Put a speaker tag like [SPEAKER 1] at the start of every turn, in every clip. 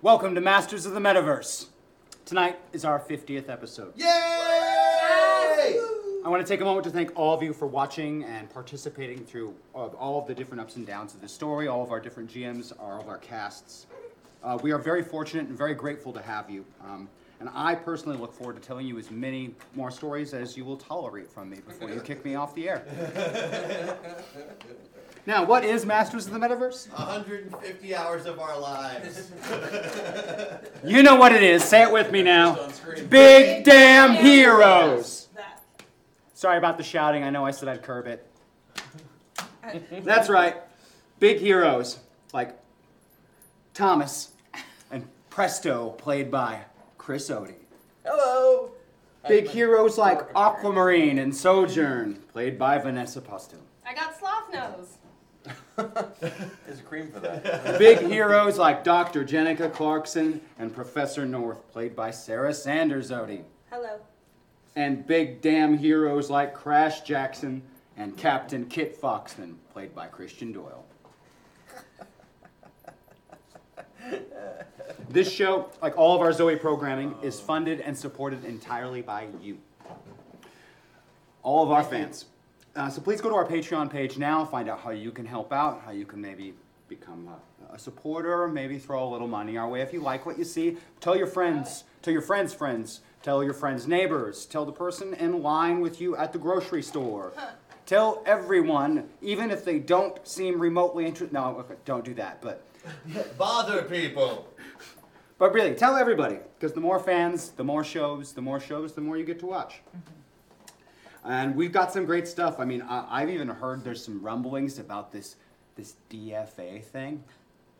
[SPEAKER 1] Welcome to Masters of the Metaverse. Tonight is our 50th episode.
[SPEAKER 2] Yay!
[SPEAKER 1] I want to take a moment to thank all of you for watching and participating through uh, all of the different ups and downs of this story, all of our different GMs, all of our casts. Uh, we are very fortunate and very grateful to have you. Um, and I personally look forward to telling you as many more stories as you will tolerate from me before you kick me off the air. now, what is Masters of the Metaverse?
[SPEAKER 2] 150 hours of our lives.
[SPEAKER 1] You know what it is. Say it with me now.
[SPEAKER 2] On screen.
[SPEAKER 1] Big damn heroes. Sorry about the shouting. I know I said I'd curb it. That's right. Big heroes like Thomas and Presto, played by Chris Odie.
[SPEAKER 3] Hello.
[SPEAKER 1] Big heroes like Aquamarine and Sojourn, played by Vanessa Pasto.
[SPEAKER 4] I got sloth nose.
[SPEAKER 3] There's a cream for that.
[SPEAKER 1] Big heroes like Dr. Jenica Clarkson and Professor North, played by Sarah Sanders Odie.
[SPEAKER 4] Hello.
[SPEAKER 1] and big damn heroes like Crash Jackson and Captain Kit Foxman, played by Christian Doyle. this show, like all of our Zoe programming, is funded and supported entirely by you, all of our fans. Uh, so please go to our Patreon page now, find out how you can help out, how you can maybe become a, a supporter, maybe throw a little money our way if you like what you see. Tell your friends, tell your friends' friends, tell your friends' neighbors, tell the person in line with you at the grocery store. Tell everyone, even if they don't seem remotely interested. No, okay, don't do that, but.
[SPEAKER 2] Bother people.
[SPEAKER 1] But really, tell everybody, because the more fans, the more shows, the more shows, the more you get to watch.
[SPEAKER 5] Mm-hmm.
[SPEAKER 1] And we've got some great stuff. I mean, I, I've even heard there's some rumblings about this this DFA thing.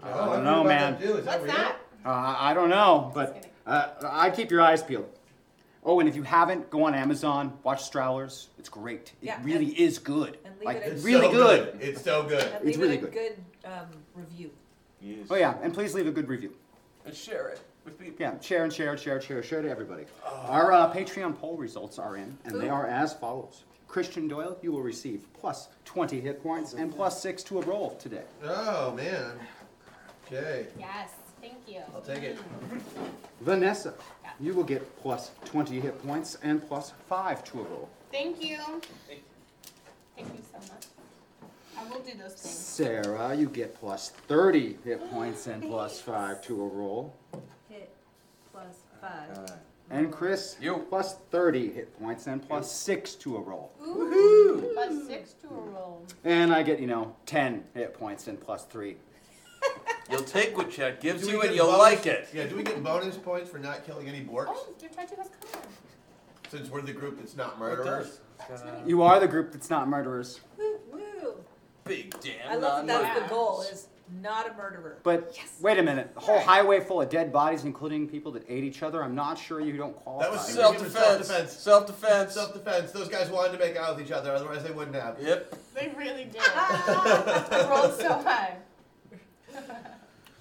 [SPEAKER 6] Oh,
[SPEAKER 1] I don't know, man.
[SPEAKER 4] What's that?
[SPEAKER 1] Uh, I don't know, but uh, I keep your eyes peeled. Oh, and if you haven't, go on Amazon, watch Strowlers. It's great. It
[SPEAKER 5] Yeah,
[SPEAKER 1] really
[SPEAKER 5] and-
[SPEAKER 1] is good.
[SPEAKER 5] and leave
[SPEAKER 1] Like,
[SPEAKER 5] it at-
[SPEAKER 1] it's really good.
[SPEAKER 2] It's so good.
[SPEAKER 5] And leave
[SPEAKER 1] It's really
[SPEAKER 5] it a good, um, review.
[SPEAKER 3] Yes.
[SPEAKER 1] Oh yeah, and please leave a good review.
[SPEAKER 3] And share it with people.
[SPEAKER 1] Yeah, share and share and share and share, share to everybody. Our uh, Patreon poll results are in, and they are as follows. Christian Doyle, you will receive plus 20 hit points and plus 6 to a roll today.
[SPEAKER 2] Oh man. Okay,
[SPEAKER 4] Yes, thank you.
[SPEAKER 2] I'll take it.
[SPEAKER 1] Vanessa, you will get plus 20 hit points and plus 5 to a roll.
[SPEAKER 4] Thank you. Thank you so much. I will do those things.
[SPEAKER 1] Sarah, you get plus 30 hit points and plus 5 to a roll.
[SPEAKER 5] Hit plus five.
[SPEAKER 3] Alright.
[SPEAKER 1] And Chris,
[SPEAKER 3] You.
[SPEAKER 1] plus 30 hit points and plus 6 to a roll.
[SPEAKER 4] Ooh. Plus six to a roll.
[SPEAKER 1] And I get, you know, 10 hit points and plus 3.
[SPEAKER 3] You'll take what Chad gives
[SPEAKER 2] Do we
[SPEAKER 3] you and
[SPEAKER 2] get
[SPEAKER 3] you'll
[SPEAKER 2] bonus-
[SPEAKER 3] like it.
[SPEAKER 2] Yeah. Do we get bonus points for not killing any borks
[SPEAKER 4] Oh, your tattoo has color.
[SPEAKER 2] since we're the group that's not murderers?
[SPEAKER 1] You are the group that's not murderers.
[SPEAKER 5] Woo, woo.
[SPEAKER 3] Big damn.
[SPEAKER 5] I love that that's the
[SPEAKER 4] non-murderers.
[SPEAKER 5] goal, is not a murderer.
[SPEAKER 1] But wait a minute, the whole highway full of dead bodies, including people that ate each other. I'm not sure you don't qualify.
[SPEAKER 2] was super-
[SPEAKER 3] Self defense.
[SPEAKER 2] Self-defense.
[SPEAKER 3] Self defense.
[SPEAKER 2] Self-defense. Those guys wanted to make out with each other, otherwise they wouldn't have.
[SPEAKER 3] Yep.
[SPEAKER 4] They really did. Ah, I rolled so high.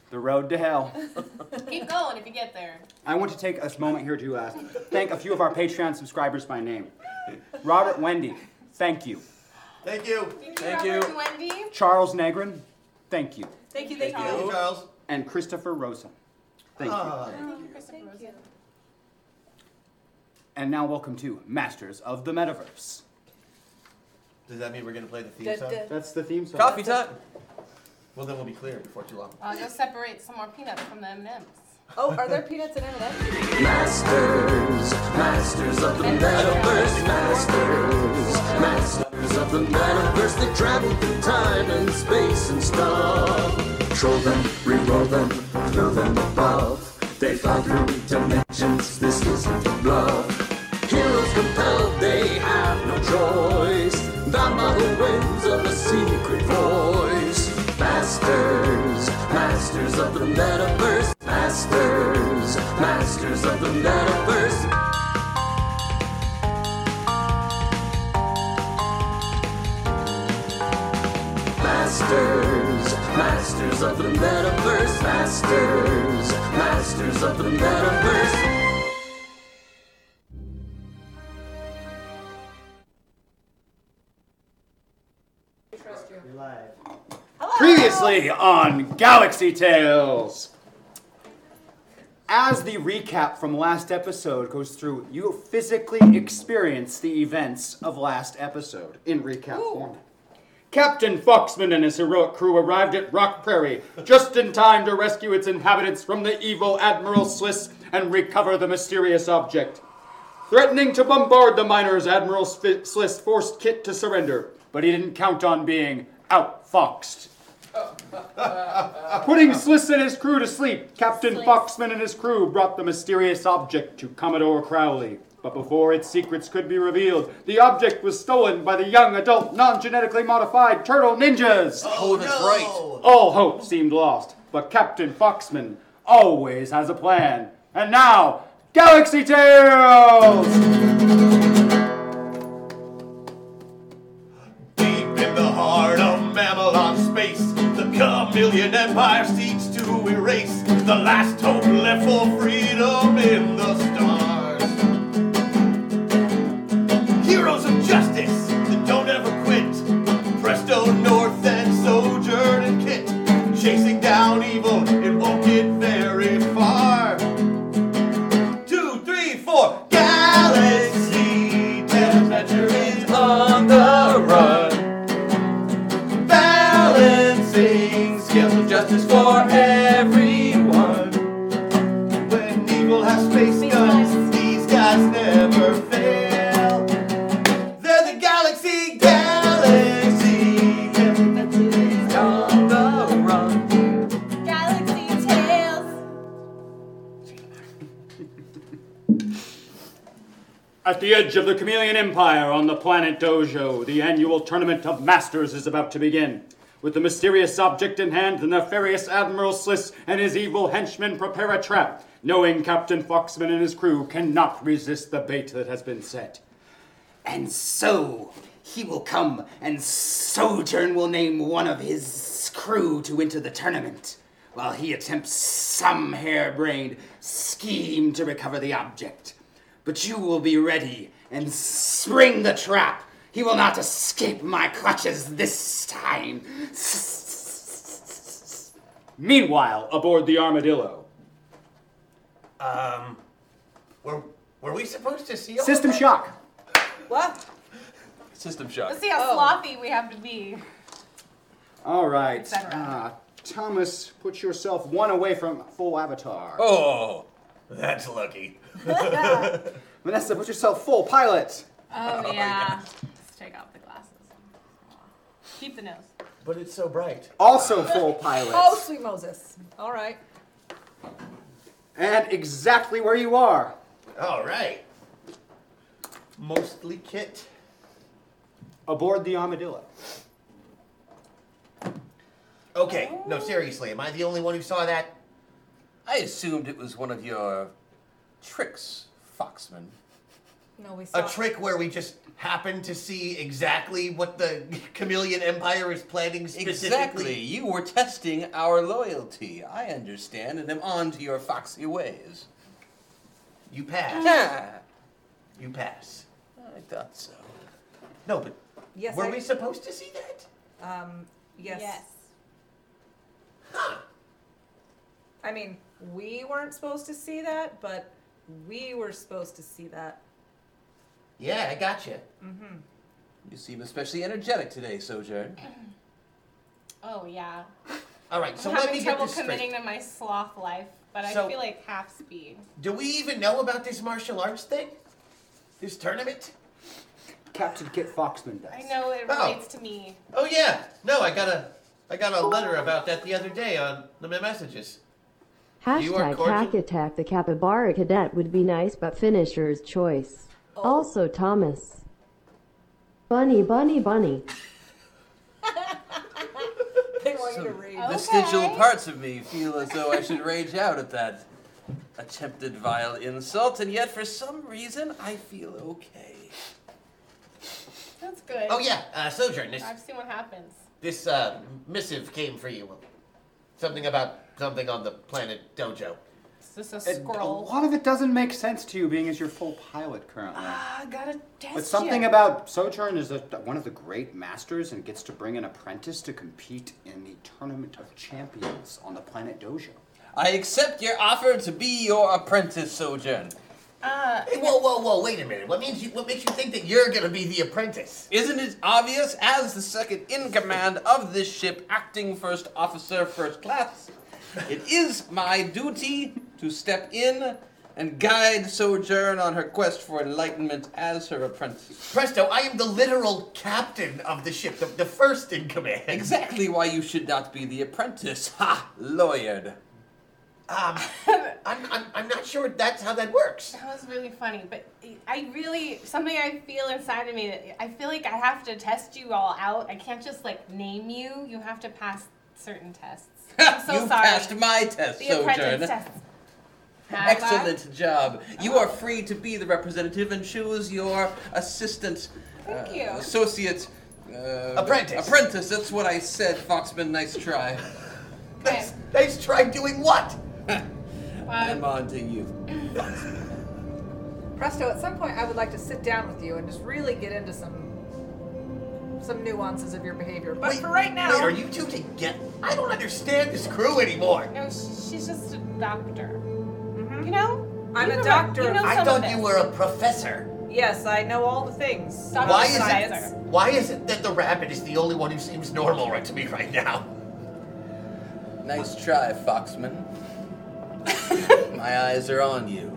[SPEAKER 1] the road to hell.
[SPEAKER 4] Keep going if you get there.
[SPEAKER 1] I want to take a moment here to uh, thank a few of our Patreon subscribers by name. Robert Wendy, thank you.
[SPEAKER 2] Thank you.
[SPEAKER 3] Thank
[SPEAKER 4] Robert
[SPEAKER 3] you.
[SPEAKER 4] and Wendy.
[SPEAKER 1] Charles Negrin, thank you.
[SPEAKER 5] Thank you, thank
[SPEAKER 2] Thank
[SPEAKER 5] you.
[SPEAKER 2] you, Charles.
[SPEAKER 1] And Christopher Rosa, thank you.
[SPEAKER 2] Ah.
[SPEAKER 4] Thank you, Christopher Rosen.
[SPEAKER 1] And now welcome to Masters of the Metaverse.
[SPEAKER 2] Does that mean we're gonna play the theme
[SPEAKER 5] Dun,
[SPEAKER 2] song?
[SPEAKER 5] dun.
[SPEAKER 1] That's the theme song.
[SPEAKER 3] Coffee time.
[SPEAKER 2] Well, then we'll be clear before too long.
[SPEAKER 4] Uh, go separate some more peanuts from the M&Ms.
[SPEAKER 5] Oh, are there peanuts in M&M's?
[SPEAKER 7] Masters, masters of the metaverse, masters, masters of the metaverse. They travel through time and space and stuff. Troll them, re-roll them, throw them above. They fly through dimensions. This isn't a bluff. Heroes compelled, they have no choice. Bound by the winds of a secret voice. Masters, masters of the metaverse, masters, masters of the metaverse. Masters, masters of the metaverse, masters, masters of the metaverse.
[SPEAKER 1] Previously on Galaxy Tales. as the recap from last episode goes through, you physically experience the events of last episode in recap form. Captain Foxman and his heroic crew arrived at Rock Prairie just in time to rescue its inhabitants from the evil Admiral Sliss and recover the mysterious object. Threatening to bombard the miners, Admiral Sp- Sliss forced Kit to surrender, but he didn't count on being outfoxed. Putting Sliss and his crew to sleep, Captain
[SPEAKER 4] Sliss.
[SPEAKER 1] Foxman and his crew brought the mysterious object to Commodore Crowley. But before its secrets could be revealed, the object was stolen by the young adult, non genetically modified turtle ninjas.
[SPEAKER 3] Oh, that's right.
[SPEAKER 1] All hope seemed lost, but Captain Foxman always has a plan. And now, Galaxy Tales!
[SPEAKER 6] Deep in the heart of Mamelon space, the chameleon empire seeks to erase the last hope left for freedom in the stars. Heroes of justice that don't ever quit, Presto North and Sojourn and Kit, chasing down evil, it won't get very far. Two, three, four, Galaxy Adventure is on the run. Balancing scales of justice for everyone. When evil has space
[SPEAKER 5] Space
[SPEAKER 6] guns,
[SPEAKER 5] guns.
[SPEAKER 6] these guys never fail. They're the Galaxy Galaxy Adventure is on the run.
[SPEAKER 4] Galaxy Tales.
[SPEAKER 1] At the edge of the Chameleon Empire on the planet Dojo, the annual Tournament of Masters is about to begin. With the mysterious object in hand, the nefarious Admiral Sliss and his evil henchmen prepare a trap, knowing Captain Foxman and his crew cannot resist the bait that has been set. And so he will come, and Sojourn will name one of his crew to enter the tournament, while he attempts some harebrained scheme to recover the object. But you will be ready and spring the trap. He will not escape my clutches this time. Meanwhile, aboard the armadillo.
[SPEAKER 6] Um, were, were we supposed to see all
[SPEAKER 1] System
[SPEAKER 6] of that?
[SPEAKER 1] shock.
[SPEAKER 5] What?
[SPEAKER 3] System shock.
[SPEAKER 4] Let's see how
[SPEAKER 5] Oh.
[SPEAKER 4] sloppy we have to be.
[SPEAKER 1] All right.
[SPEAKER 4] cetera.
[SPEAKER 1] Uh, Thomas, put yourself one away from full avatar.
[SPEAKER 3] Oh,
[SPEAKER 6] That's lucky.
[SPEAKER 1] Vanessa, put yourself full pilot.
[SPEAKER 4] Oh, yeah. Let's take off the glasses. Keep the nose.
[SPEAKER 6] But it's so bright.
[SPEAKER 1] Also full pilot.
[SPEAKER 5] Oh, sweet Moses. All right.
[SPEAKER 1] And exactly where you are.
[SPEAKER 6] All right. Mostly kit.
[SPEAKER 1] Aboard the armadillo.
[SPEAKER 6] Okay, no, seriously, am I the only one who saw that?
[SPEAKER 3] I assumed it was one of your tricks, Foxman.
[SPEAKER 5] No, we saw.
[SPEAKER 6] A
[SPEAKER 5] it.
[SPEAKER 6] trick where we just happen to see exactly what the Chameleon Empire is planning
[SPEAKER 3] Exactly.
[SPEAKER 6] specifically.
[SPEAKER 3] You were testing our loyalty. I understand, and am on to your foxy ways.
[SPEAKER 6] You pass.
[SPEAKER 3] Yeah.
[SPEAKER 6] you pass.
[SPEAKER 3] I thought so.
[SPEAKER 6] No, but
[SPEAKER 5] Yes.
[SPEAKER 6] were
[SPEAKER 5] I,
[SPEAKER 6] we supposed to see that?
[SPEAKER 5] Um. Yes. I mean, we weren't supposed to see that, but we were supposed to see that.
[SPEAKER 6] Yeah, I gotcha.
[SPEAKER 3] You seem especially energetic today, Sojourn.
[SPEAKER 4] Oh, yeah.
[SPEAKER 6] All right, so
[SPEAKER 4] I'm
[SPEAKER 6] let
[SPEAKER 4] having
[SPEAKER 6] me get
[SPEAKER 4] trouble
[SPEAKER 6] this
[SPEAKER 4] committing
[SPEAKER 6] straight.
[SPEAKER 4] to my sloth life, but
[SPEAKER 6] So-
[SPEAKER 4] I feel like half speed.
[SPEAKER 6] Do we even know about this martial arts thing? This tournament?
[SPEAKER 1] Captain Kit Foxman does.
[SPEAKER 4] I know it
[SPEAKER 6] Oh.
[SPEAKER 4] relates to me.
[SPEAKER 6] Oh yeah. No, I got a I got a letter about that the other day on the messages. You are
[SPEAKER 8] Hashtag hack
[SPEAKER 6] cordial.
[SPEAKER 8] attack. The capybara cadet would be nice, but finisher's choice.
[SPEAKER 6] Oh.
[SPEAKER 8] Also, Thomas. Bunny, bunny, bunny.
[SPEAKER 5] They want you to read.
[SPEAKER 4] Oh.
[SPEAKER 3] The stigil
[SPEAKER 4] Okay.
[SPEAKER 3] parts of me feel as though I should rage out at that attempted vile insult, and yet for some reason I feel okay.
[SPEAKER 4] That's good.
[SPEAKER 6] Oh yeah, uh, Sojourn. This
[SPEAKER 4] I've seen what happens.
[SPEAKER 6] this uh, missive came for you. Something about something on the planet Dojo.
[SPEAKER 4] It's just a
[SPEAKER 1] It- a
[SPEAKER 4] scroll.
[SPEAKER 1] lot of it doesn't make sense to you being as your full pilot currently.
[SPEAKER 4] Ah, gotta test
[SPEAKER 1] But something
[SPEAKER 4] ya.
[SPEAKER 1] about Sojourn is a, one of the great masters and gets to bring an apprentice to compete in the Tournament of Champions on the planet Dojo.
[SPEAKER 3] I accept your offer to be your apprentice, Sojourn.
[SPEAKER 4] Uh,
[SPEAKER 6] Hey, whoa, whoa, whoa! Wait a minute. What means you? What makes you think that you're gonna be the apprentice?
[SPEAKER 3] Isn't it obvious, as the second in command of this ship, acting first officer, first class, it is my duty to step in and guide Sojourn on her quest for enlightenment as her apprentice.
[SPEAKER 6] Presto! I am the literal captain of the ship, the, the first in command.
[SPEAKER 3] Exactly why you should not be the apprentice. Ha! Lawyered.
[SPEAKER 6] Um, I'm, I'm, I'm not sure that's how that works.
[SPEAKER 4] that was really funny, but I really something I feel inside of me. that I feel like I have to test you all out. I can't just like name you. You have to pass certain tests. I'm so
[SPEAKER 3] you
[SPEAKER 4] sorry.
[SPEAKER 3] passed my test,
[SPEAKER 4] the
[SPEAKER 3] Sojourn.
[SPEAKER 4] apprentice test. Have I?
[SPEAKER 3] Excellent job. You are free to be the representative and choose your assistant,
[SPEAKER 4] Thank
[SPEAKER 3] uh,
[SPEAKER 4] you.
[SPEAKER 3] associate, uh,
[SPEAKER 6] Apprentice.
[SPEAKER 3] Apprentice. That's what I said, Foxman. Nice try.
[SPEAKER 4] Okay.
[SPEAKER 6] Nice, nice try doing what?
[SPEAKER 3] I'm
[SPEAKER 4] Um,
[SPEAKER 3] on to you.
[SPEAKER 5] Presto, at some point, I would like to sit down with you and just really get into some some nuances of your behavior. But
[SPEAKER 6] Wait,
[SPEAKER 5] for right now,
[SPEAKER 6] Wait, are you two together? I don't understand this crew anymore.
[SPEAKER 4] no, sh- she's just a doctor. You know,
[SPEAKER 5] I'm
[SPEAKER 4] You
[SPEAKER 5] a
[SPEAKER 4] know-
[SPEAKER 5] doctor.
[SPEAKER 4] You know
[SPEAKER 6] I
[SPEAKER 4] some
[SPEAKER 6] thought
[SPEAKER 4] of
[SPEAKER 6] you
[SPEAKER 4] this.
[SPEAKER 6] were a professor.
[SPEAKER 5] yes, I know all the things.
[SPEAKER 4] Doctor
[SPEAKER 6] Why
[SPEAKER 4] Why
[SPEAKER 6] is it-
[SPEAKER 4] science.
[SPEAKER 6] Why is it that the rabbit is the only one who seems normal right to me right now?
[SPEAKER 3] Nice try, Foxman. My eyes are on you.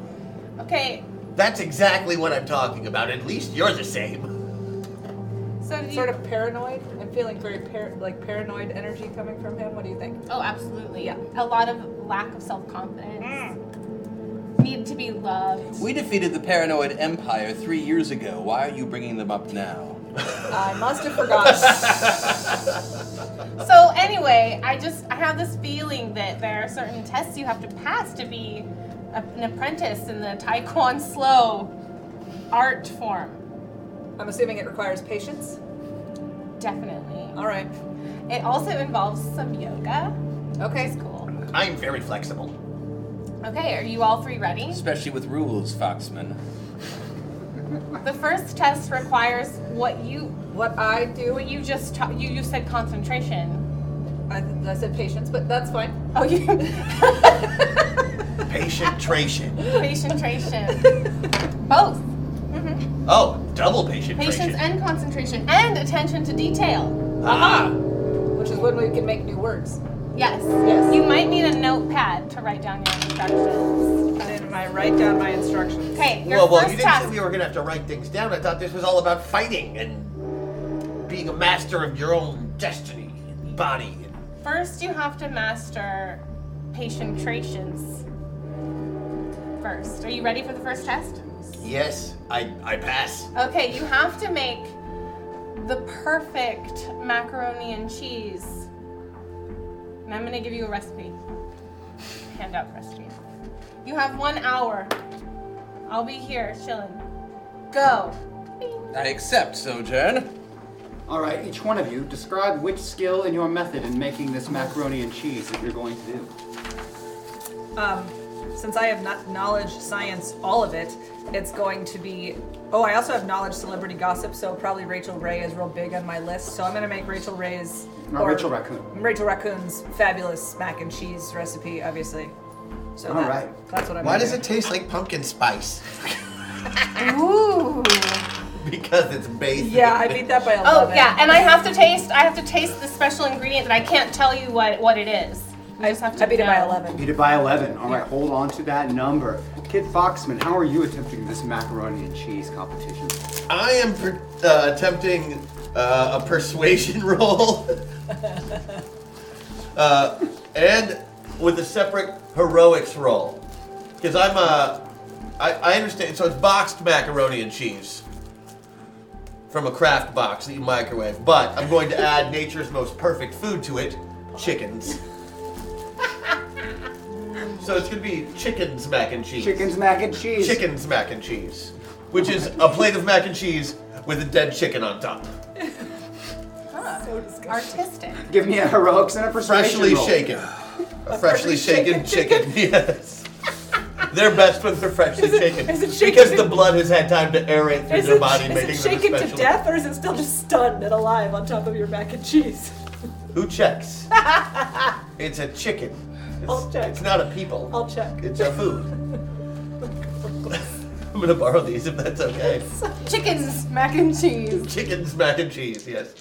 [SPEAKER 4] Okay,
[SPEAKER 6] That's exactly what I'm talking about. At least you're the same.
[SPEAKER 4] so do you,
[SPEAKER 5] Sort of paranoid. I'm feeling very par- like paranoid energy coming from him. What do you think?
[SPEAKER 4] Oh, absolutely. Yeah. A lot of lack of self confidence. Need to be loved.
[SPEAKER 3] We defeated the paranoid empire three years ago. Why are you bringing them up now?
[SPEAKER 5] I must have forgotten.
[SPEAKER 4] so anyway, I just I have this feeling that there are certain tests you have to pass to be a, an apprentice in the Taekwondo slow art form.
[SPEAKER 5] I'm assuming it requires patience.
[SPEAKER 4] Definitely.
[SPEAKER 5] All right.
[SPEAKER 4] It also involves some yoga.
[SPEAKER 5] Okay.
[SPEAKER 4] Cool.
[SPEAKER 6] I'm very flexible.
[SPEAKER 4] Okay, are you all three ready?
[SPEAKER 3] Especially with rules, Foxman.
[SPEAKER 4] The first test requires what you
[SPEAKER 5] What I do,
[SPEAKER 4] what you just ta- you you said concentration.
[SPEAKER 5] I, I said patience, but that's fine.
[SPEAKER 4] Oh, you
[SPEAKER 6] Patient tration.
[SPEAKER 4] concentration. Both.
[SPEAKER 6] Oh, double patient
[SPEAKER 4] Patience
[SPEAKER 6] tration.
[SPEAKER 4] and concentration and attention to detail.
[SPEAKER 6] ah,
[SPEAKER 4] Uh-huh.
[SPEAKER 5] Which is when we can make new words.
[SPEAKER 4] Yes.
[SPEAKER 5] Yes.
[SPEAKER 4] You might need a notepad to write down your instructions.
[SPEAKER 5] And then I write down my instructions.
[SPEAKER 4] Okay, your
[SPEAKER 6] well, well, you
[SPEAKER 4] first
[SPEAKER 6] didn't
[SPEAKER 4] task.
[SPEAKER 6] say we were gonna have to write things down. I thought this was all about fighting and being a master of your own destiny, and body. and-
[SPEAKER 4] First, you have to master patientations. First, are you ready for the first test?
[SPEAKER 6] Yes, I I pass.
[SPEAKER 4] Okay, you have to make the perfect macaroni and cheese. And I'm gonna give you a recipe. Handout recipe. You have one hour. I'll be here chilling. Go.
[SPEAKER 3] I accept, Sojourn.
[SPEAKER 1] All right, each one of you, describe which skill and your method in making this macaroni and cheese that you're going to do.
[SPEAKER 5] Um, since I have not knowledge, science, all of it, it's going to be. Oh, I also have knowledge, celebrity gossip, so probably Rachel Ray is real big on my list. So I'm gonna make Rachel Ray's.
[SPEAKER 6] Uh,
[SPEAKER 1] Not Rachel Raccoon.
[SPEAKER 5] Rachel Raccoon's fabulous mac and cheese recipe, obviously. So
[SPEAKER 1] All
[SPEAKER 5] that-
[SPEAKER 1] right.
[SPEAKER 5] that's what I'm.
[SPEAKER 6] Why
[SPEAKER 5] gonna
[SPEAKER 6] does
[SPEAKER 5] do.
[SPEAKER 6] it taste like pumpkin spice?
[SPEAKER 4] Ooh.
[SPEAKER 6] because it's based.
[SPEAKER 5] Yeah, I beat that by a
[SPEAKER 4] Oh
[SPEAKER 5] lot.
[SPEAKER 4] yeah, and I have to taste. I have to taste the special ingredient that I can't tell you what what it is. I just have to.
[SPEAKER 5] I beat it by
[SPEAKER 4] know.
[SPEAKER 5] 11.
[SPEAKER 1] Beat it by 11. All right, hold on to that number. Kid Foxman, how are you attempting this macaroni and cheese competition?
[SPEAKER 6] I am per- uh, attempting uh, a persuasion roll, uh, and with a separate heroics roll, because I'm a. I, I understand. So it's boxed macaroni and cheese from a craft box that you microwave, but I'm going to add nature's most perfect food to it: chickens. so it's gonna be chickens mac and cheese
[SPEAKER 1] Chicken's mac and cheese.
[SPEAKER 6] chicken's mac and cheese, which is a plate of mac and cheese with a dead chicken on top,
[SPEAKER 4] Artistic.
[SPEAKER 1] Give me a heroics and a persuasion
[SPEAKER 6] freshly
[SPEAKER 1] roll.
[SPEAKER 6] shaken, a freshly shaken chicken. Yes, their best ones are freshly shaken
[SPEAKER 5] is it shaken
[SPEAKER 6] because
[SPEAKER 5] to-
[SPEAKER 6] the blood has had time to aerate through
[SPEAKER 5] Is
[SPEAKER 6] their
[SPEAKER 5] it,
[SPEAKER 6] body,
[SPEAKER 5] is
[SPEAKER 6] making
[SPEAKER 5] it
[SPEAKER 6] them
[SPEAKER 5] shaken
[SPEAKER 6] a
[SPEAKER 5] to
[SPEAKER 6] special.
[SPEAKER 5] death, or is it still just stunned and alive on top of your mac and cheese?
[SPEAKER 6] Who checks? it's a chicken.
[SPEAKER 5] I'll check.
[SPEAKER 6] It's not a people.
[SPEAKER 5] I'll check.
[SPEAKER 6] It's a food. I'm gonna borrow these if that's okay.
[SPEAKER 4] Chickens, mac and cheese.
[SPEAKER 6] Chickens, mac and cheese. Yes.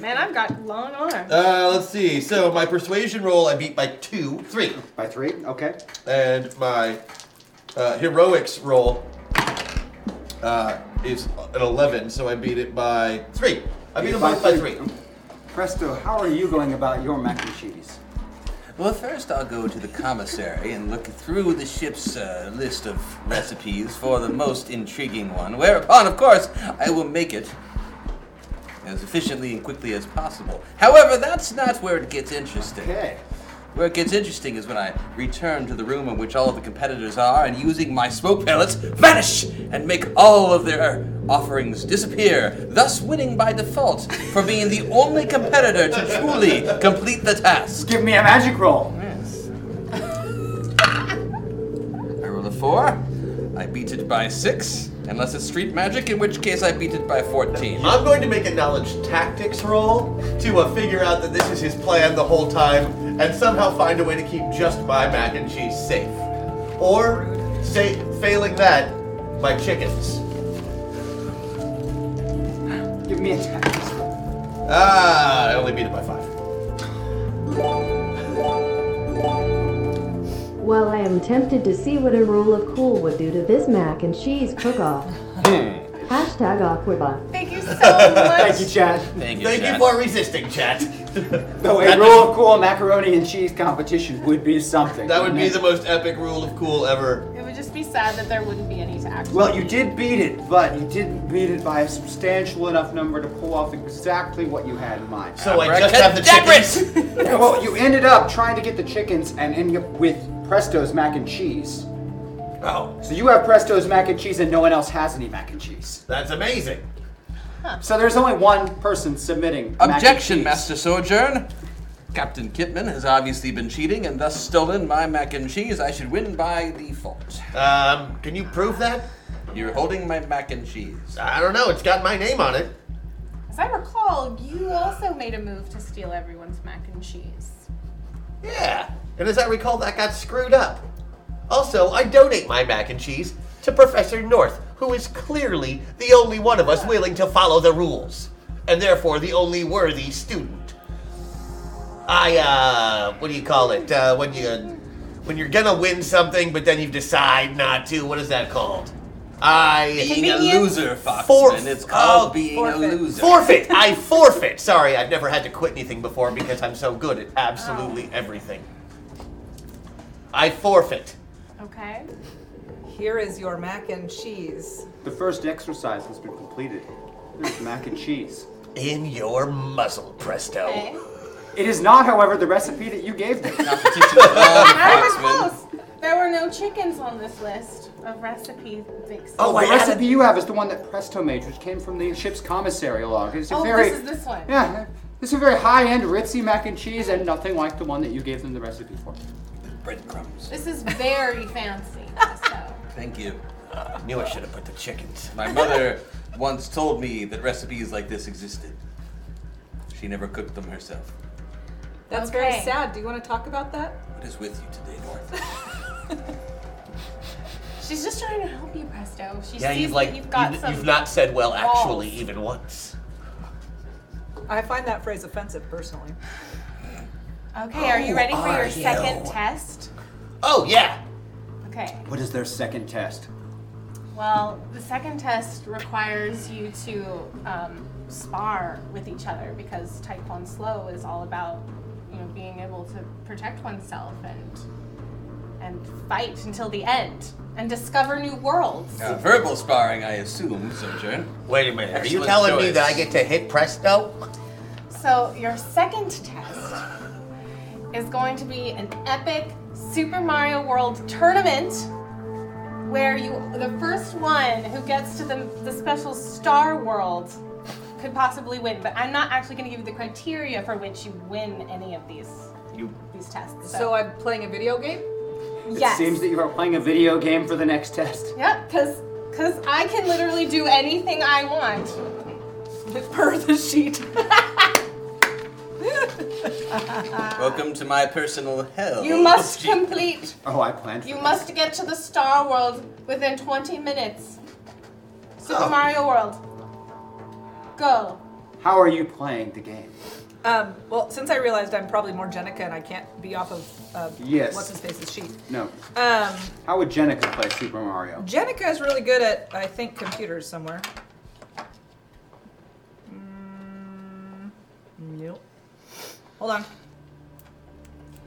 [SPEAKER 4] Man, I've got long arms.
[SPEAKER 6] Uh, let's see. So my persuasion roll, I beat by two, three,
[SPEAKER 1] By three? Okay.
[SPEAKER 6] and my uh, heroics roll uh, is an eleven. So I beat it by three. I beat them both by three.
[SPEAKER 1] Presto, how are you going about your mac and cheese?
[SPEAKER 3] Well, first I'll go to the commissary and look through the ship's uh, list of recipes for the most intriguing one, whereupon, of course, I will make it as efficiently and quickly as possible. However, that's not where it gets interesting.
[SPEAKER 1] Okay.
[SPEAKER 3] Where it gets interesting is when I return to the room in which all of the competitors are and using my smoke pellets, vanish and make all of their offerings disappear, thus winning by default for being the only competitor to truly complete the task.
[SPEAKER 1] Give me a magic roll.
[SPEAKER 3] Yes. I rolled a four. I beat it by six, unless it's street magic, in which case I beat it by 14.
[SPEAKER 6] I'm going to make a knowledge tactics roll to uh, figure out that this is his plan the whole time and somehow find a way to keep just my mac and cheese safe. Or, say, failing that, my chickens.
[SPEAKER 1] Give me a tactics roll.
[SPEAKER 6] Ah, I only beat it by five.
[SPEAKER 8] Well, I am tempted to see what a roll of cool would do to this mac and cheese cook-off.
[SPEAKER 6] Hmm.
[SPEAKER 8] Hashtag awkwardbot.
[SPEAKER 4] Thank you so much.
[SPEAKER 1] Thank you, Chad.
[SPEAKER 3] Thank you,
[SPEAKER 6] Thank you
[SPEAKER 3] Chad.
[SPEAKER 6] for resisting, chat.
[SPEAKER 1] Though a roll of cool macaroni and cheese competition would be something.
[SPEAKER 6] That would be
[SPEAKER 1] wouldn't
[SPEAKER 6] the
[SPEAKER 1] it?
[SPEAKER 6] most epic rule of cool ever.
[SPEAKER 4] It would just be sad that there wouldn't be any to actually.
[SPEAKER 1] Well, you
[SPEAKER 4] eat.
[SPEAKER 1] did beat it, but you didn't beat it by a substantial enough number to pull off exactly what you had in mind.
[SPEAKER 6] So I just have the chickens.
[SPEAKER 1] Yeah, well, you ended up trying to get the chickens and ending up with Presto's mac and cheese.
[SPEAKER 6] Oh,
[SPEAKER 1] So you have Presto's mac and cheese, and no one else has any mac and cheese.
[SPEAKER 6] that's amazing.
[SPEAKER 1] So there's only one person submitting. mac and
[SPEAKER 3] Objection,
[SPEAKER 1] cheese.
[SPEAKER 3] Master Sojourn. Captain Kitman has obviously been cheating and thus stolen my mac and cheese. I should win by default.
[SPEAKER 6] Um, can you prove that?
[SPEAKER 3] You're holding my mac and cheese.
[SPEAKER 6] I don't know. It's got my name on it.
[SPEAKER 4] As I recall, you also made a move to steal everyone's mac and cheese.
[SPEAKER 6] Yeah, and as I recall, that got screwed up. Also, I donate my mac and cheese to Professor North, who is clearly the only one of us willing to follow the rules, and therefore the only worthy student. I, uh, what do you call it? Uh, when you, when you're gonna win something, but then you decide not to. What is that called? I
[SPEAKER 3] Being a
[SPEAKER 4] Convenience?
[SPEAKER 3] loser, Foxman.
[SPEAKER 6] Forf-
[SPEAKER 3] it's called
[SPEAKER 6] oh,
[SPEAKER 3] being
[SPEAKER 5] forfeit.
[SPEAKER 3] a loser.
[SPEAKER 6] forfeit. I forfeit. Sorry, I've never had to quit anything before because I'm so good at absolutely everything. I forfeit.
[SPEAKER 4] Okay?
[SPEAKER 5] Here is your mac and cheese.
[SPEAKER 1] The first exercise has been completed. There's mac and cheese.
[SPEAKER 6] In your muzzle, presto.
[SPEAKER 4] Okay.
[SPEAKER 1] It is not, however, the recipe that you gave them.
[SPEAKER 3] Competition of all the
[SPEAKER 4] I was
[SPEAKER 3] Foxmen.
[SPEAKER 4] close. There were no chickens on this list of recipe things.
[SPEAKER 6] Oh,
[SPEAKER 1] the
[SPEAKER 6] I added-
[SPEAKER 1] recipe you have is the one that Presto made, which came from the ship's commissary log. It's a
[SPEAKER 4] Oh,
[SPEAKER 1] very
[SPEAKER 4] this is this one.
[SPEAKER 1] yeah. This is a very high-end ritzy mac and cheese, and nothing like the one that you gave them the recipe for.
[SPEAKER 3] Breadcrumbs.
[SPEAKER 4] This is very fancy. So.
[SPEAKER 3] Thank you.
[SPEAKER 6] I knew I should have put the chickens.
[SPEAKER 3] My mother once told me that recipes like this existed. She never cooked them herself.
[SPEAKER 5] That's very
[SPEAKER 4] Okay.
[SPEAKER 5] sad. Do you want to talk about that?
[SPEAKER 3] What is with you today, North?
[SPEAKER 4] She's just trying to help you, Presto. She
[SPEAKER 6] Yeah,
[SPEAKER 4] sees
[SPEAKER 6] you've like
[SPEAKER 4] that you've got
[SPEAKER 6] you-
[SPEAKER 4] some.
[SPEAKER 6] you've not said well actually
[SPEAKER 4] balls.
[SPEAKER 6] even once.
[SPEAKER 5] I find that phrase offensive personally.
[SPEAKER 4] Okay, are you
[SPEAKER 6] Oh,
[SPEAKER 4] ready for
[SPEAKER 6] are
[SPEAKER 4] your
[SPEAKER 6] you?
[SPEAKER 4] second test?
[SPEAKER 6] Oh yeah.
[SPEAKER 4] Okay.
[SPEAKER 1] What is their second test?
[SPEAKER 4] Well, the second test requires you to um, spar with each other because Type One Slow is all about you know being able to protect oneself and and fight until the end and discover new worlds.
[SPEAKER 3] Uh, verbal sparring, I assume, Sojourn.
[SPEAKER 6] Wait a minute. Are you
[SPEAKER 3] Excellent
[SPEAKER 6] telling me
[SPEAKER 3] choice.
[SPEAKER 6] that I get to hit presto?
[SPEAKER 4] So your second test is going to be an epic Super Mario World tournament where you the first one who gets to the, the special star world could possibly win, but I'm not actually going to give you the criteria for which you win any of these
[SPEAKER 6] You
[SPEAKER 4] these tests. So,
[SPEAKER 5] So I'm playing a video game.
[SPEAKER 4] yes.
[SPEAKER 1] It seems that you are playing a video game for the next test.
[SPEAKER 4] Yep, cuz cuz I can literally do anything I want.
[SPEAKER 5] Per the sheet.
[SPEAKER 3] Welcome to my personal hell.
[SPEAKER 4] You must complete.
[SPEAKER 1] Oh, I planned for
[SPEAKER 4] You
[SPEAKER 1] that.
[SPEAKER 4] must get to the Star World within 20 minutes. Super
[SPEAKER 6] Oh.
[SPEAKER 4] Mario World. Go.
[SPEAKER 1] How are you playing the game?
[SPEAKER 5] Um, well, since I realized I'm probably more Jenica and I can't be off of uh,
[SPEAKER 1] Yes.
[SPEAKER 5] what's his face's sheet.
[SPEAKER 1] No.
[SPEAKER 5] Um,
[SPEAKER 1] How would Jenica play Super Mario?
[SPEAKER 5] Jenica is really good at I think computers somewhere. Mm, nope. Hold on.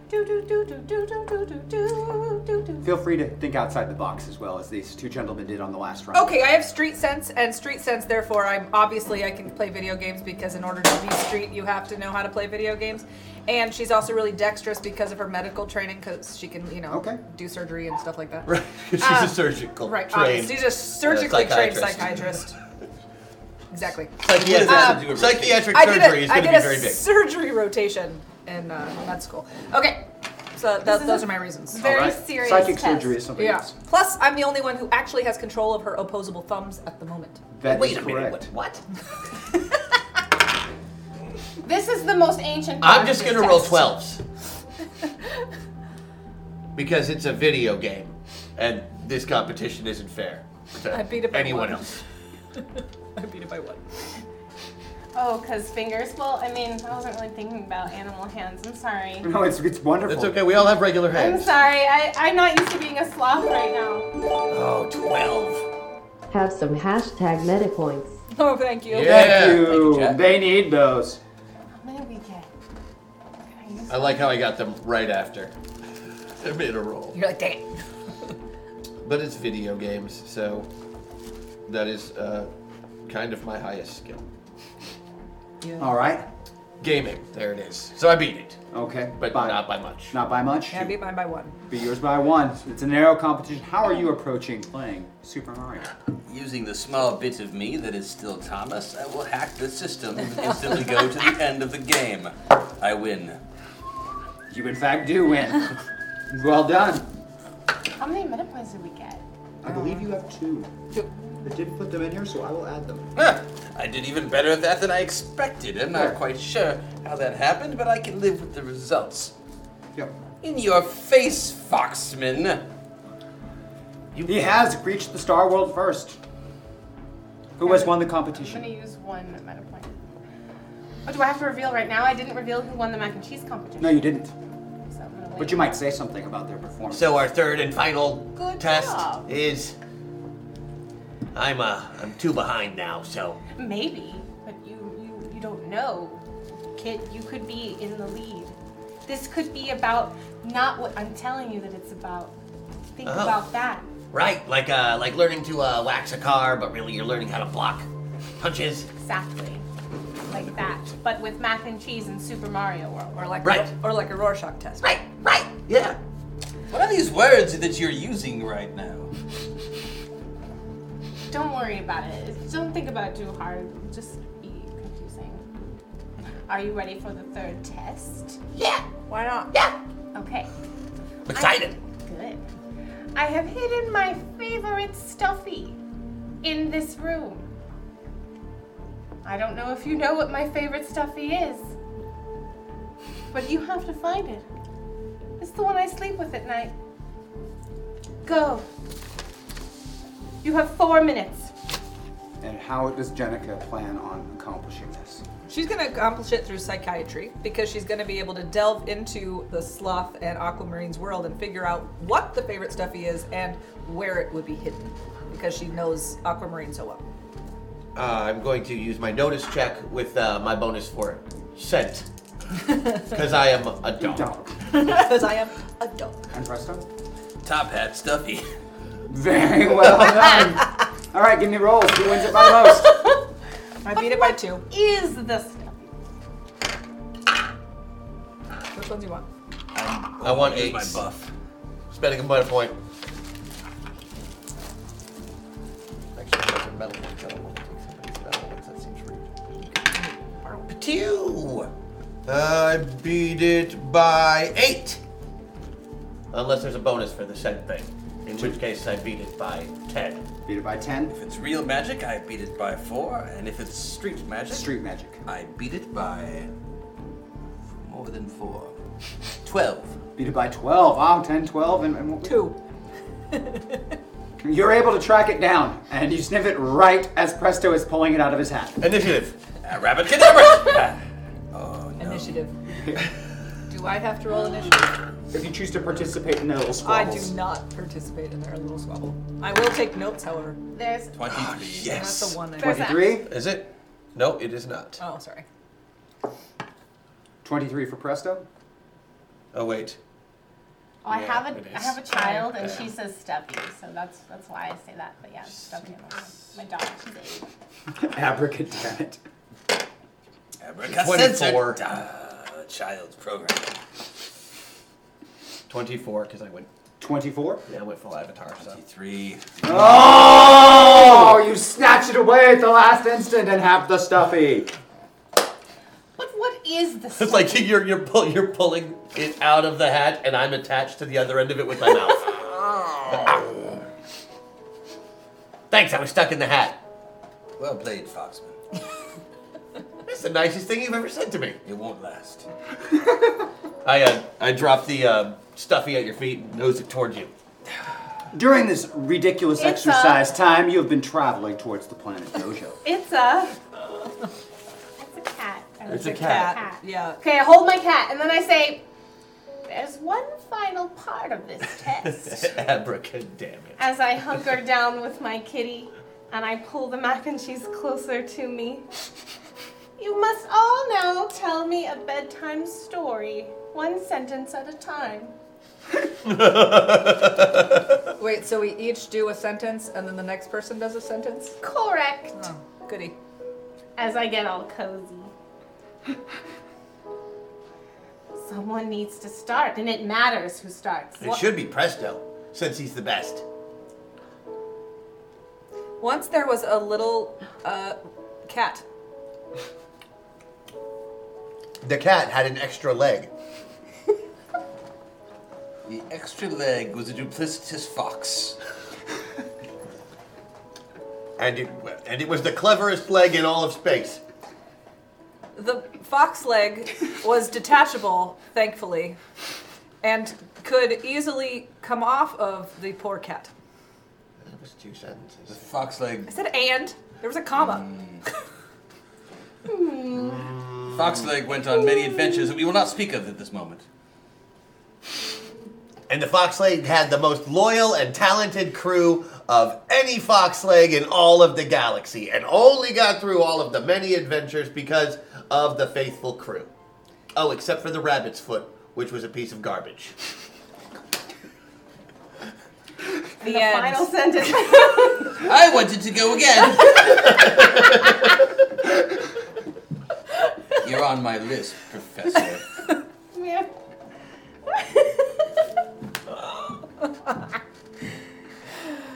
[SPEAKER 4] Do do do do do do do do do do do.
[SPEAKER 1] Feel free to think outside the box as well as these two gentlemen did on the last round.
[SPEAKER 5] Okay, I have street sense, and street sense, therefore, I'm obviously I can play video games because in order to be street, you have to know how to play video games. And she's also really dexterous because of her medical training, because she can, you know,
[SPEAKER 1] Okay.
[SPEAKER 5] do surgery and stuff like that.
[SPEAKER 6] Right, 'cause she's a surgical
[SPEAKER 5] Right,
[SPEAKER 6] trained
[SPEAKER 5] obviously, she's a surgically trained psychiatrist. Exactly.
[SPEAKER 6] Psychiatric,
[SPEAKER 3] Um, to do with
[SPEAKER 6] psychiatric
[SPEAKER 5] I did
[SPEAKER 6] surgery
[SPEAKER 5] a,
[SPEAKER 6] is
[SPEAKER 5] I
[SPEAKER 6] going to be
[SPEAKER 5] did a
[SPEAKER 6] very big.
[SPEAKER 5] surgery rotation in uh, med school. Okay, so th-
[SPEAKER 4] is
[SPEAKER 5] those
[SPEAKER 4] a-
[SPEAKER 5] are my reasons.
[SPEAKER 4] Very
[SPEAKER 1] Alright.
[SPEAKER 4] serious
[SPEAKER 1] Psychic
[SPEAKER 4] test.
[SPEAKER 1] surgery is something
[SPEAKER 5] Yeah.
[SPEAKER 1] else.
[SPEAKER 5] Plus, I'm the only one who actually has control of her opposable thumbs at the moment.
[SPEAKER 1] That is
[SPEAKER 3] Wait a
[SPEAKER 1] correct.
[SPEAKER 3] minute. What? what?
[SPEAKER 4] This is the most ancient.
[SPEAKER 6] I'm just
[SPEAKER 4] character
[SPEAKER 6] gonna roll
[SPEAKER 4] test.
[SPEAKER 6] twelves because it's a video game, and this competition isn't fair to
[SPEAKER 5] I beat it by
[SPEAKER 6] anyone
[SPEAKER 5] one.
[SPEAKER 6] else.
[SPEAKER 5] I beat it by one.
[SPEAKER 4] Oh, because fingers. Well, I mean, I wasn't really thinking about animal hands. I'm sorry.
[SPEAKER 1] No, it's, it's wonderful.
[SPEAKER 6] That's okay. We all have regular
[SPEAKER 4] I'm
[SPEAKER 6] hands.
[SPEAKER 4] sorry. I, I'm not used to being a sloth right now.
[SPEAKER 6] Oh, 12.
[SPEAKER 8] Have some hashtag meta points.
[SPEAKER 5] Oh, thank you.
[SPEAKER 6] Yeah.
[SPEAKER 1] Thank you.
[SPEAKER 3] Thank you, Jack.
[SPEAKER 1] they need those.
[SPEAKER 4] How many we get? Can I use-
[SPEAKER 6] I like how I got them right after. I made a roll,
[SPEAKER 5] You're like, dang it.
[SPEAKER 6] but it's video games, so that is uh, kind of my highest skill.
[SPEAKER 1] All right.
[SPEAKER 6] Gaming. There it is. So I beat it,
[SPEAKER 1] Okay.
[SPEAKER 6] but
[SPEAKER 1] by,
[SPEAKER 6] not by much.
[SPEAKER 1] Not by much.
[SPEAKER 5] Yeah, I beat mine by one.
[SPEAKER 1] Be yours by one. It's a narrow competition. How are you approaching playing Super Mario?
[SPEAKER 3] Using the small bit of me that is still Thomas, I will hack the system and instantly go to the end of the game. I win.
[SPEAKER 1] You in fact do win. well done.
[SPEAKER 4] How many meta points did we get?
[SPEAKER 1] I believe you have two.
[SPEAKER 5] Two.
[SPEAKER 1] I didn't put them in here, so I will add them.
[SPEAKER 3] Ah, I did even better at that than I expected. I'm
[SPEAKER 1] Yeah.
[SPEAKER 3] not quite sure how that happened, but I can live with the results.
[SPEAKER 1] Yep.
[SPEAKER 3] In your face, Foxman.
[SPEAKER 1] He has reached the Star World first. Who has won the
[SPEAKER 4] I'm gonna
[SPEAKER 1] competition?
[SPEAKER 4] use one meta point. Oh, do I have to reveal right now? I didn't reveal who won the mac and cheese competition.
[SPEAKER 1] No, you didn't.
[SPEAKER 4] so I'm gonna wait.
[SPEAKER 1] But you might say something about their performance.
[SPEAKER 6] So our third and final
[SPEAKER 4] Good
[SPEAKER 6] test
[SPEAKER 4] job.
[SPEAKER 6] is I'm uh I'm two behind now, so
[SPEAKER 4] Maybe, but you you you don't know. Kid, you could be in the lead. This could be about not what I'm telling you that it's about. Think
[SPEAKER 6] Oh.
[SPEAKER 4] about that.
[SPEAKER 6] right, like uh like learning to uh, wax a car, but really you're learning how to block punches.
[SPEAKER 4] Exactly. Like that. But with mac and cheese and Super Mario World.
[SPEAKER 5] Or like,
[SPEAKER 6] Right.
[SPEAKER 5] or like a Rorschach test.
[SPEAKER 6] Right, right, yeah.
[SPEAKER 3] What are these words that you're using right now?
[SPEAKER 4] Don't worry about it. Don't think about it too hard. It'll Just be confusing. Are you ready for the third test?
[SPEAKER 6] Yeah,
[SPEAKER 5] Why not?
[SPEAKER 6] yeah.
[SPEAKER 4] Okay.
[SPEAKER 6] I'm excited.
[SPEAKER 4] Good. I have hidden my favorite stuffy in this room. I don't know if you know what my favorite stuffy is, but you have to find it. It's the one I sleep with at night. Go. You have four minutes.
[SPEAKER 1] And how does Jenica plan on accomplishing this?
[SPEAKER 5] She's going to accomplish it through psychiatry because she's going to be able to delve into the sloth and aquamarine's world and figure out what the favorite stuffy is and where it would be hidden because she knows aquamarine so well.
[SPEAKER 6] Uh, I'm going to use my notice check with uh, my bonus for scent. Because I am a dog.
[SPEAKER 1] Dog.
[SPEAKER 5] Because I am a dog.
[SPEAKER 1] And Presto?
[SPEAKER 3] Top hat, stuffy.
[SPEAKER 1] Very well done. All right, give me rolls. Who wins it by the most?
[SPEAKER 5] I beat it by two.
[SPEAKER 4] Is the stuffy?
[SPEAKER 5] Which one do you want?
[SPEAKER 6] I want
[SPEAKER 3] Use
[SPEAKER 6] eight.
[SPEAKER 3] my buff.
[SPEAKER 6] Spending a butter point. Actually, those are metal ones. I don't want to take somebody's metal ones. That seems rude. Ptew! I beat it by eight. Unless there's a bonus for the said thing, in which case I beat it by ten.
[SPEAKER 1] Beat it by 10.
[SPEAKER 3] If it's real magic, I beat it by four, and if it's street magic,
[SPEAKER 1] Street magic.
[SPEAKER 3] I beat it by more than four. Twelve.
[SPEAKER 1] Beat it by 12. Wow, 10, 12, and, and
[SPEAKER 5] Two.
[SPEAKER 1] You're able to track it down, and you sniff it right as Presto is pulling it out of his hat.
[SPEAKER 6] Initiative.
[SPEAKER 3] Rabbit cadabra!
[SPEAKER 5] Oh, Initiative. Do I have to roll initiative?
[SPEAKER 1] If you choose to participate in the little
[SPEAKER 5] I
[SPEAKER 1] squabbles.
[SPEAKER 5] do not participate in their little squabble. I will take notes, however.
[SPEAKER 4] There's
[SPEAKER 3] Twenty-three.
[SPEAKER 5] That's the one I.
[SPEAKER 4] There's that.
[SPEAKER 1] 23?
[SPEAKER 6] Is it? No, it is not.
[SPEAKER 5] Oh, sorry.
[SPEAKER 1] 23 for Presto?
[SPEAKER 6] Oh wait.
[SPEAKER 4] Oh, I have
[SPEAKER 6] it
[SPEAKER 4] a I
[SPEAKER 6] is.
[SPEAKER 4] have a child, and she says stubby, so that's that's why I say that. But yeah, stubby. My dog. She's eight.
[SPEAKER 1] Abracadabra.
[SPEAKER 3] Twenty-four.
[SPEAKER 6] 24.
[SPEAKER 3] Ah, Child's program.
[SPEAKER 6] 24, because I went.
[SPEAKER 1] 24?
[SPEAKER 6] Yeah, I went full avatar. So.
[SPEAKER 3] Twenty-three.
[SPEAKER 1] Oh! You snatch it away at the last instant and have the stuffy.
[SPEAKER 4] What what is this?
[SPEAKER 6] It's like you're you're pull, you're pulling it out of the hat, and I'm attached to the other end of it with my mouth. Thanks, I was stuck in the hat.
[SPEAKER 3] Well played, Foxman.
[SPEAKER 6] That's the nicest thing you've ever said to me.
[SPEAKER 3] It won't last.
[SPEAKER 6] I uh, I dropped the uh, stuffy at your feet and nose it towards you.
[SPEAKER 1] During this ridiculous
[SPEAKER 4] It's
[SPEAKER 1] exercise time, you have been traveling towards the planet Dojo.
[SPEAKER 4] It's a. It's a cat. It's
[SPEAKER 6] a
[SPEAKER 5] Cat. Yeah.
[SPEAKER 4] Okay, I hold my cat, and then I say, "There's one final part of this test."
[SPEAKER 6] Abracadabra.
[SPEAKER 4] As I hunker down with my kitty, and I pull the mac and cheese closer to me. You must all now tell me a bedtime story, one sentence at a time.
[SPEAKER 5] Wait, so we each do a sentence and then the next person does a sentence?
[SPEAKER 4] Correct.
[SPEAKER 5] Oh, goody.
[SPEAKER 4] as I get all cozy. Someone needs to start, and it matters who starts.
[SPEAKER 6] It should be Presto, since he's the best.
[SPEAKER 5] Once there was a little uh, cat.
[SPEAKER 6] The cat had an extra leg.
[SPEAKER 3] The extra leg was a duplicitous fox.
[SPEAKER 6] And it, and it was the cleverest leg in all of space.
[SPEAKER 5] The fox leg was detachable, thankfully, and could easily come off of the poor cat.
[SPEAKER 6] That was two
[SPEAKER 3] The
[SPEAKER 6] sentences.
[SPEAKER 3] fox leg.
[SPEAKER 5] I said and. There was a comma.
[SPEAKER 3] Fox leg went on many adventures that we will not speak of at this moment.
[SPEAKER 6] And the fox leg had the most loyal and talented crew of any fox leg in all of the galaxy, and only got through all of the many adventures because of the faithful crew. Oh, except for the rabbit's foot, which was a piece of garbage.
[SPEAKER 5] The,
[SPEAKER 4] The
[SPEAKER 5] end.
[SPEAKER 4] final sentence.
[SPEAKER 3] I wanted to go again. You're on my list, Professor.
[SPEAKER 4] Yeah.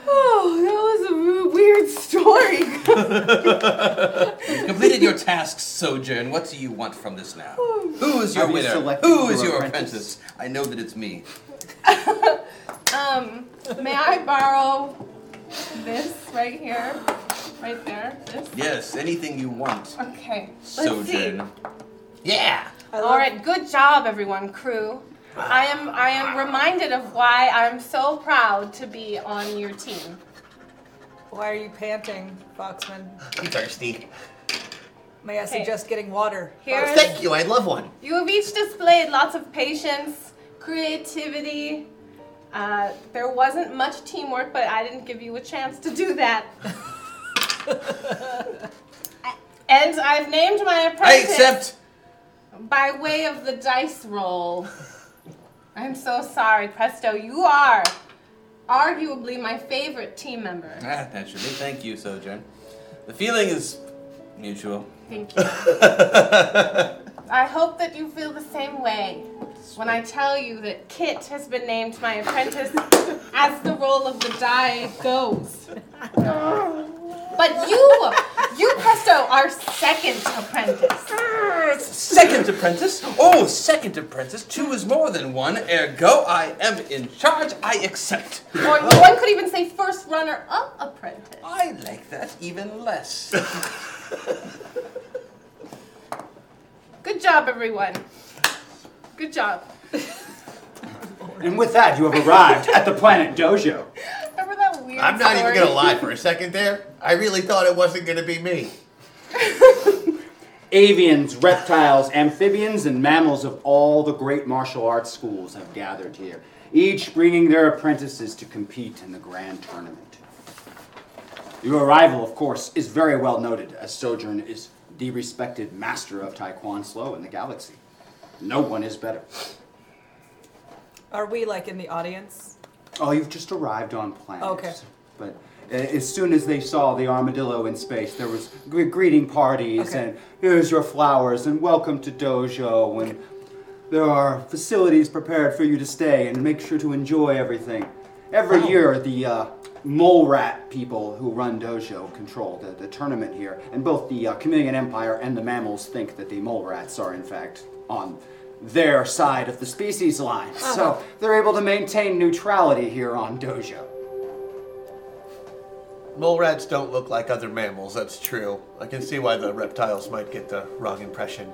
[SPEAKER 4] oh, that was a w- weird story.
[SPEAKER 3] You've completed your task, Sojourn. What do you want from this now? Who is your
[SPEAKER 1] Have you
[SPEAKER 3] winner?
[SPEAKER 1] selected
[SPEAKER 3] Who is
[SPEAKER 1] your
[SPEAKER 3] your
[SPEAKER 1] apprentice?
[SPEAKER 3] apprentice? I know that it's me.
[SPEAKER 4] um, may I borrow this right here, right there? This.
[SPEAKER 3] Yes, anything you want,
[SPEAKER 4] Okay. Let's see.
[SPEAKER 3] Sojourn. Yeah.
[SPEAKER 5] I love-
[SPEAKER 4] All right, good job, everyone, crew. I am I am reminded of why I'm so proud to be on your team.
[SPEAKER 5] Why are you panting, Foxman?
[SPEAKER 6] I'm thirsty.
[SPEAKER 5] May I suggest getting water?
[SPEAKER 4] Here is-
[SPEAKER 6] Thank you, I'd love one.
[SPEAKER 4] you have each displayed lots of patience, creativity. Uh, there wasn't much teamwork, but I didn't give you a chance to do that. and I've named my
[SPEAKER 3] I
[SPEAKER 4] apprentice
[SPEAKER 3] accept.
[SPEAKER 4] by way of the dice roll. I'm so sorry, Presto. You are arguably my favorite team member.
[SPEAKER 3] Ah, naturally. Thank you, Sojourn. The feeling is mutual.
[SPEAKER 4] Thank you. I hope that you feel the same way when I tell you that Kit has been named my apprentice as the roll of the die goes. But you, you Presto, are second apprentice.
[SPEAKER 3] Second apprentice? Oh, second apprentice. Two is more than one. Ergo, I am in charge. I accept.
[SPEAKER 4] Or one could even say first runner up apprentice.
[SPEAKER 3] I like that even less.
[SPEAKER 4] Good job, everyone. Good job.
[SPEAKER 1] And with that, you have arrived at the planet Dojo.
[SPEAKER 4] Remember that weird
[SPEAKER 6] I'm not even
[SPEAKER 4] story?
[SPEAKER 6] gonna lie for a second there. I really thought it wasn't gonna be me.
[SPEAKER 1] Avians, reptiles, amphibians, and mammals of all the great martial arts schools have gathered here, each bringing their apprentices to compete in the grand tournament. Your arrival, of course, is very well noted, as Sojourn is the respected master of Taekwondo Slow in the galaxy. No one is better.
[SPEAKER 5] Are we like in the audience?
[SPEAKER 1] Oh, you've just arrived on planet.
[SPEAKER 5] Okay.
[SPEAKER 1] But uh, as soon as they saw the armadillo in space, there was gre- greeting parties
[SPEAKER 5] Okay.
[SPEAKER 1] and here's your flowers and welcome to dojo and there are facilities prepared for you to stay and make sure to enjoy everything. Every year, the uh, mole rat people who run dojo control the, the tournament here, and both the uh, Chameleon Empire and the mammals think that the mole rats are in fact on their side of the species line. So they're able to maintain neutrality here on dojo.
[SPEAKER 6] Mole rats don't look like other mammals, that's true. I can see why the reptiles might get the wrong impression.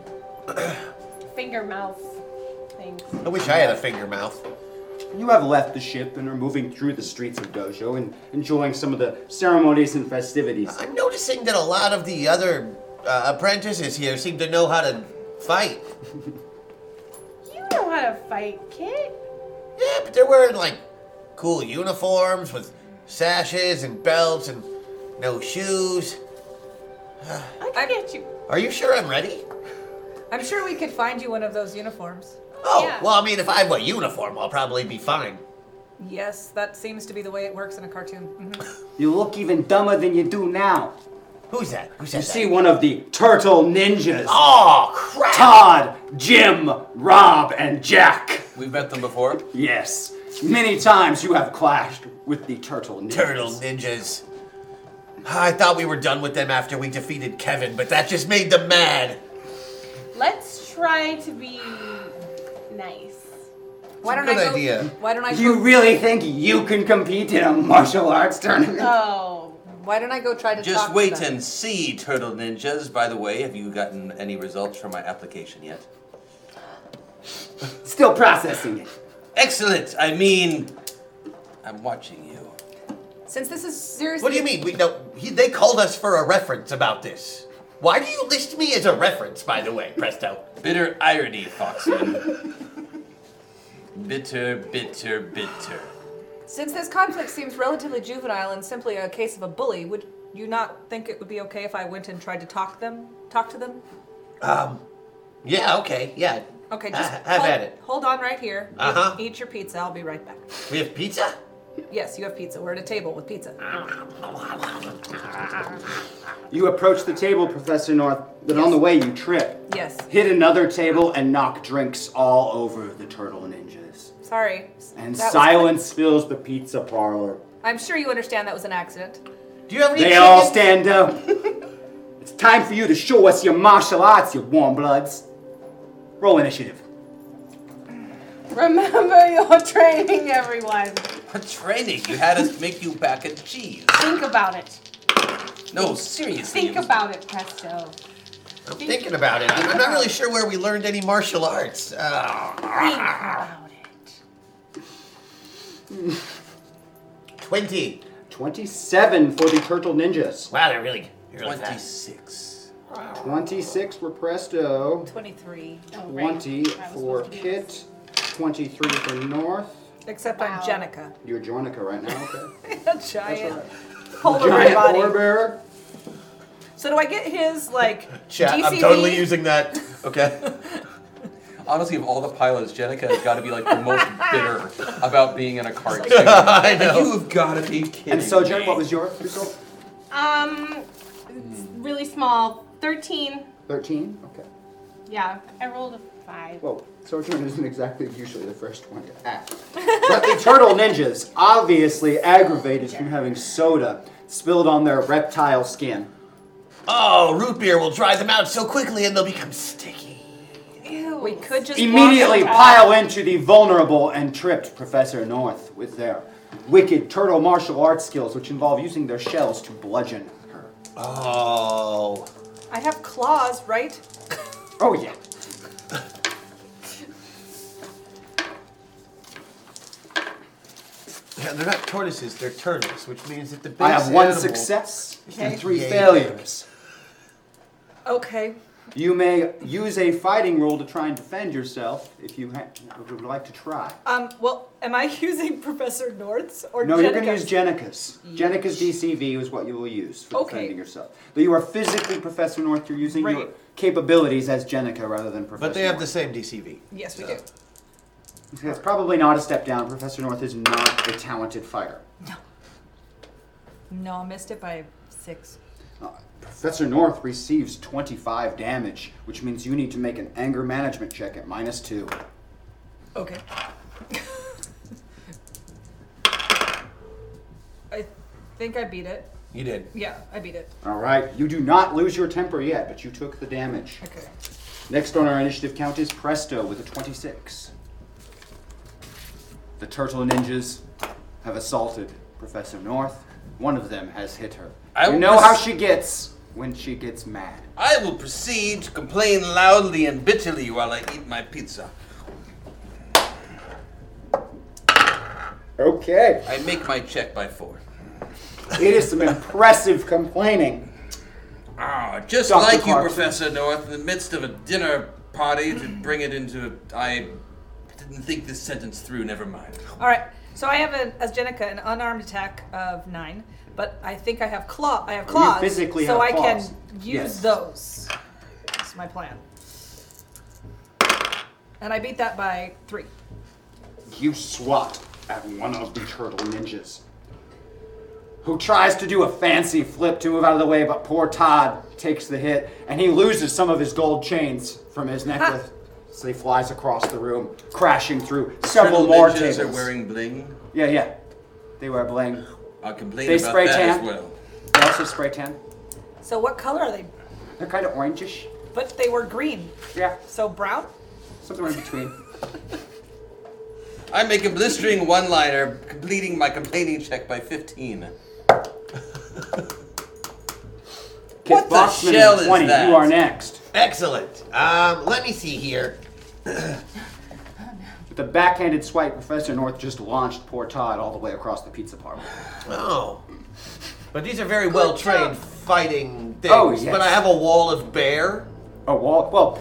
[SPEAKER 4] Finger mouth things.
[SPEAKER 6] I wish I had a finger mouth.
[SPEAKER 1] You have left the ship and are moving through the streets of dojo and enjoying some of the ceremonies and festivities.
[SPEAKER 6] I'm noticing that a lot of the other uh, apprentices here seem to know how to fight.
[SPEAKER 4] You know how to fight, kid.
[SPEAKER 6] Yeah, but they're wearing like cool uniforms with sashes and belts and no shoes.
[SPEAKER 4] I can
[SPEAKER 5] I'm-
[SPEAKER 4] get you.
[SPEAKER 6] Are you sure I'm ready?
[SPEAKER 5] I'm sure we could find you one of those uniforms.
[SPEAKER 6] Oh,
[SPEAKER 4] Yeah.
[SPEAKER 6] well, I mean, if I have a uniform, I'll probably be fine.
[SPEAKER 5] Yes, that seems to be the way it works in a cartoon. Mhm.
[SPEAKER 1] You look even dumber than you do now.
[SPEAKER 6] Who's that? Who
[SPEAKER 1] You
[SPEAKER 6] says that?
[SPEAKER 1] see one of the turtle ninjas.
[SPEAKER 6] Oh, crap!
[SPEAKER 1] Todd, Jim, Rob, and Jack.
[SPEAKER 3] We've met them before.
[SPEAKER 1] Yes, many times you have clashed with the turtle ninjas.
[SPEAKER 6] Turtle ninjas. I thought we were done with them after we defeated Kevin, but that just made them mad.
[SPEAKER 4] Let's try to be nice.
[SPEAKER 5] Why don't
[SPEAKER 6] Good
[SPEAKER 5] I go,
[SPEAKER 6] idea.
[SPEAKER 5] Why don't I
[SPEAKER 1] You
[SPEAKER 5] go,
[SPEAKER 1] really think you can compete in a martial arts tournament?
[SPEAKER 4] Oh,
[SPEAKER 5] Why don't I go try to talk
[SPEAKER 3] Just
[SPEAKER 5] to
[SPEAKER 3] wait
[SPEAKER 5] them?
[SPEAKER 3] and see, Turtle Ninjas. By the way, have you gotten any results from my application yet?
[SPEAKER 1] Still processing it.
[SPEAKER 3] Excellent! I mean, I'm watching you.
[SPEAKER 5] Since this is seriously
[SPEAKER 6] What do you mean? We no, he, they called us for a reference about this. Why do you list me as a reference, by the way, Presto?
[SPEAKER 3] Bitter irony, Foxman. bitter, bitter, bitter.
[SPEAKER 5] Since this conflict seems relatively juvenile and simply a case of a bully, would you not think it would be okay if I went and tried to talk them, talk to them?
[SPEAKER 6] Yeah, okay, yeah.
[SPEAKER 5] Okay, just
[SPEAKER 6] Ah, have
[SPEAKER 5] hold,
[SPEAKER 6] at it.
[SPEAKER 5] Hold on right here. Eat-
[SPEAKER 6] Uh-huh.
[SPEAKER 5] Eat your pizza. I'll be right back.
[SPEAKER 6] We have pizza?
[SPEAKER 5] Yes, you have pizza. We're at a table with pizza.
[SPEAKER 1] You approach the table, Professor North, but on the way you trip.
[SPEAKER 5] Yes.
[SPEAKER 1] Hit another table and knock drinks all over the turtle ninjas.
[SPEAKER 5] Sorry. S-
[SPEAKER 1] And
[SPEAKER 5] that was-
[SPEAKER 1] silence fills the pizza parlor.
[SPEAKER 5] I'm sure you understand that was an accident.
[SPEAKER 6] Do you have any
[SPEAKER 1] They
[SPEAKER 6] chicken?
[SPEAKER 1] all stand up. it's time for you to show us your martial arts, you warm bloods. Roll initiative.
[SPEAKER 4] remember your training, everyone.
[SPEAKER 3] What training? You had us make you back and cheese.
[SPEAKER 4] Think about it.
[SPEAKER 3] No, seriously.
[SPEAKER 4] Think
[SPEAKER 3] it was-
[SPEAKER 4] about it, Presto.
[SPEAKER 6] I'm thinking about it. I'm I'm not really sure where we learned any martial arts. Ah,
[SPEAKER 4] Think about it.
[SPEAKER 6] 20.
[SPEAKER 1] 27 for the turtle ninjas.
[SPEAKER 6] Wow, they're really, they're really fast.
[SPEAKER 3] 26.
[SPEAKER 1] 26 for Presto.
[SPEAKER 5] 23.
[SPEAKER 4] Oh, right.
[SPEAKER 1] 20
[SPEAKER 4] I was
[SPEAKER 1] for
[SPEAKER 4] supposed to do this.
[SPEAKER 1] Kit. 23 for North.
[SPEAKER 5] Except I'm
[SPEAKER 4] Wow.
[SPEAKER 5] Jenica.
[SPEAKER 1] You're Jonica right now, okay?
[SPEAKER 5] a giant
[SPEAKER 1] Giant
[SPEAKER 5] Polaroid body.
[SPEAKER 1] ore bearer.
[SPEAKER 5] So do I get his like
[SPEAKER 6] Chat,
[SPEAKER 5] DCB?
[SPEAKER 6] I'm totally using that. Okay.
[SPEAKER 3] Honestly, of all the pilots, Jenica has got to be like the most bitter about being in a cartoon.
[SPEAKER 6] I
[SPEAKER 3] Like,
[SPEAKER 6] know.
[SPEAKER 3] You've got to be kidding.
[SPEAKER 1] And so, Jen,
[SPEAKER 3] me.
[SPEAKER 1] what was your result?
[SPEAKER 4] Um, it's
[SPEAKER 1] Hmm.
[SPEAKER 4] really small. 13.
[SPEAKER 1] 13? Okay.
[SPEAKER 4] Yeah, I rolled a 5.
[SPEAKER 1] Well, Sojourn isn't exactly usually the first one to act. But the turtle ninjas, obviously aggravated from having soda spilled on their reptile skin.
[SPEAKER 6] Oh, root beer will dry them out so quickly and they'll become sticky.
[SPEAKER 4] Ew.
[SPEAKER 5] We could just
[SPEAKER 1] Immediately
[SPEAKER 5] wash it
[SPEAKER 1] pile into the vulnerable and tripped Professor North with their wicked turtle martial arts skills, which involve using their shells to bludgeon her.
[SPEAKER 6] Oh.
[SPEAKER 5] off. I have claws, right?
[SPEAKER 1] Oh, yeah.
[SPEAKER 6] not, they're not tortoises, they're turtles, which means that the base
[SPEAKER 1] I have one
[SPEAKER 6] animal-
[SPEAKER 1] success
[SPEAKER 6] Okay.
[SPEAKER 1] and three
[SPEAKER 6] Yeah.
[SPEAKER 1] failures.
[SPEAKER 5] Okay.
[SPEAKER 1] You may use a fighting roll to try and defend yourself if you ha- would like to try.
[SPEAKER 5] Um, well, am I using Professor North's or
[SPEAKER 1] No, you're going to
[SPEAKER 5] Jenica's?
[SPEAKER 1] use Jenica's. Jenica's DCV is what you will use for
[SPEAKER 5] Okay.
[SPEAKER 1] defending yourself. Though you are physically Professor North, you're using your
[SPEAKER 5] Right.
[SPEAKER 1] capabilities as Jenica rather than Professor.
[SPEAKER 6] But they have the
[SPEAKER 1] North.
[SPEAKER 6] same DCV.
[SPEAKER 5] Yes, we
[SPEAKER 6] So-
[SPEAKER 5] do.
[SPEAKER 1] It's probably not a step down. Professor North is not a talented fighter.
[SPEAKER 5] No, I missed it by six.
[SPEAKER 1] Uh, Professor North receives 25 damage, which means you need to make an anger management check at minus two.
[SPEAKER 5] Okay. I think I beat it.
[SPEAKER 6] You did.
[SPEAKER 5] Yeah, I beat it.
[SPEAKER 1] All right, you do not lose your temper yet, but you took the damage.
[SPEAKER 5] Okay.
[SPEAKER 1] Next on our initiative count is Presto with a 26. The turtle ninjas have assaulted Professor North. One of them has hit her.
[SPEAKER 3] I
[SPEAKER 1] you know
[SPEAKER 3] was-
[SPEAKER 1] how she gets when she gets mad.
[SPEAKER 3] I will proceed to complain loudly and bitterly while I eat my pizza.
[SPEAKER 1] Okay.
[SPEAKER 3] I make my check by four.
[SPEAKER 1] It is some impressive complaining.
[SPEAKER 3] Ah, just
[SPEAKER 1] Dr.
[SPEAKER 3] like you,
[SPEAKER 1] Clarkson.
[SPEAKER 3] Professor North, in the midst of a dinner party to bring it into. I didn't think this sentence through. Never mind.
[SPEAKER 5] All right. So I have an, as Jenica an unarmed attack of nine, but I think I have claw. I have claws.
[SPEAKER 1] physically
[SPEAKER 5] so
[SPEAKER 1] have
[SPEAKER 5] I
[SPEAKER 1] claws.
[SPEAKER 5] can use
[SPEAKER 1] Yes.
[SPEAKER 5] those. That's my plan. And I beat that by three.
[SPEAKER 1] You swat at one of the turtle ninjas, who tries to do a fancy flip to move out of the way, but poor Todd takes the hit, and he loses some of his gold chains from his necklace. So he flies across the room, crashing through several
[SPEAKER 3] Turtle
[SPEAKER 1] more
[SPEAKER 3] ninjas
[SPEAKER 1] tables.
[SPEAKER 3] are wearing bling.
[SPEAKER 1] yeah, yeah. They wear bling.
[SPEAKER 3] I'll complain
[SPEAKER 1] They
[SPEAKER 3] about
[SPEAKER 1] spray
[SPEAKER 3] that
[SPEAKER 1] tan.
[SPEAKER 3] as well.
[SPEAKER 1] They also spray tan.
[SPEAKER 5] So what color are they?
[SPEAKER 1] They're kind of orangish.
[SPEAKER 5] But they were green.
[SPEAKER 1] Yeah,
[SPEAKER 5] So brown.
[SPEAKER 1] something in between.
[SPEAKER 3] I make a blistering one-liner, completing my complaining check by 15.
[SPEAKER 1] Kit
[SPEAKER 3] What the
[SPEAKER 1] Boxman is
[SPEAKER 3] shell is
[SPEAKER 1] 20.
[SPEAKER 3] that?
[SPEAKER 1] You are next.
[SPEAKER 6] Excellent. Um, let me see here.
[SPEAKER 1] With a backhanded swipe, Professor North just launched poor Todd all the way across the pizza parlor.
[SPEAKER 6] Oh. But these are very well trained fighting things.
[SPEAKER 1] Oh, yes.
[SPEAKER 6] But I have a wall of bear.
[SPEAKER 1] a wall. Well,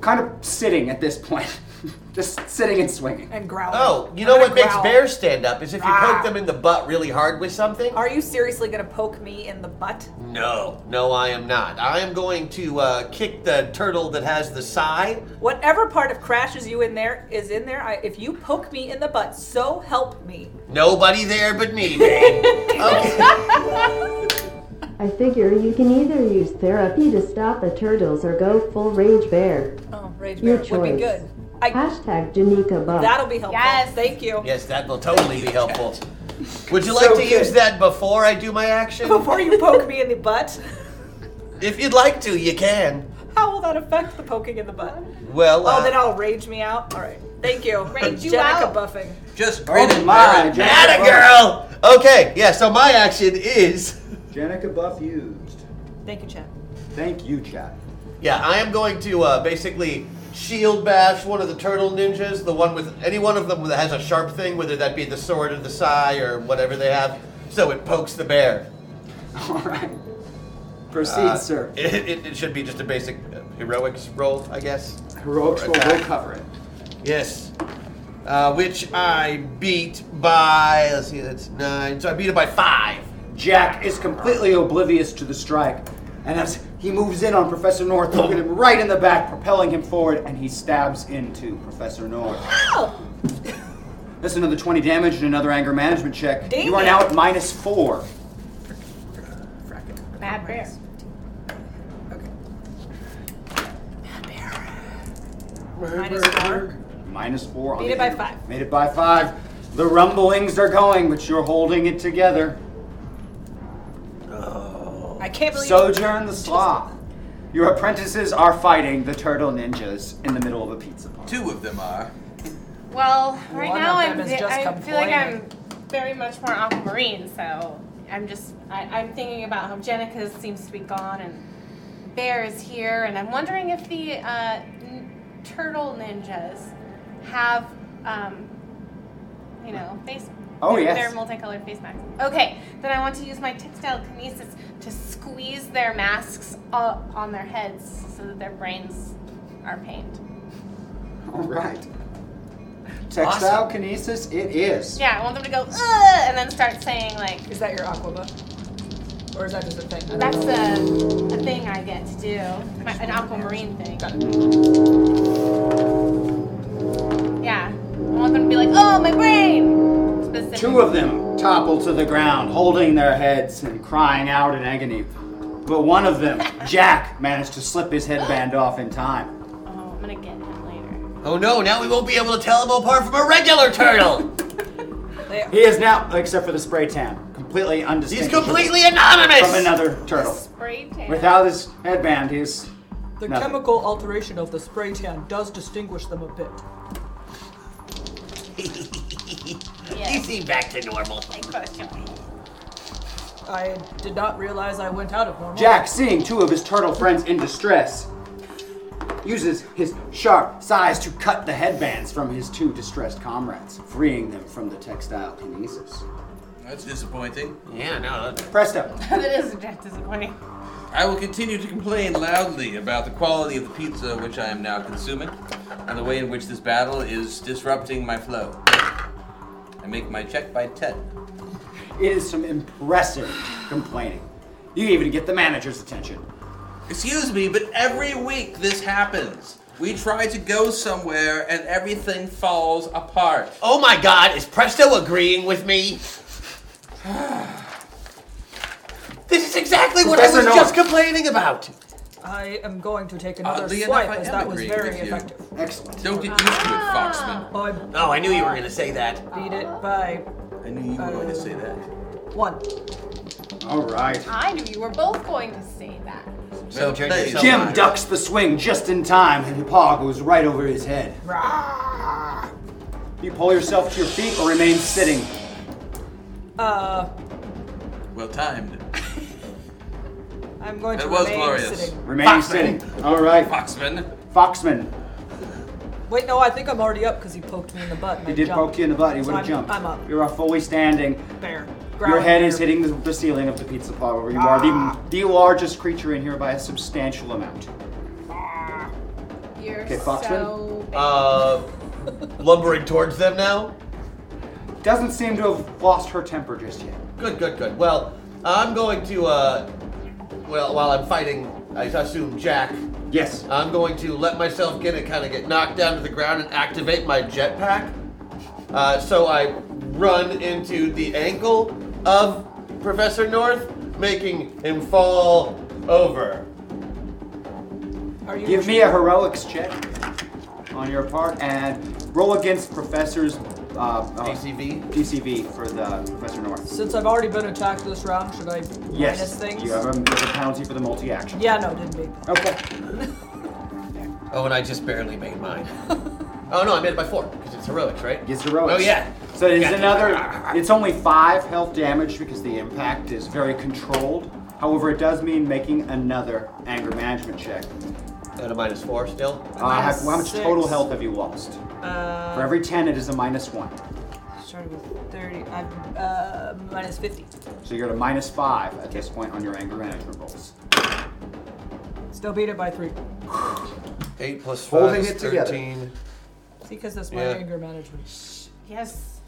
[SPEAKER 1] kind of sitting at this point, just sitting and swinging.
[SPEAKER 5] and growling.
[SPEAKER 6] Oh, you
[SPEAKER 5] I'm
[SPEAKER 6] know
[SPEAKER 5] gonna
[SPEAKER 6] what makes
[SPEAKER 5] growl.
[SPEAKER 6] bears stand up is if you
[SPEAKER 5] Ah.
[SPEAKER 6] poke them in the butt really hard with something.
[SPEAKER 5] Are you seriously gonna poke me in the butt?
[SPEAKER 6] No, no, I am not. I am going to uh, kick the turtle that has the sigh.
[SPEAKER 5] Whatever part of crashes you in there is in there. I, if you poke me in the butt, so help me.
[SPEAKER 6] Nobody there but me. babe. okay.
[SPEAKER 8] I figure you can either use therapy to stop the turtles or go full range bear.
[SPEAKER 5] Oh, rage
[SPEAKER 8] Your
[SPEAKER 5] bear would be
[SPEAKER 8] choice.
[SPEAKER 5] good. I,
[SPEAKER 8] Hashtag Janika Buck.
[SPEAKER 5] that'll be helpful.
[SPEAKER 4] Yes.
[SPEAKER 5] Thank you.
[SPEAKER 6] Yes, that will totally be helpful. Would you like to use that before I do my action?
[SPEAKER 5] Before you poke me in the butt,
[SPEAKER 6] If you'd like to, you can.
[SPEAKER 5] how will that affect the poking in the butt?
[SPEAKER 6] Well,
[SPEAKER 5] Oh,
[SPEAKER 6] uh,
[SPEAKER 5] then I'll rage me out. All right. Thank you.
[SPEAKER 4] Rage you
[SPEAKER 5] Jenica
[SPEAKER 4] out.
[SPEAKER 5] buffing.
[SPEAKER 3] Just grin and bear
[SPEAKER 1] my,
[SPEAKER 3] it.
[SPEAKER 6] Atta girl! Okay, yeah, so my action is.
[SPEAKER 1] Jenica buff used.
[SPEAKER 5] Thank you, Chad.
[SPEAKER 1] Thank you, Chad.
[SPEAKER 6] Yeah, I am going to uh, basically shield bash one of the turtle ninjas, the one with any one of them that has a sharp thing, whether that be the sword or the sai or whatever they have, so it pokes the bear.
[SPEAKER 1] All right. Proceed,
[SPEAKER 6] Uh,
[SPEAKER 1] sir.
[SPEAKER 6] It, it, it should be just a basic uh, heroics roll, I guess.
[SPEAKER 1] Heroic roll will
[SPEAKER 6] attack.
[SPEAKER 1] cover it.
[SPEAKER 6] Yes. Uh, which I beat by, let's see, that's nine. So I beat it by five.
[SPEAKER 1] Jack is completely oblivious to the strike, and as he moves in on Professor North, looking him right in the back, propelling him forward, and he stabs into Professor North.
[SPEAKER 5] Oh!
[SPEAKER 1] That's another 20 damage and another anger management check.
[SPEAKER 5] Dang
[SPEAKER 1] you are
[SPEAKER 5] it.
[SPEAKER 1] now at minus four.
[SPEAKER 4] Bad bear.
[SPEAKER 5] Minus four.
[SPEAKER 1] Minus four. on
[SPEAKER 5] Beat
[SPEAKER 1] the
[SPEAKER 5] it by
[SPEAKER 1] anger-
[SPEAKER 5] five.
[SPEAKER 1] Made it by five. The rumblings are going, but you're holding it together.
[SPEAKER 5] I can't believe.
[SPEAKER 1] Sojourn the Sloth. Your apprentices are fighting the turtle ninjas in the middle of a pizza party.
[SPEAKER 3] Two of them are.
[SPEAKER 4] Well, right
[SPEAKER 5] One
[SPEAKER 4] now
[SPEAKER 5] of
[SPEAKER 4] I'm.
[SPEAKER 5] them is
[SPEAKER 4] ve-
[SPEAKER 5] just
[SPEAKER 4] I feel like I'm
[SPEAKER 5] complaining.
[SPEAKER 4] very much more aquamarine, so I'm just. I, I'm thinking about how Jenica seems to be gone and Bear is here, and I'm wondering if the uh, n- turtle ninjas have, um, you know, face
[SPEAKER 1] Oh,
[SPEAKER 4] their,
[SPEAKER 1] yes.
[SPEAKER 4] Their multicolored face masks. Okay, then I want to use my textile kinesis to squeeze their masks up on their heads so that their brains are pained.
[SPEAKER 1] All right. Textile kinesis, it is.
[SPEAKER 4] Yeah, I want them to go Ugh, and then start saying like
[SPEAKER 5] Is that your aquabook? Or is that just a thing? I don't
[SPEAKER 4] that's
[SPEAKER 5] know.
[SPEAKER 4] a, a thing I get to do, my, an aquamarine thing.
[SPEAKER 5] Got it.
[SPEAKER 4] Yeah, I want them to be like, oh my brain. Specifically.
[SPEAKER 1] Two of them topple to the ground, holding their heads and crying out in agony. But one of them, Jack, managed to slip his headband off in time.
[SPEAKER 4] Oh, I'm gonna get him later.
[SPEAKER 6] Oh no, now we won't be able to tell them apart from a regular turtle!
[SPEAKER 5] They-
[SPEAKER 1] He is now, except for the spray tan, completely
[SPEAKER 6] He's
[SPEAKER 1] undistinguishable
[SPEAKER 6] completely anonymous!
[SPEAKER 1] from another turtle.
[SPEAKER 4] Spray tan.
[SPEAKER 1] Without his headband, he's
[SPEAKER 5] The
[SPEAKER 1] Nothing.
[SPEAKER 5] chemical alteration of the spray tan does distinguish them a bit.
[SPEAKER 4] Yes.
[SPEAKER 6] He's back to normal.
[SPEAKER 4] Like, photoshop.
[SPEAKER 5] I did not realize I went out of normal.
[SPEAKER 1] Jack, seeing two of his turtle friends in distress, uses his sharp size to cut the headbands from his two distressed comrades, freeing them from the textile kinesis.
[SPEAKER 3] That's disappointing.
[SPEAKER 6] Yeah, no. that-
[SPEAKER 1] Presto.
[SPEAKER 4] that is just disappointing.
[SPEAKER 3] I will continue to complain loudly about the quality of the pizza which I am now consuming and the way in which this battle is disrupting my flow. I make my check by 10.
[SPEAKER 1] It is some impressive complaining. You even get the manager's attention.
[SPEAKER 3] Excuse me, but every week this happens. We try to go somewhere and everything falls apart.
[SPEAKER 6] Oh my god, is Presto agreeing with me? this is exactly what I
[SPEAKER 1] Professor
[SPEAKER 6] was
[SPEAKER 1] Noah.
[SPEAKER 6] just complaining about.
[SPEAKER 5] I am going to take another
[SPEAKER 3] Oddly
[SPEAKER 5] swipe
[SPEAKER 3] enough, I
[SPEAKER 5] as
[SPEAKER 3] am
[SPEAKER 5] that was
[SPEAKER 3] agreeing
[SPEAKER 5] very
[SPEAKER 3] with you.
[SPEAKER 5] effective.
[SPEAKER 1] Excellent.
[SPEAKER 3] Don't get used to it, Foxman.
[SPEAKER 5] Oh, I
[SPEAKER 6] Oh, I knew you were gonna say that.
[SPEAKER 5] beat it by
[SPEAKER 6] Ah.
[SPEAKER 3] I knew you were going to say that.
[SPEAKER 5] one.
[SPEAKER 1] All right.
[SPEAKER 4] I knew you were both going to say that.
[SPEAKER 6] So turn
[SPEAKER 3] please.
[SPEAKER 6] yourself
[SPEAKER 1] Jim
[SPEAKER 6] on.
[SPEAKER 1] ducks the swing just in time, and the paw goes right over his head. You pull yourself to your feet or remain sitting.
[SPEAKER 5] Uh,
[SPEAKER 3] Well timed.
[SPEAKER 5] I'm going to
[SPEAKER 3] It was
[SPEAKER 5] remain
[SPEAKER 3] glorious.
[SPEAKER 5] sitting.
[SPEAKER 1] Remain
[SPEAKER 3] Foxman.
[SPEAKER 1] sitting. All right.
[SPEAKER 3] Foxman.
[SPEAKER 1] Foxman,
[SPEAKER 5] Wait, no, I think I'm already up because he poked me in the butt. And
[SPEAKER 1] he
[SPEAKER 5] I
[SPEAKER 1] did
[SPEAKER 5] jumped.
[SPEAKER 1] poke you in the butt. He
[SPEAKER 5] So
[SPEAKER 1] would have
[SPEAKER 5] I'm-
[SPEAKER 1] jumped.
[SPEAKER 5] I'm up.
[SPEAKER 1] You are fully standing.
[SPEAKER 5] Bear.
[SPEAKER 1] Your
[SPEAKER 5] Growling
[SPEAKER 1] head is
[SPEAKER 5] bear.
[SPEAKER 1] hitting the, the ceiling of the pizza parlor where you
[SPEAKER 5] Ah.
[SPEAKER 1] are the, the largest creature in here by a substantial amount.
[SPEAKER 4] You're
[SPEAKER 1] Okay, Foxman.
[SPEAKER 4] so big.
[SPEAKER 6] Uh, lumbering towards them now.
[SPEAKER 1] Doesn't seem to have lost her temper just yet.
[SPEAKER 6] Good, good, good. Well, I'm going to. Uh, well, while I'm fighting, I assume Jack.
[SPEAKER 1] Yes.
[SPEAKER 6] I'm going to let myself get and kind of get knocked down to the ground and activate my jetpack. Uh, so I run into the ankle of Professor North, making him fall over.
[SPEAKER 5] Are you
[SPEAKER 1] Give me a heroics check on your part and roll against Professor's uh, uh,
[SPEAKER 6] Oh. DCV.
[SPEAKER 1] DCV for the Professor North.
[SPEAKER 5] Since I've already been attacked this round, should I minus
[SPEAKER 1] Yes.
[SPEAKER 5] things?
[SPEAKER 1] You have a, there's a penalty for the multi action.
[SPEAKER 5] yeah, no, didn't be.
[SPEAKER 1] Okay.
[SPEAKER 6] Oh, and I just barely made mine. oh no, I made it by four because it's heroics, right?
[SPEAKER 1] It's heroics.
[SPEAKER 6] Oh yeah.
[SPEAKER 1] So it's
[SPEAKER 6] Gotcha.
[SPEAKER 1] another. It's only five health damage because the impact is very controlled. However, it does mean making another anger management check.
[SPEAKER 6] At a minus four still.
[SPEAKER 1] Uh, have- how much
[SPEAKER 5] Six.
[SPEAKER 1] total health have you lost?
[SPEAKER 5] Uh,
[SPEAKER 1] For every ten, it is a minus one.
[SPEAKER 5] started with 30. I'm uh, minus 50.
[SPEAKER 1] So you're at a minus five at this point on your anger management rolls.
[SPEAKER 5] Still beat it by three.
[SPEAKER 6] Eight plus five.
[SPEAKER 1] Holding
[SPEAKER 6] is
[SPEAKER 1] it together.
[SPEAKER 6] 13.
[SPEAKER 5] See, because that's my
[SPEAKER 6] Yeah.
[SPEAKER 5] anger management.
[SPEAKER 4] yes,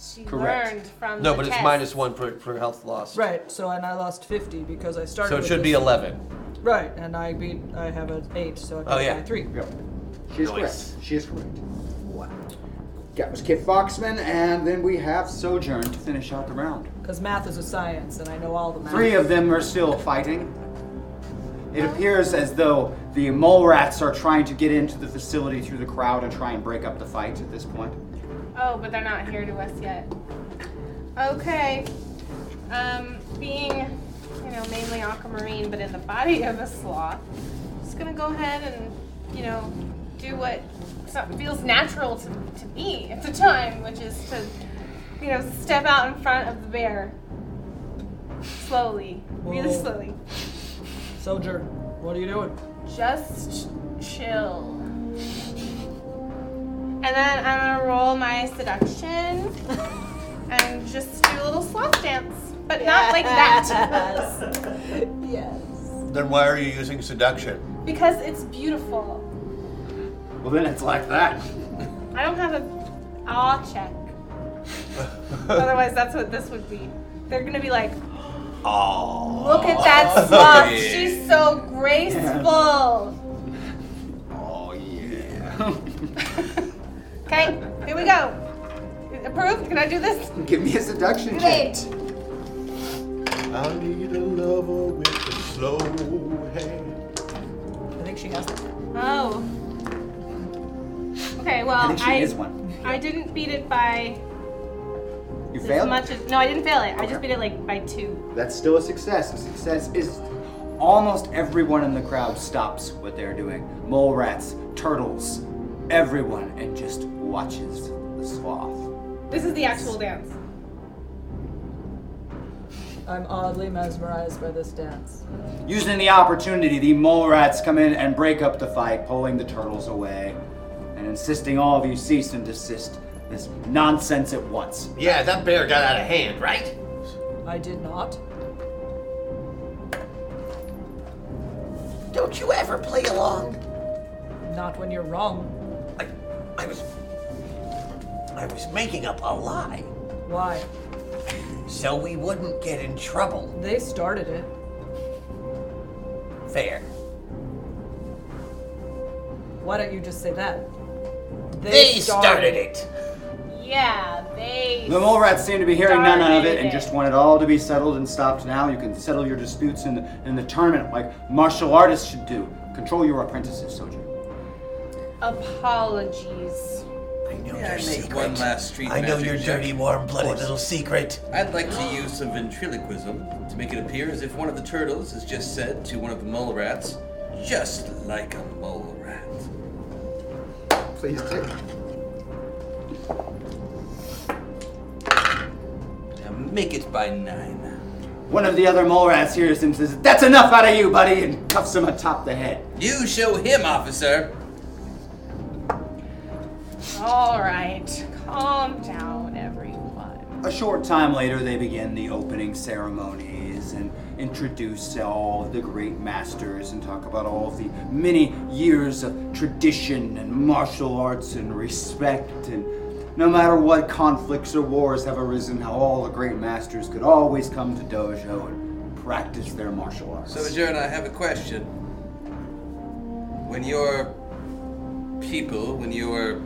[SPEAKER 4] she
[SPEAKER 1] Correct.
[SPEAKER 4] learned from
[SPEAKER 6] No,
[SPEAKER 4] the
[SPEAKER 6] but it's
[SPEAKER 4] test.
[SPEAKER 6] minus one per, per health loss.
[SPEAKER 5] Right. So and I lost 50 because I started.
[SPEAKER 6] So it
[SPEAKER 5] with
[SPEAKER 6] should be
[SPEAKER 5] this-
[SPEAKER 6] eleven.
[SPEAKER 5] Right, and I beat. I have an eight, so I beat
[SPEAKER 6] Oh, yeah.
[SPEAKER 5] by three.
[SPEAKER 1] Yep. She is
[SPEAKER 6] Nice.
[SPEAKER 1] correct. She is correct. That was Kit Foxman, and then we have Sojourn to finish out the round.
[SPEAKER 5] Because math is a science, and I know all the math.
[SPEAKER 1] Three of them are still fighting. It appears as though the mole rats are trying to get into the facility through the crowd and try and break up the fight at this point.
[SPEAKER 4] Oh, but they're not here to us yet. Okay. Um, being, you know, mainly aquamarine, but in the body of a sloth, just gonna go ahead and, you know, do what something feels natural to, to me at the time, which is to, you know, step out in front of the bear. Slowly, really
[SPEAKER 5] Whoa.
[SPEAKER 4] slowly.
[SPEAKER 5] Soldier, what are you doing?
[SPEAKER 4] Just ch- chill. And then I'm gonna roll my seduction. and just do a little sloth dance, but not like that
[SPEAKER 6] Then why are you using seduction?
[SPEAKER 4] because it's beautiful.
[SPEAKER 1] Well, then it's like that.
[SPEAKER 4] I don't have a aw check. Otherwise, that's what this would be. They're gonna be like,
[SPEAKER 6] Oh.
[SPEAKER 4] look at that sloth. She's so graceful.
[SPEAKER 1] Oh yeah.
[SPEAKER 4] Okay, here we go. Approved? Can I do this?
[SPEAKER 1] Give me a seduction check.
[SPEAKER 4] Great.
[SPEAKER 6] I need a lover with a slow hand.
[SPEAKER 5] I think she has it.
[SPEAKER 4] Oh. Okay,
[SPEAKER 1] I
[SPEAKER 4] well,
[SPEAKER 1] think she
[SPEAKER 4] I,
[SPEAKER 1] is one.
[SPEAKER 4] I didn't beat it by
[SPEAKER 1] You
[SPEAKER 4] as
[SPEAKER 1] failed.
[SPEAKER 4] much as. No, I didn't fail it. I
[SPEAKER 1] Okay.
[SPEAKER 4] just beat it like by two.
[SPEAKER 1] That's still a success. A success is almost everyone in the crowd stops what they're doing. Mole rats, turtles, everyone, and just watches the sloth.
[SPEAKER 4] This is the actual dance.
[SPEAKER 5] I'm oddly mesmerized by this dance.
[SPEAKER 1] Using the opportunity, the mole rats come in and break up the fight, pulling the turtles away and insisting all of you cease and desist this nonsense at once.
[SPEAKER 6] Yeah, that bear got out of hand, right?
[SPEAKER 5] I did not.
[SPEAKER 6] Don't you ever play along?
[SPEAKER 5] Not when you're wrong.
[SPEAKER 6] I, I was, I was making up a lie,
[SPEAKER 5] Why?
[SPEAKER 6] so we wouldn't get in trouble.
[SPEAKER 5] They started it.
[SPEAKER 6] Fair.
[SPEAKER 5] Why don't you just say that?
[SPEAKER 6] They started it.
[SPEAKER 4] Yeah, they.
[SPEAKER 1] The mole rats seem to be hearing none of it
[SPEAKER 4] Started
[SPEAKER 1] and
[SPEAKER 4] it.
[SPEAKER 1] just want it all to be settled and stopped now. You can settle your disputes in the, in the tournament like martial artists should do. Control your apprentices, soldier.
[SPEAKER 4] Apologies.
[SPEAKER 6] I know
[SPEAKER 3] May
[SPEAKER 6] your
[SPEAKER 3] I make
[SPEAKER 6] secret.
[SPEAKER 3] one last street
[SPEAKER 6] I know
[SPEAKER 3] magic
[SPEAKER 6] your
[SPEAKER 3] check?
[SPEAKER 6] dirty, warm-blooded little secret.
[SPEAKER 3] I'd like to use some ventriloquism to make it appear as if one of the turtles has just said to one of the mole rats, just like a mole rat.
[SPEAKER 1] Please take.
[SPEAKER 3] Now make it by nine.
[SPEAKER 1] One of the other mole rats hears him and says, That's enough out of you, buddy, and cuffs him atop the head.
[SPEAKER 3] You show him, officer.
[SPEAKER 4] All right, calm down, everyone.
[SPEAKER 1] A short time later, they begin the opening ceremonies and introduce all the great masters and talk about all of the many years of tradition and martial arts and respect and no matter what conflicts or wars have arisen, how all the great masters could always come to dojo and practice their martial arts.
[SPEAKER 3] So, Jern, I have a question. When your people, when your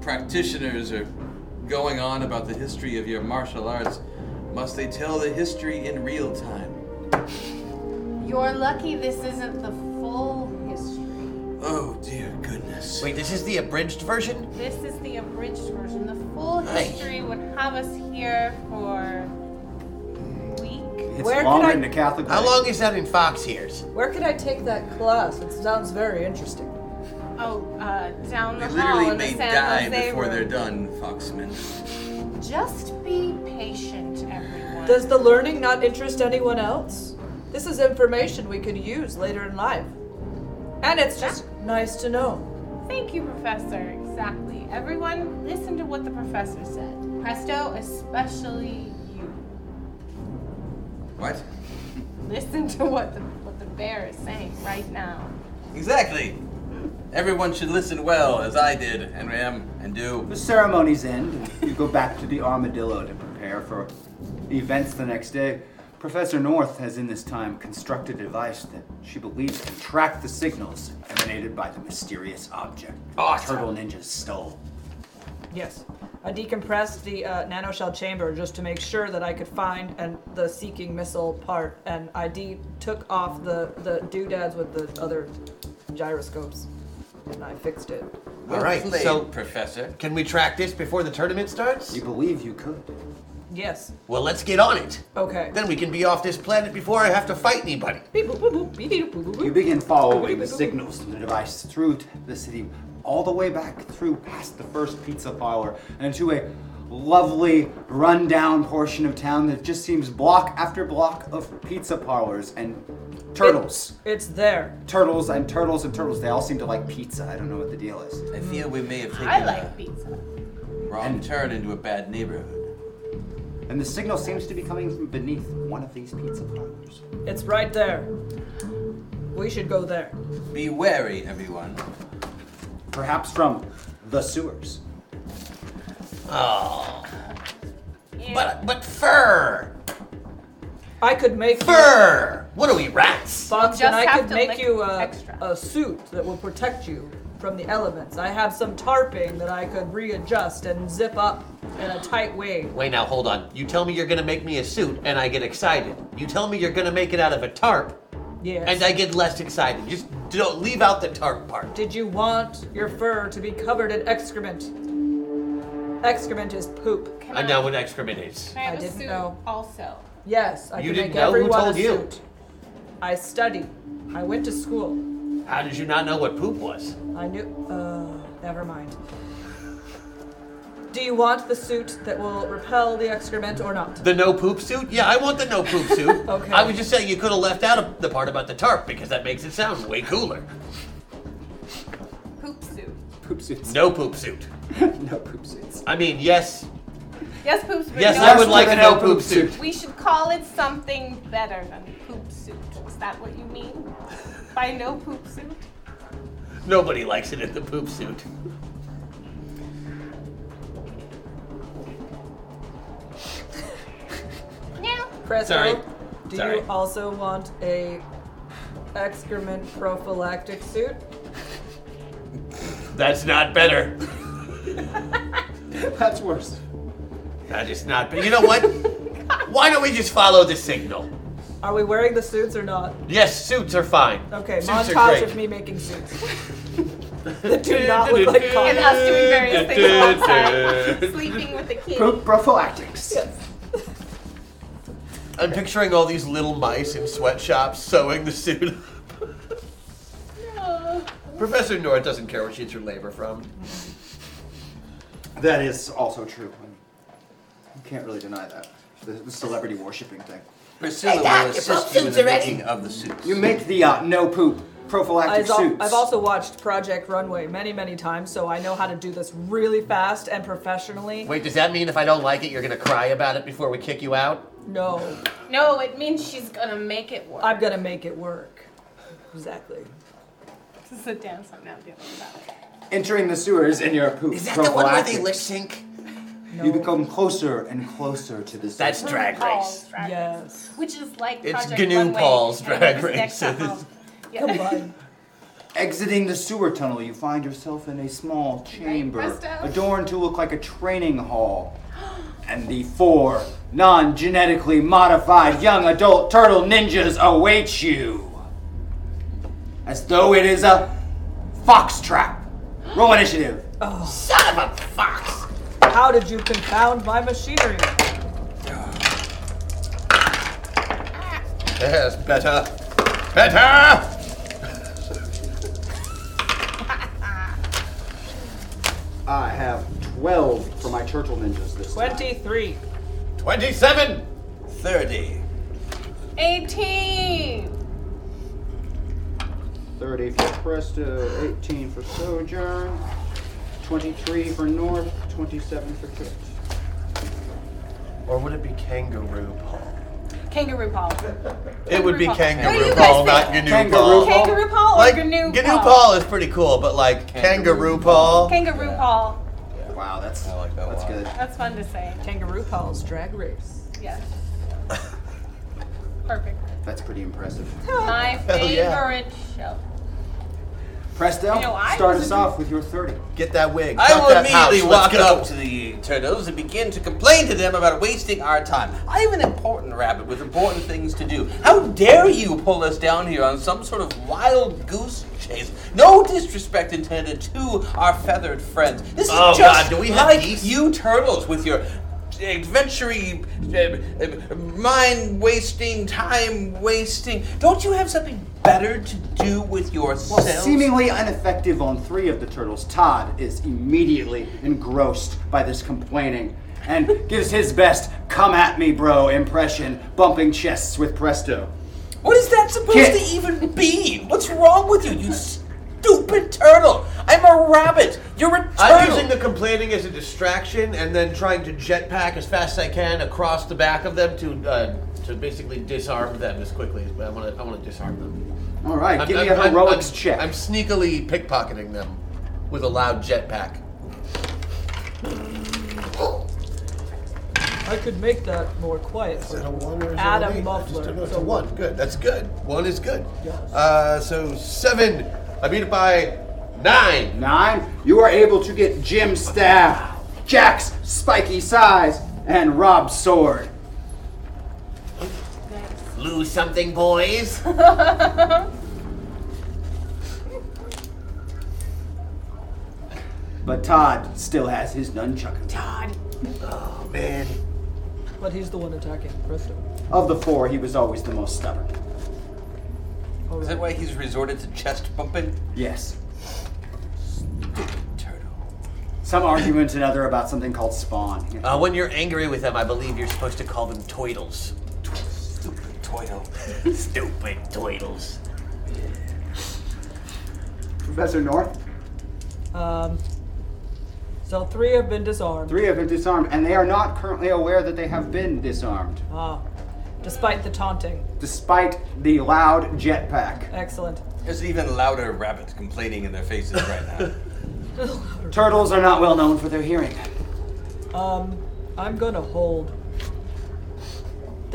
[SPEAKER 3] practitioners are going on about the history of your martial arts, must they tell the history in real time?
[SPEAKER 4] You're lucky this isn't the full history.
[SPEAKER 3] Oh dear goodness.
[SPEAKER 6] Wait, this is the abridged version?
[SPEAKER 4] This is the abridged version. The full
[SPEAKER 6] Aye.
[SPEAKER 4] history would have us here for a week.
[SPEAKER 1] it's
[SPEAKER 5] Where
[SPEAKER 1] longer
[SPEAKER 5] could I-
[SPEAKER 1] than the Catholic.
[SPEAKER 6] How
[SPEAKER 1] Rite.
[SPEAKER 6] long is that in fox ears?
[SPEAKER 5] Where could I take that class? It sounds very interesting.
[SPEAKER 4] Oh, uh, down
[SPEAKER 3] They
[SPEAKER 4] the hall
[SPEAKER 3] literally
[SPEAKER 4] in the
[SPEAKER 3] may
[SPEAKER 4] San
[SPEAKER 3] die
[SPEAKER 4] Jose
[SPEAKER 3] before
[SPEAKER 4] room.
[SPEAKER 3] they're done, Foxman.
[SPEAKER 4] Just be patient, everyone.
[SPEAKER 5] Does the learning not interest anyone else? This is information we can use later in life. And it's just nice to know.
[SPEAKER 4] Thank you, Professor. Exactly. Everyone, listen to what the professor said. Presto, especially you.
[SPEAKER 3] What?
[SPEAKER 4] Listen to what the what the bear is saying right now.
[SPEAKER 3] Exactly. Everyone should listen well, as I did, and am, and do.
[SPEAKER 1] The ceremonies end, and you go back to the armadillo to prepare for events the next day. Professor North has in this time constructed a device that she believes can track the signals emanated by the mysterious object
[SPEAKER 6] Awesome.
[SPEAKER 1] Turtle Ninja stole.
[SPEAKER 5] Yes. I decompressed the uh, nanoshell chamber just to make sure that I could find and the seeking missile part, and I de- took off the, the doodads with the other gyroscopes, and I fixed it.
[SPEAKER 3] Well
[SPEAKER 6] right,
[SPEAKER 3] played,
[SPEAKER 6] so-
[SPEAKER 3] Professor.
[SPEAKER 6] Can we track this before the tournament starts?
[SPEAKER 1] You believe you could.
[SPEAKER 5] Yes.
[SPEAKER 6] Well, let's get on it.
[SPEAKER 5] Okay.
[SPEAKER 6] Then we can be off this planet before I have to fight anybody.
[SPEAKER 5] Beep, boop, boop, boop, beep, beep, boop, boop, boop.
[SPEAKER 1] You begin following the signals from the device through t- the city, all the way back through past the first pizza parlor, and to a lovely rundown portion of town that just seems block after block of pizza parlors and turtles.
[SPEAKER 5] It's there.
[SPEAKER 1] turtles and turtles and turtles. They all seem to like pizza. I don't know what the deal is.
[SPEAKER 3] I feel we may have taken
[SPEAKER 4] I like
[SPEAKER 3] a
[SPEAKER 4] pizza.
[SPEAKER 3] wrong turn into a bad neighborhood.
[SPEAKER 1] And the signal seems to be coming from beneath one of these pizza parlors.
[SPEAKER 5] It's right there. We should go there.
[SPEAKER 3] Be wary, everyone.
[SPEAKER 1] Perhaps from the sewers.
[SPEAKER 4] Ew.
[SPEAKER 6] But but fur,
[SPEAKER 5] I could make
[SPEAKER 6] fur. What are we rats?
[SPEAKER 5] Fox, and
[SPEAKER 4] Just
[SPEAKER 5] I
[SPEAKER 4] have
[SPEAKER 5] could
[SPEAKER 4] to
[SPEAKER 5] make
[SPEAKER 4] lick
[SPEAKER 5] you a,
[SPEAKER 4] extra.
[SPEAKER 5] a suit that will protect you from the elements. I have some tarping that I could readjust and zip up in a tight way.
[SPEAKER 6] Wait now, hold on. You tell me you're gonna make me a suit, and I get excited. You tell me you're gonna make it out of a tarp,
[SPEAKER 5] Yes.
[SPEAKER 6] and I get less excited. Just don't leave out the tarp part.
[SPEAKER 5] Did you want your fur to be covered in excrement? Excrement is poop.
[SPEAKER 4] Can
[SPEAKER 6] I know what excrement is.
[SPEAKER 4] Can I, have
[SPEAKER 5] I
[SPEAKER 4] a
[SPEAKER 5] didn't
[SPEAKER 4] suit
[SPEAKER 5] know.
[SPEAKER 4] Also,
[SPEAKER 5] Yes, I
[SPEAKER 6] You
[SPEAKER 5] can
[SPEAKER 6] didn't
[SPEAKER 5] make
[SPEAKER 6] know? Who
[SPEAKER 5] everyone
[SPEAKER 6] told
[SPEAKER 5] a
[SPEAKER 6] you?
[SPEAKER 5] suit. I studied. I went to school.
[SPEAKER 6] How did you not know what poop was?
[SPEAKER 5] I knew. Uh, never mind. Do you want the suit that will repel the excrement or not?
[SPEAKER 6] The no poop suit? Yeah, I want the no poop suit.
[SPEAKER 5] Okay.
[SPEAKER 6] I was just saying you could have left out of the part about the tarp because that makes it sound way cooler.
[SPEAKER 4] poop suit.
[SPEAKER 1] Poop suits.
[SPEAKER 6] No poop suit.
[SPEAKER 1] No poop suits.
[SPEAKER 6] I mean, yes,
[SPEAKER 4] Yes, poop suit.
[SPEAKER 6] yes,
[SPEAKER 4] No,
[SPEAKER 6] I would
[SPEAKER 1] to
[SPEAKER 6] like
[SPEAKER 1] the
[SPEAKER 6] a no poop suit.
[SPEAKER 4] We should call it something better than poop suit. Is that what you mean by no poop suit?
[SPEAKER 6] Nobody likes it in the poop suit.
[SPEAKER 4] Yeah.
[SPEAKER 5] Presto,
[SPEAKER 6] Sorry.
[SPEAKER 5] do
[SPEAKER 6] Sorry.
[SPEAKER 5] you also want a excrement prophylactic suit?
[SPEAKER 6] That's not better.
[SPEAKER 1] That's worse.
[SPEAKER 6] That is not better. You know what? Why don't we just follow the signal?
[SPEAKER 5] Are we wearing the suits or not?
[SPEAKER 6] Yes, suits are fine.
[SPEAKER 5] Okay,
[SPEAKER 6] suits are
[SPEAKER 5] montage
[SPEAKER 6] great.
[SPEAKER 5] of me making suits. that do not look like
[SPEAKER 4] And
[SPEAKER 5] cotton.
[SPEAKER 4] us doing various things outside, sleeping with the kid.
[SPEAKER 1] Poop prophylactics.
[SPEAKER 6] I'm picturing all these little mice in sweatshops sewing the suit.
[SPEAKER 4] Oh.
[SPEAKER 6] Professor Nora doesn't care where she gets her labor from.
[SPEAKER 1] That is also true. You can't really deny that. The, the celebrity worshipping thing.
[SPEAKER 3] Priscilla will assist you in the making of the suits.
[SPEAKER 1] You make the uh, no poop prophylactic
[SPEAKER 5] I've, al-
[SPEAKER 1] suits.
[SPEAKER 5] I've also watched Project Runway many, many times, so I know how to do this really fast and professionally.
[SPEAKER 6] Wait, does that mean if I don't like it, you're gonna cry about it before we kick you out?
[SPEAKER 5] No,
[SPEAKER 4] No, it means she's gonna make it work.
[SPEAKER 5] I'm gonna make it work. Exactly.
[SPEAKER 4] This is a dance I'm now doing about.
[SPEAKER 1] entering the sewers in your poop. prophylactics.
[SPEAKER 6] sync?
[SPEAKER 1] You become closer and closer to the.
[SPEAKER 6] That's
[SPEAKER 1] sewer.
[SPEAKER 6] Drag Race.
[SPEAKER 4] Drag Race.
[SPEAKER 5] Yes.
[SPEAKER 4] Which is like
[SPEAKER 6] It's
[SPEAKER 4] Project
[SPEAKER 6] GNU
[SPEAKER 4] Runway,
[SPEAKER 6] Paul's
[SPEAKER 4] and it
[SPEAKER 6] Drag
[SPEAKER 4] was
[SPEAKER 6] Race,
[SPEAKER 4] next
[SPEAKER 6] so
[SPEAKER 4] to
[SPEAKER 6] this-
[SPEAKER 4] Home. Yeah.
[SPEAKER 5] Come on.
[SPEAKER 1] Exiting the sewer tunnel, you find yourself in a small chamber
[SPEAKER 4] Presto.
[SPEAKER 1] adorned to look like a training hall. And the four non genetically modified young adult turtle ninjas await you. As though it is a fox trap. Roll initiative.
[SPEAKER 6] Son of a fox!
[SPEAKER 5] How did you confound my machinery?
[SPEAKER 6] Yes, better. Better!
[SPEAKER 1] I have 12 for my turtle ninjas this time.
[SPEAKER 5] 23.
[SPEAKER 6] 27!
[SPEAKER 3] 30.
[SPEAKER 4] 18!
[SPEAKER 1] 30 for Presto, 18 for Sojourn, 23 for North, 27 for Kit.
[SPEAKER 6] Or would it be kangaroo Paul?
[SPEAKER 4] Kangaroo Paul.
[SPEAKER 6] It would be
[SPEAKER 4] Paul. What do
[SPEAKER 6] kangaroo
[SPEAKER 4] you
[SPEAKER 6] Paul,
[SPEAKER 4] guys
[SPEAKER 6] not
[SPEAKER 4] think?
[SPEAKER 6] GNU
[SPEAKER 1] Kangaroo
[SPEAKER 6] Paul.
[SPEAKER 1] Paul.
[SPEAKER 4] Kangaroo Paul or
[SPEAKER 6] Like,
[SPEAKER 4] GNU,
[SPEAKER 6] GNU
[SPEAKER 4] Paul?
[SPEAKER 6] Paul is pretty cool, but like
[SPEAKER 3] Kangaroo
[SPEAKER 6] kangaroo Paul.
[SPEAKER 4] Kangaroo Paul.
[SPEAKER 1] Wow, that's
[SPEAKER 3] I like that a
[SPEAKER 1] that's
[SPEAKER 3] lot.
[SPEAKER 1] good.
[SPEAKER 4] That's fun to say.
[SPEAKER 5] Kangaroo Paul's drag race.
[SPEAKER 4] Yes. Perfect.
[SPEAKER 1] That's pretty impressive.
[SPEAKER 4] My
[SPEAKER 6] Hell yeah.
[SPEAKER 4] favorite show.
[SPEAKER 1] Presto,
[SPEAKER 4] You know, I
[SPEAKER 1] start
[SPEAKER 4] was
[SPEAKER 1] us
[SPEAKER 4] in-
[SPEAKER 1] off with your 30.
[SPEAKER 6] Get that wig.
[SPEAKER 3] I
[SPEAKER 6] Tuck
[SPEAKER 3] will
[SPEAKER 6] that pouch,
[SPEAKER 3] immediately
[SPEAKER 6] let's
[SPEAKER 3] walk
[SPEAKER 6] go.
[SPEAKER 3] up to the turtles and begin to complain to them about wasting our time. I'm an important rabbit with important things to do. How dare you pull us down here on some sort of wild goose chase? No disrespect intended to our feathered friends. This is
[SPEAKER 6] Oh, God,
[SPEAKER 3] just
[SPEAKER 6] do we have
[SPEAKER 3] like
[SPEAKER 6] geese?
[SPEAKER 3] you turtles with your adventury uh, uh, mind wasting time wasting don't you have something better to do with yourselves
[SPEAKER 1] Seemingly ineffective on three of the turtles, Todd is immediately engrossed by this complaining and gives his best come at me, bro impression, bumping chests with Presto.
[SPEAKER 3] What is that supposed
[SPEAKER 1] Kid.
[SPEAKER 3] to even be? What's wrong with you, you stupid turtle? I'm a rabbit. You're eternal.
[SPEAKER 6] I'm using the complaining as a distraction, and then trying to jetpack as fast as I can across the back of them to uh, to basically disarm them as quickly. as I want to I want to disarm them.
[SPEAKER 1] All right,
[SPEAKER 6] I'm-
[SPEAKER 1] give me
[SPEAKER 6] I'm-
[SPEAKER 1] a
[SPEAKER 6] I'm-
[SPEAKER 1] heroics
[SPEAKER 6] I'm-
[SPEAKER 1] check.
[SPEAKER 6] I'm sneakily pickpocketing them with a loud jetpack.
[SPEAKER 5] I could make that more quiet.
[SPEAKER 6] Is that a one or is
[SPEAKER 5] Add
[SPEAKER 6] that
[SPEAKER 5] a
[SPEAKER 6] an eight? I just
[SPEAKER 5] muffler.
[SPEAKER 6] don't know. It's
[SPEAKER 5] So
[SPEAKER 6] a one. Good. That's good. One is good.
[SPEAKER 5] Yeah.
[SPEAKER 6] Uh, so seven. I beat it by nine.
[SPEAKER 1] Nine, you are able to get Jim Staff, Jack's spiky size, and Rob's sword.
[SPEAKER 6] Lose something, boys.
[SPEAKER 1] But Todd still has his nunchuck.
[SPEAKER 6] oh man.
[SPEAKER 5] But he's the one attacking Presto.
[SPEAKER 1] Of the four, he was always the most stubborn.
[SPEAKER 5] All
[SPEAKER 3] Is
[SPEAKER 5] right.
[SPEAKER 3] that why he's resorted to chest bumping?
[SPEAKER 1] Yes.
[SPEAKER 3] Turtle.
[SPEAKER 1] Some argument another about something called spawn.
[SPEAKER 6] Uh, when you're angry with them, I believe you're supposed to call them toidles.
[SPEAKER 3] Stupid toidle.
[SPEAKER 6] Stupid toidles.
[SPEAKER 1] Professor North,
[SPEAKER 5] Um, so three have been disarmed.
[SPEAKER 1] three have been disarmed, and they are not currently aware that they have been disarmed,
[SPEAKER 5] Ah, despite the taunting.
[SPEAKER 1] despite the loud jetpack.
[SPEAKER 5] Excellent.
[SPEAKER 3] There's an even louder rabbit complaining in their faces right now.
[SPEAKER 1] Turtles are not well known for their hearing.
[SPEAKER 5] Um, I'm gonna hold.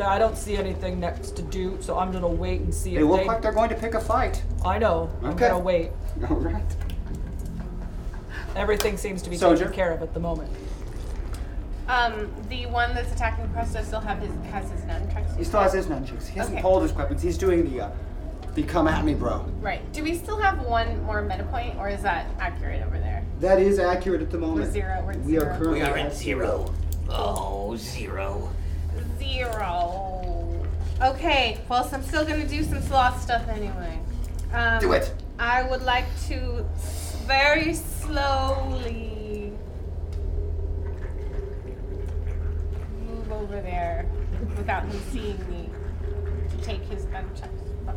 [SPEAKER 5] I don't see anything next to do, so I'm gonna wait and see
[SPEAKER 1] They
[SPEAKER 5] if
[SPEAKER 1] look
[SPEAKER 5] they.
[SPEAKER 1] like they're going to pick a fight.
[SPEAKER 5] I know. I'm
[SPEAKER 1] Okay.
[SPEAKER 5] gonna wait.
[SPEAKER 1] All right.
[SPEAKER 5] Everything seems to be
[SPEAKER 1] Soldier.
[SPEAKER 5] taken care of at the moment.
[SPEAKER 4] Um, the one that's attacking Presto still have his has his nunchucks.
[SPEAKER 1] He still has his nunchucks. He hasn't
[SPEAKER 4] Okay.
[SPEAKER 1] pulled his weapons. He's doing the, uh, the come at me, bro.
[SPEAKER 4] Right. Do we still have one more meta point, or is that accurate over there?
[SPEAKER 1] That is accurate at the moment.
[SPEAKER 4] zero, we're at
[SPEAKER 1] We are
[SPEAKER 4] zero.
[SPEAKER 1] currently at
[SPEAKER 6] Oh, zero.
[SPEAKER 4] Zero. Okay. Well, so I'm still gonna do some sloth stuff anyway. Um,
[SPEAKER 1] Do it.
[SPEAKER 4] I would like to s- very slowly move over there without him seeing me to take his nunchucks.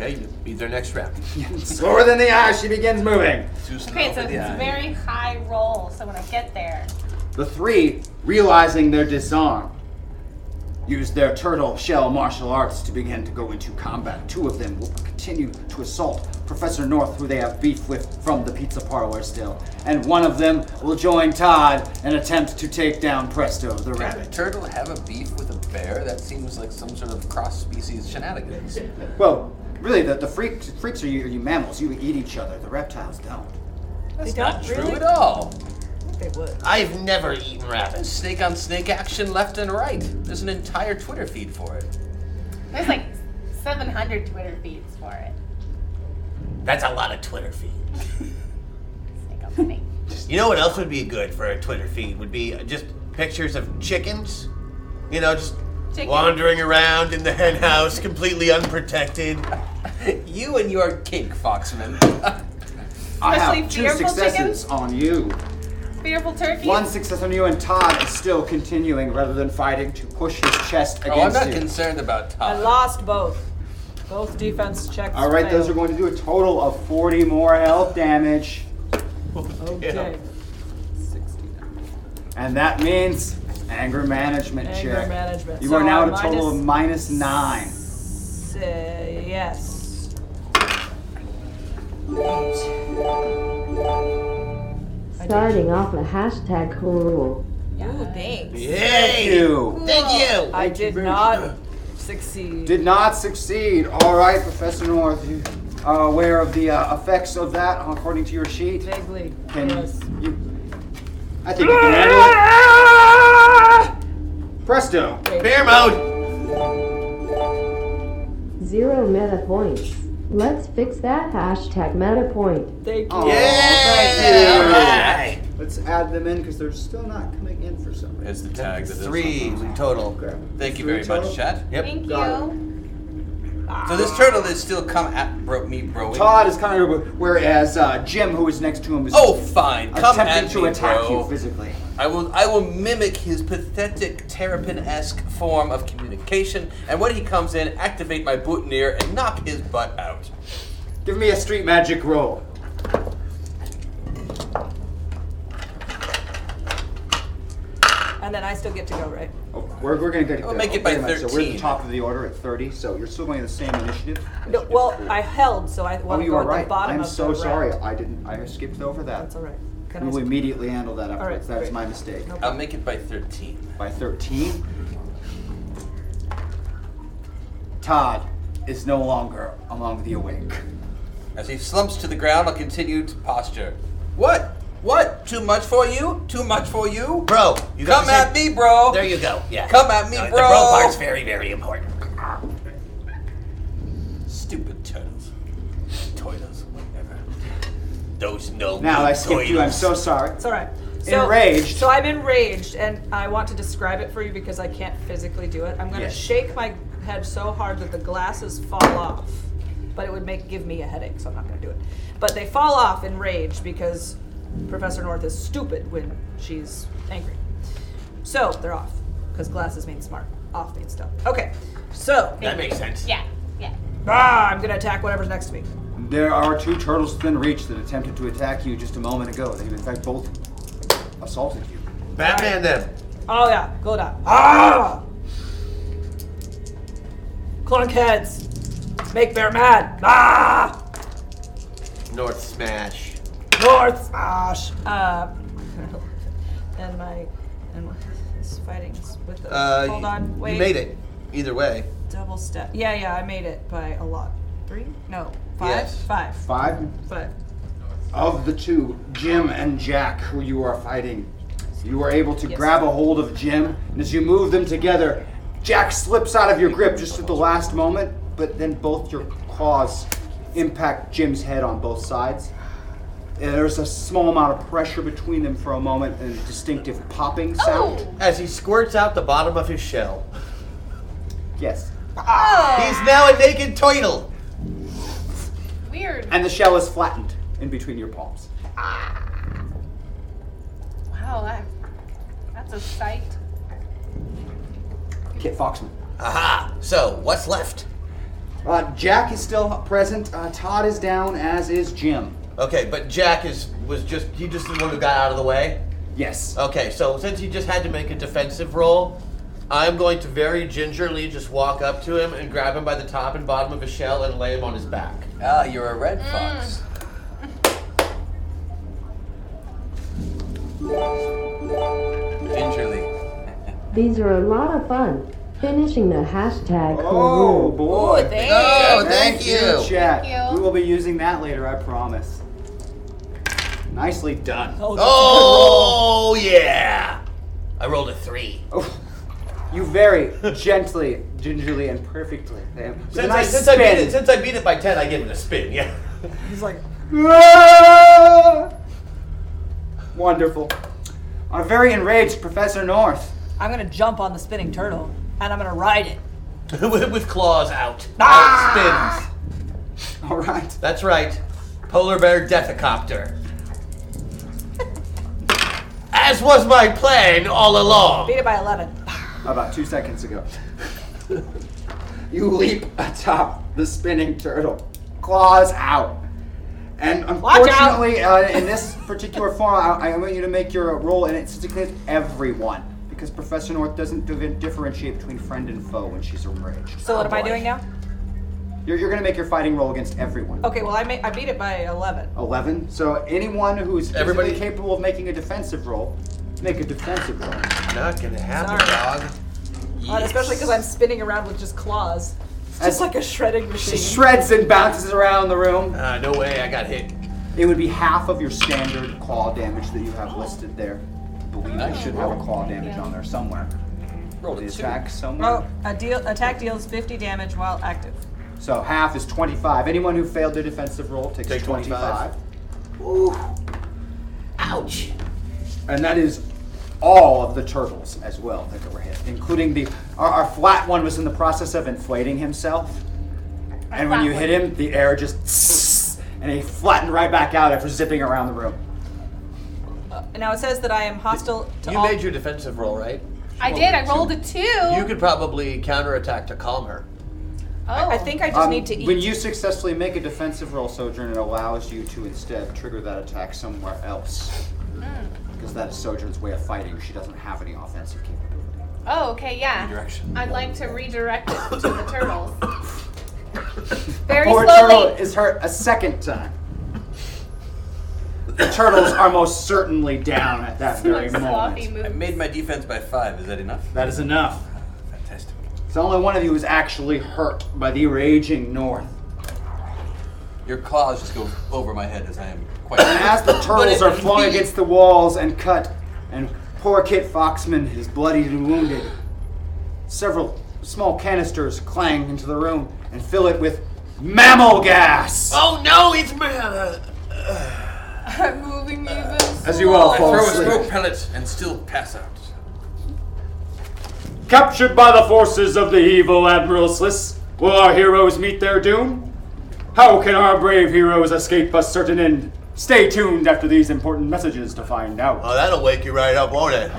[SPEAKER 6] Okay, you beat their next round.
[SPEAKER 1] Slower than the eye, she begins moving.
[SPEAKER 3] Too slow
[SPEAKER 4] Okay, so
[SPEAKER 1] Oh,
[SPEAKER 3] for
[SPEAKER 4] it's
[SPEAKER 3] the
[SPEAKER 4] a
[SPEAKER 3] eye.
[SPEAKER 4] very high roll. So when I get there,
[SPEAKER 1] The three, realizing they're disarmed, use their turtle shell martial arts to begin to go into combat. Two of them will continue to assault Professor North, who they have beef with from the pizza parlor still, and one of them will join Todd and attempt to take down Presto the
[SPEAKER 3] Does a
[SPEAKER 1] rabbit.
[SPEAKER 3] turtle have a beef with a bear? That seems like some sort of cross species shenanigans.
[SPEAKER 1] Well, really, the, the freaks, freaks are you, are you mammals. You eat each other. The reptiles don't.
[SPEAKER 5] That's
[SPEAKER 3] Not true at all.
[SPEAKER 5] They would.
[SPEAKER 6] I've never eaten rabbits.
[SPEAKER 3] There's snake on snake action left and right. There's an entire Twitter feed for it.
[SPEAKER 4] there's like 700 Twitter feeds for it.
[SPEAKER 6] That's a lot of Twitter feed.
[SPEAKER 4] Snake on snake.
[SPEAKER 6] You know what else would be good for a Twitter feed would be just pictures of chickens. You know, just
[SPEAKER 4] Chicken.
[SPEAKER 6] wandering around in the hen house, completely unprotected.
[SPEAKER 3] You and your kink, Foxman.
[SPEAKER 1] I
[SPEAKER 4] Especially
[SPEAKER 1] have two
[SPEAKER 4] fearful
[SPEAKER 1] successes on you.
[SPEAKER 4] Fearful turkey.
[SPEAKER 1] One success on you, and Todd is still continuing rather than fighting to push his chest against
[SPEAKER 3] oh, I'm not
[SPEAKER 1] you.
[SPEAKER 3] concerned about
[SPEAKER 5] I
[SPEAKER 3] Todd.
[SPEAKER 5] lost both. Both defense checks.
[SPEAKER 1] All right, those are
[SPEAKER 5] failed.
[SPEAKER 1] going to do a total of 40 more health damage,
[SPEAKER 5] Okay.
[SPEAKER 1] and that means anger management
[SPEAKER 5] Anger
[SPEAKER 1] check.
[SPEAKER 5] management.
[SPEAKER 1] You
[SPEAKER 5] So
[SPEAKER 1] are now at
[SPEAKER 5] I'm
[SPEAKER 1] a total of minus nine.
[SPEAKER 5] S- uh, yes.
[SPEAKER 8] Starting off a hashtag cool.
[SPEAKER 4] Ooh, thanks.
[SPEAKER 1] Thank you.
[SPEAKER 6] Thank you.
[SPEAKER 5] I did not succeed.
[SPEAKER 1] Did not succeed. All right, Professor North, you are aware of the uh, effects of that according to your sheet.
[SPEAKER 5] Vaguely.
[SPEAKER 1] Can
[SPEAKER 5] yes.
[SPEAKER 1] you? I think you can handle it. Presto.
[SPEAKER 6] Bear mode.
[SPEAKER 8] Zero meta points. Let's fix that hashtag meta point.
[SPEAKER 5] Thank you.
[SPEAKER 1] Oh,
[SPEAKER 6] Yeah, all
[SPEAKER 1] thank
[SPEAKER 6] right.
[SPEAKER 1] you. Let's add them in because they're still not coming in for some reason.
[SPEAKER 3] It's the tag that is
[SPEAKER 6] Three
[SPEAKER 3] on
[SPEAKER 6] in total.
[SPEAKER 1] Okay.
[SPEAKER 3] Thank you
[SPEAKER 1] Three
[SPEAKER 3] very much,
[SPEAKER 1] total.
[SPEAKER 3] chat.
[SPEAKER 4] Thank
[SPEAKER 1] Got
[SPEAKER 4] you.
[SPEAKER 3] So this turtle is still come at bro- me, bro.
[SPEAKER 1] Todd is coming over, whereas uh, Jim, who is next to him, is
[SPEAKER 3] Oh, fine. Come
[SPEAKER 1] attempting
[SPEAKER 3] at
[SPEAKER 1] to
[SPEAKER 3] me,
[SPEAKER 1] attack
[SPEAKER 3] bro.
[SPEAKER 1] you physically.
[SPEAKER 3] I will I will mimic his pathetic terrapin-esque form of communication, and when he comes in, activate my boutonniere and knock his butt out.
[SPEAKER 1] Give me a street magic roll.
[SPEAKER 5] And then I still get to go, right?
[SPEAKER 1] Oh, we're, we're going to get
[SPEAKER 3] We'll make it by
[SPEAKER 1] very much. So we're at the
[SPEAKER 3] 13.
[SPEAKER 1] top of the order at 30, so you're still going the same initiative.
[SPEAKER 5] No, well, I held, so I
[SPEAKER 1] Oh,
[SPEAKER 5] want to
[SPEAKER 1] you
[SPEAKER 5] go
[SPEAKER 1] are
[SPEAKER 5] at
[SPEAKER 1] right.
[SPEAKER 5] the bottom
[SPEAKER 1] I'm
[SPEAKER 5] of
[SPEAKER 1] so
[SPEAKER 5] the
[SPEAKER 1] sorry.
[SPEAKER 5] round.
[SPEAKER 1] I didn't. I skipped over that.
[SPEAKER 5] That's all right. Can I
[SPEAKER 1] We will
[SPEAKER 5] skip?
[SPEAKER 1] immediately handle that afterwards. that is
[SPEAKER 5] great.
[SPEAKER 1] my mistake.
[SPEAKER 5] No
[SPEAKER 3] I'll make it by 13.
[SPEAKER 1] By 13, Todd is no longer among the awake.
[SPEAKER 3] As he slumps to the ground, I'll continue to posture. What? What? Too much for you? Too much for you?
[SPEAKER 6] Bro, you got
[SPEAKER 3] Come
[SPEAKER 6] the same-
[SPEAKER 3] at me, bro.
[SPEAKER 9] There you go. Yeah.
[SPEAKER 3] Come at me,
[SPEAKER 9] No,
[SPEAKER 3] bro.
[SPEAKER 9] The bro part's very, very important.
[SPEAKER 3] Stupid turtles. Toilos, whatever.
[SPEAKER 9] Those no.
[SPEAKER 1] Now
[SPEAKER 9] good
[SPEAKER 1] I skipped you. I'm
[SPEAKER 9] toilets.
[SPEAKER 1] so sorry.
[SPEAKER 5] It's all right.
[SPEAKER 1] Enraged.
[SPEAKER 5] So I'm enraged, and I want to describe it for you because I can't physically do it. I'm going to
[SPEAKER 1] Yes.
[SPEAKER 5] shake my head so hard that the glasses fall off, but it would make give me a headache, so I'm not going to do it. But they fall off enraged because Professor North is stupid when she's angry. So they're off because glasses mean smart. Off means dumb. Okay, so
[SPEAKER 9] That makes sense.
[SPEAKER 4] Yeah, yeah.
[SPEAKER 5] ah, I'm going to attack whatever's next to me.
[SPEAKER 1] There are two turtles within reach that attempted to attack you just a moment ago. They, in fact, both assaulted you.
[SPEAKER 6] Batman them.
[SPEAKER 5] Oh yeah, go down. Ah! Clunk heads, make bear mad. Ah!
[SPEAKER 6] North smash.
[SPEAKER 5] North smash. Uh, and my and my- this fighting s- with the
[SPEAKER 6] Uh,
[SPEAKER 5] hold
[SPEAKER 6] you-
[SPEAKER 5] on wait
[SPEAKER 6] You made it. Either way.
[SPEAKER 5] double step. Yeah yeah, I made it by a lot. Three? No, five.
[SPEAKER 6] Yes.
[SPEAKER 5] Five.
[SPEAKER 1] Five
[SPEAKER 5] Five.
[SPEAKER 1] of the two, Jim and Jack, who you are fighting, you are able to
[SPEAKER 5] Yes.
[SPEAKER 1] grab a hold of Jim, and as you move them together, Jack slips out of your grip just at the last moment, but then both your claws impact Jim's head on both sides. And there's a small amount of pressure between them for a moment and a distinctive popping sound.
[SPEAKER 6] As he squirts out the bottom of his shell.
[SPEAKER 1] Yes.
[SPEAKER 6] He's now a naked turtle.
[SPEAKER 4] Weird.
[SPEAKER 1] And the shell is flattened in between your palms.
[SPEAKER 4] Wow, that, that's a sight.
[SPEAKER 1] Kit Foxman.
[SPEAKER 9] Aha. So what's left?
[SPEAKER 1] Uh, Jack is still present. Uh, Todd is down, as is Jim.
[SPEAKER 6] Okay, but Jack is was just he just the one who got out of the way.
[SPEAKER 1] Yes.
[SPEAKER 6] Okay, so since he just had to make a defensive roll, I'm going to very gingerly just walk up to him and grab him by the top and bottom of his shell and lay him on his back.
[SPEAKER 3] Ah, you're a red fox. Gingerly.
[SPEAKER 8] These are a lot of fun. Finishing the hashtag
[SPEAKER 1] Oh
[SPEAKER 8] Kahoot.
[SPEAKER 1] boy.
[SPEAKER 3] Oh, thank
[SPEAKER 1] you,
[SPEAKER 3] you.
[SPEAKER 1] Jack.
[SPEAKER 4] Thank you.
[SPEAKER 1] We will be using that later, I promise. Nicely done.
[SPEAKER 9] Oh yeah. I rolled a three.
[SPEAKER 1] Oh, You very gently, gingerly, and perfectly. Sam. With a
[SPEAKER 6] Since, I,
[SPEAKER 1] nice
[SPEAKER 6] since I beat it,
[SPEAKER 1] spin.
[SPEAKER 6] since I beat it by ten, I give it a spin. Yeah.
[SPEAKER 5] He's like,
[SPEAKER 1] Ah! Wonderful. Our very enraged Professor North.
[SPEAKER 5] I'm gonna jump on the spinning turtle and I'm gonna ride it.
[SPEAKER 6] with, with claws out. Out spins.
[SPEAKER 1] All right.
[SPEAKER 6] Ah! That's right. Polar bear deathicopter. As was my plan all along.
[SPEAKER 5] Beat it by 11.
[SPEAKER 1] About two seconds ago. you leap atop the spinning turtle, claws out. And
[SPEAKER 5] Watch out.
[SPEAKER 1] unfortunately, uh, in this particular form, I, I want you to make your roll, and it's to against everyone because Professor North doesn't div- differentiate between friend and foe when she's enraged.
[SPEAKER 5] So what
[SPEAKER 6] Oh,
[SPEAKER 5] am I doing now?
[SPEAKER 1] You're, you're going to make your fighting roll against everyone.
[SPEAKER 5] Okay, well I made, I beat it by 11.
[SPEAKER 1] Eleven. So anyone who's physically
[SPEAKER 6] Everybody-
[SPEAKER 1] capable of making a defensive roll, make a defensive roll.
[SPEAKER 6] Not gonna happen,
[SPEAKER 5] Sorry.
[SPEAKER 6] dog.
[SPEAKER 5] Uh, especially because I'm spinning around with just claws. It's just
[SPEAKER 1] As-
[SPEAKER 5] like a shredding
[SPEAKER 1] She
[SPEAKER 5] machine.
[SPEAKER 1] shreds and bounces around the room.
[SPEAKER 6] Uh, no way. I got hit.
[SPEAKER 1] It would be half of your standard claw damage that you have listed there. I believe you should have a claw damage on there somewhere.
[SPEAKER 3] Roll
[SPEAKER 1] The
[SPEAKER 3] a two.
[SPEAKER 1] attack
[SPEAKER 5] oh,
[SPEAKER 1] somewhere.
[SPEAKER 5] a deal attack deals 50 damage while active.
[SPEAKER 1] So half is 25. Anyone who failed their defensive roll takes
[SPEAKER 6] Take
[SPEAKER 1] 25.
[SPEAKER 6] 25.
[SPEAKER 9] Ouch.
[SPEAKER 1] And that is all of the turtles as well that were hit, including the. Our, our flat one was in the process of inflating himself. And when you hit him, the air just. And he flattened right back out after zipping around the room.
[SPEAKER 5] Uh, Now it says that I am hostile to
[SPEAKER 6] You
[SPEAKER 5] all.
[SPEAKER 6] made your defensive roll, right?
[SPEAKER 4] I did. I rolled a two.
[SPEAKER 6] You could probably counterattack to calm her.
[SPEAKER 4] oh,
[SPEAKER 5] I think I just
[SPEAKER 1] Um,
[SPEAKER 5] need to eat.
[SPEAKER 1] When you successfully make a defensive roll, Sojourn, it allows you to instead trigger that attack somewhere else. because that is Sojourn's way of fighting. She doesn't have any offensive capability.
[SPEAKER 4] Oh, okay, yeah.
[SPEAKER 6] Redirection.
[SPEAKER 4] I'd like to redirect it to the turtles. Very
[SPEAKER 1] Poor turtle
[SPEAKER 4] slowly.
[SPEAKER 1] is hurt a second time. The turtles are most certainly down at that very
[SPEAKER 4] Some sloppy
[SPEAKER 1] moment.
[SPEAKER 3] I
[SPEAKER 4] move.
[SPEAKER 3] made my defense by five. Is that enough?
[SPEAKER 1] That is enough.
[SPEAKER 3] Fantastic.
[SPEAKER 1] It's only one of you is actually hurt by the raging north.
[SPEAKER 3] Your claws just go over my head as I am
[SPEAKER 1] And
[SPEAKER 3] quite.
[SPEAKER 1] as the turtles
[SPEAKER 3] it
[SPEAKER 1] are
[SPEAKER 3] would
[SPEAKER 1] flung
[SPEAKER 3] be-
[SPEAKER 1] against the walls and cut, and poor Kit Foxman is bloodied and wounded, several small canisters clang into the room and fill it with mammal gas.
[SPEAKER 9] Oh no, it's me.
[SPEAKER 4] I'm moving you this.
[SPEAKER 1] As you all
[SPEAKER 3] I
[SPEAKER 1] fall
[SPEAKER 3] throw a
[SPEAKER 1] asleep.
[SPEAKER 3] smoke pellet and still pass out.
[SPEAKER 1] Captured by the forces of the evil Admiral Sliss, will our heroes meet their doom? How can our brave heroes escape a certain end? Stay tuned after these important messages to find out.
[SPEAKER 6] Oh, that'll wake you right up, won't it?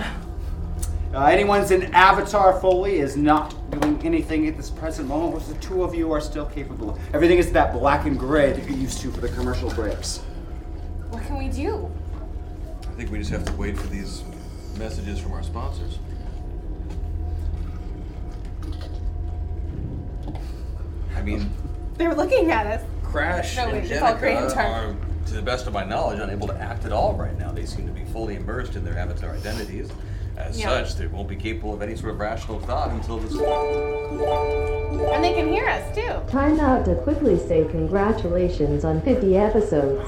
[SPEAKER 1] Uh, anyone's in Avatar Foley is not doing anything at this present moment, which the two of you are still capable of. Everything is that black and gray that you're used to for the commercial breaks.
[SPEAKER 4] What can we do?
[SPEAKER 3] I think we just have to wait for these messages from our sponsors. I mean,
[SPEAKER 4] They're looking at us.
[SPEAKER 3] Crash
[SPEAKER 4] No,
[SPEAKER 3] and
[SPEAKER 4] wait, it's all
[SPEAKER 3] Jenica
[SPEAKER 4] Grandchild.
[SPEAKER 3] are, to the best of my knowledge, unable to act at all right now. They seem to be fully immersed in their avatar identities. As
[SPEAKER 4] Yeah.
[SPEAKER 3] such, they won't be capable of any sort of rational thought until this point.
[SPEAKER 4] And they can hear us too.
[SPEAKER 8] Time out to quickly say congratulations on 50 episodes.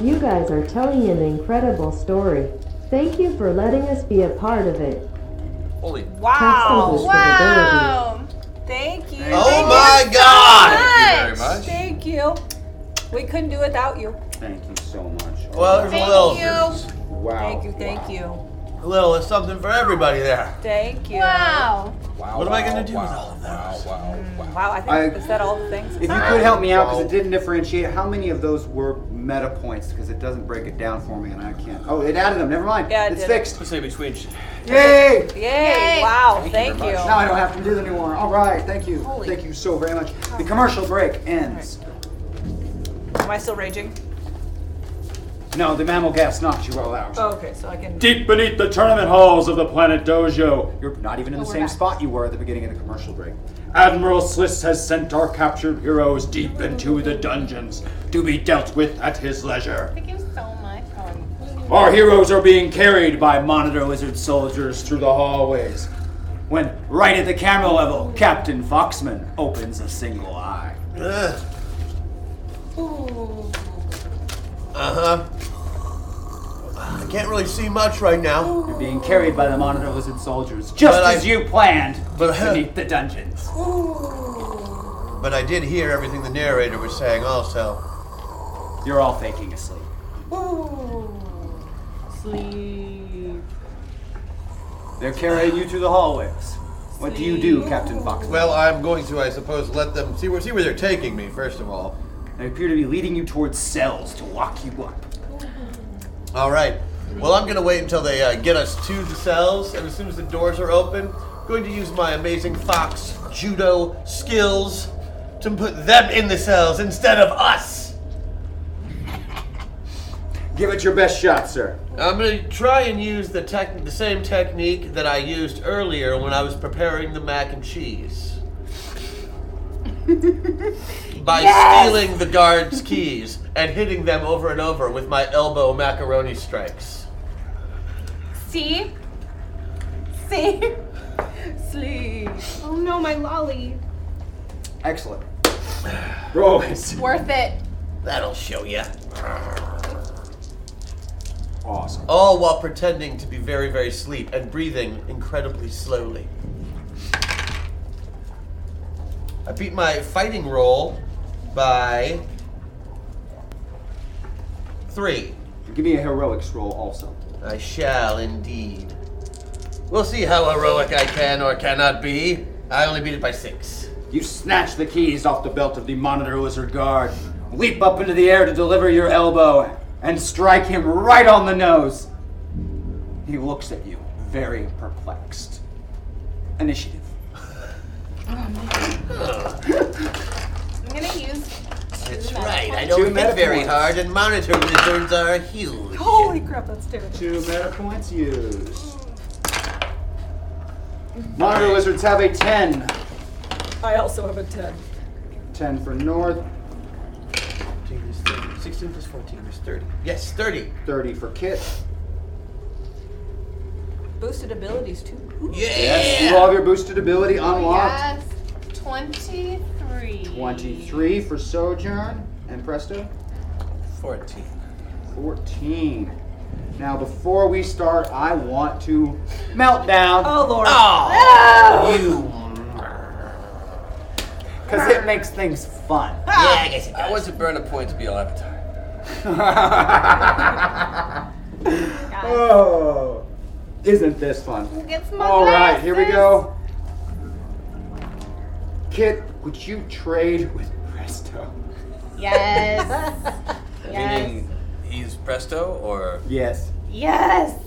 [SPEAKER 8] You guys are telling an incredible story. Thank you for letting us be a part of it.
[SPEAKER 3] Holy
[SPEAKER 5] Oh, Wow.
[SPEAKER 4] Wow.
[SPEAKER 5] Thank you.
[SPEAKER 6] Oh my God!
[SPEAKER 3] Thank you very
[SPEAKER 4] Nice.
[SPEAKER 3] much.
[SPEAKER 5] Thank you. We couldn't do without you.
[SPEAKER 1] Thank you so much. Oh,
[SPEAKER 6] Well, there's
[SPEAKER 4] Thank
[SPEAKER 6] a little,
[SPEAKER 4] you.
[SPEAKER 1] wow.
[SPEAKER 5] Thank you. Thank you.
[SPEAKER 6] a little of something for everybody there.
[SPEAKER 5] Thank you.
[SPEAKER 4] Wow.
[SPEAKER 3] Wow,
[SPEAKER 6] What am I
[SPEAKER 3] wow,
[SPEAKER 6] gonna do with
[SPEAKER 3] wow,
[SPEAKER 6] all of those?
[SPEAKER 3] Wow, wow, wow.
[SPEAKER 5] Wow. I think
[SPEAKER 1] I-
[SPEAKER 5] is that all the things?
[SPEAKER 1] If you could help me out, because it didn't differentiate, how many of those were meta points? Because it doesn't break it down for me, and I can't. Oh, it added them. Never mind.
[SPEAKER 5] Yeah, it
[SPEAKER 1] it's
[SPEAKER 5] did.
[SPEAKER 1] fixed.
[SPEAKER 3] Let's say between.
[SPEAKER 1] Yay!
[SPEAKER 5] Yay!
[SPEAKER 4] Yay.
[SPEAKER 5] Wow.
[SPEAKER 3] Thank you
[SPEAKER 5] Thank
[SPEAKER 3] very
[SPEAKER 5] you.
[SPEAKER 1] Now I don't have to do that anymore. All right, thank you.
[SPEAKER 5] Holy-
[SPEAKER 1] Thank you so very much. The commercial break ends.
[SPEAKER 5] Am I still raging?
[SPEAKER 1] No, the mammal gas knocked you all out.
[SPEAKER 5] Oh, okay. So I can.
[SPEAKER 1] Deep beneath the tournament halls of the planet Dojo. You're not even in the
[SPEAKER 4] we're
[SPEAKER 1] same
[SPEAKER 4] back.
[SPEAKER 1] spot you were at the beginning of the commercial break. Admiral Sliss has sent our captured heroes deep into the dungeons to be dealt with at his leisure.
[SPEAKER 4] Thank you so much. Oh,
[SPEAKER 1] Our heroes are being carried by monitor lizard soldiers through the hallways. When, right at the camera level, Captain Foxman opens a single eye.
[SPEAKER 6] Uh
[SPEAKER 4] Ooh.
[SPEAKER 6] huh. Uh-huh. I can't really see much right now.
[SPEAKER 1] You're being carried by the monitor lizard soldiers, just
[SPEAKER 6] But I-
[SPEAKER 1] as you planned,
[SPEAKER 6] But-
[SPEAKER 1] beneath the dungeons.
[SPEAKER 6] But I did hear everything the narrator was saying also.
[SPEAKER 1] You're all faking asleep.
[SPEAKER 4] Sleep.
[SPEAKER 1] They're carrying you through the hallways. What do you do, Captain Foxman?
[SPEAKER 6] Well, I'm going to, I suppose, let them see where see where they're taking me, first of all.
[SPEAKER 1] they appear to be leading you towards cells to lock you up.
[SPEAKER 6] All right. Well, I'm going to wait until they uh, get us to the cells, and as soon as the doors are open, I'm going to use my amazing fox judo skills to put them in the cells instead of us.
[SPEAKER 1] Give it your best shot, sir.
[SPEAKER 6] I'm going to try and use the tech, the same technique that I used earlier when I was preparing the mac and cheese. By stealing the guards' keys and hitting them over and over with my elbow macaroni strikes.
[SPEAKER 4] See? See? Sleep. Oh no, my lolly.
[SPEAKER 1] Excellent. Always.
[SPEAKER 4] Worth it.
[SPEAKER 6] That'll show ya.
[SPEAKER 1] Awesome.
[SPEAKER 6] All while pretending to be very, very sleep and breathing incredibly slowly. I beat my fighting roll by three.
[SPEAKER 1] Give me a heroics roll also.
[SPEAKER 6] I shall indeed. We'll see how heroic I can or cannot be. I only beat it by six.
[SPEAKER 1] You snatch the keys off the belt of the monitor lizard guard, leap up into the air to deliver your elbow, and strike him right on the nose. He looks at you, very perplexed. Initiative.
[SPEAKER 4] I'm gonna
[SPEAKER 6] I
[SPEAKER 4] use That's
[SPEAKER 9] Right, I don't think very hard, and monitor lizards are huge.
[SPEAKER 5] Holy crap, that's terrible.
[SPEAKER 1] Two meta points used. Monitor lizards have a 10.
[SPEAKER 5] I also have a 10.
[SPEAKER 1] 10 for north,
[SPEAKER 9] 14 is 30. 16 plus 14 is 30.
[SPEAKER 6] Yes, 30.
[SPEAKER 1] 30 for kit.
[SPEAKER 5] Boosted abilities too. Ooh.
[SPEAKER 1] Yes, you all have your boosted ability unlocked.
[SPEAKER 4] Yes. 23.
[SPEAKER 1] 23 for sojourn. And presto?
[SPEAKER 3] 14.
[SPEAKER 1] 14. Now, before we start, I want to melt down
[SPEAKER 5] Oh lord.
[SPEAKER 1] because it makes things fun.
[SPEAKER 9] Yeah, I guess it
[SPEAKER 3] I
[SPEAKER 9] does.
[SPEAKER 3] want to burn a point to be your avatar.
[SPEAKER 1] oh, isn't this fun?
[SPEAKER 4] Who gets my
[SPEAKER 1] All right, here we
[SPEAKER 4] glasses?
[SPEAKER 1] go. Kit, would you trade with Presto?
[SPEAKER 4] Yes. yes.
[SPEAKER 3] Meaning he's presto or
[SPEAKER 1] Yes.
[SPEAKER 4] Yes.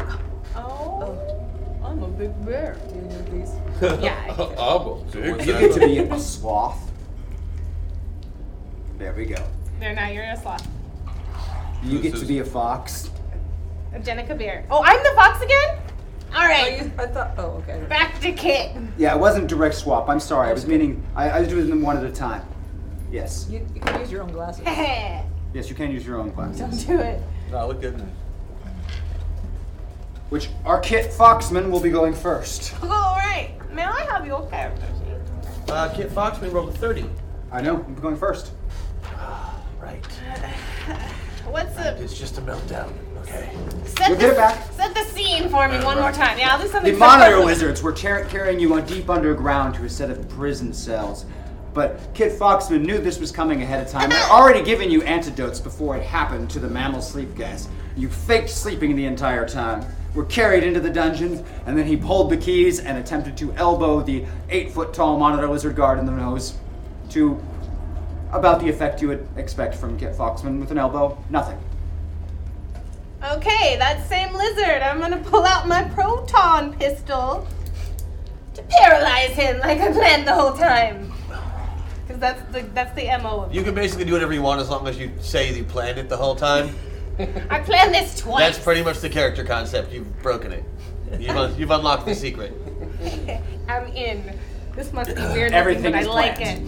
[SPEAKER 4] Uh. Oh, I'm a big bear.
[SPEAKER 5] Do you need these?
[SPEAKER 4] Yeah. I-
[SPEAKER 3] what's
[SPEAKER 1] You
[SPEAKER 3] that?
[SPEAKER 1] get to be a sloth. There we go.
[SPEAKER 4] There, now you're a sloth.
[SPEAKER 1] You get to
[SPEAKER 3] is-
[SPEAKER 1] be a fox.
[SPEAKER 4] A Jenica bear. Oh, I'm the fox again? All
[SPEAKER 5] Oh,
[SPEAKER 4] right.
[SPEAKER 5] you, I thought. Oh, okay.
[SPEAKER 4] Back to Kit.
[SPEAKER 1] Yeah, it wasn't direct swap. I'm sorry. I was meaning I, I do them one at a time. Yes.
[SPEAKER 5] You, you can use your own glasses.
[SPEAKER 1] Yes, you can use your own glasses.
[SPEAKER 4] Don't do it.
[SPEAKER 3] No, look good.
[SPEAKER 1] Which our Kit Foxman will be going first.
[SPEAKER 4] All right. May I have your character sheet?
[SPEAKER 6] Uh, Kit Foxman rolled a 30.
[SPEAKER 1] I know. I'm going first.
[SPEAKER 9] Right.
[SPEAKER 4] What's the
[SPEAKER 9] It's just a meltdown. Okay.
[SPEAKER 4] set
[SPEAKER 1] You'll
[SPEAKER 4] the,
[SPEAKER 1] get it back.
[SPEAKER 4] set the scene for me one more time. Yeah, I'll do something.
[SPEAKER 1] The monitor
[SPEAKER 4] simple.
[SPEAKER 1] lizards were char- carrying you on deep underground to a set of prison cells. But Kit Foxman knew this was coming ahead of time. They'd already given you antidotes before it happened to the mammal sleep gas. You faked sleeping the entire time, were carried into the dungeons, and then he pulled the keys and attempted to elbow the eight foot tall monitor lizard guard in the nose to about the effect you would expect from Kit Foxman with an elbow. Nothing.
[SPEAKER 4] Okay, that same lizard. I'm gonna pull out my proton pistol to paralyze him like I planned the whole time. Because that's the that's the mo. Of
[SPEAKER 6] You can basically do whatever you want as long as you say that you planned it the whole time.
[SPEAKER 4] I planned this twice.
[SPEAKER 6] That's pretty much the character concept. You've broken it. You've, un- you've unlocked the secret.
[SPEAKER 4] I'm in. This must be weird,
[SPEAKER 1] Everything
[SPEAKER 4] looking, but I
[SPEAKER 1] is
[SPEAKER 4] like
[SPEAKER 1] planned.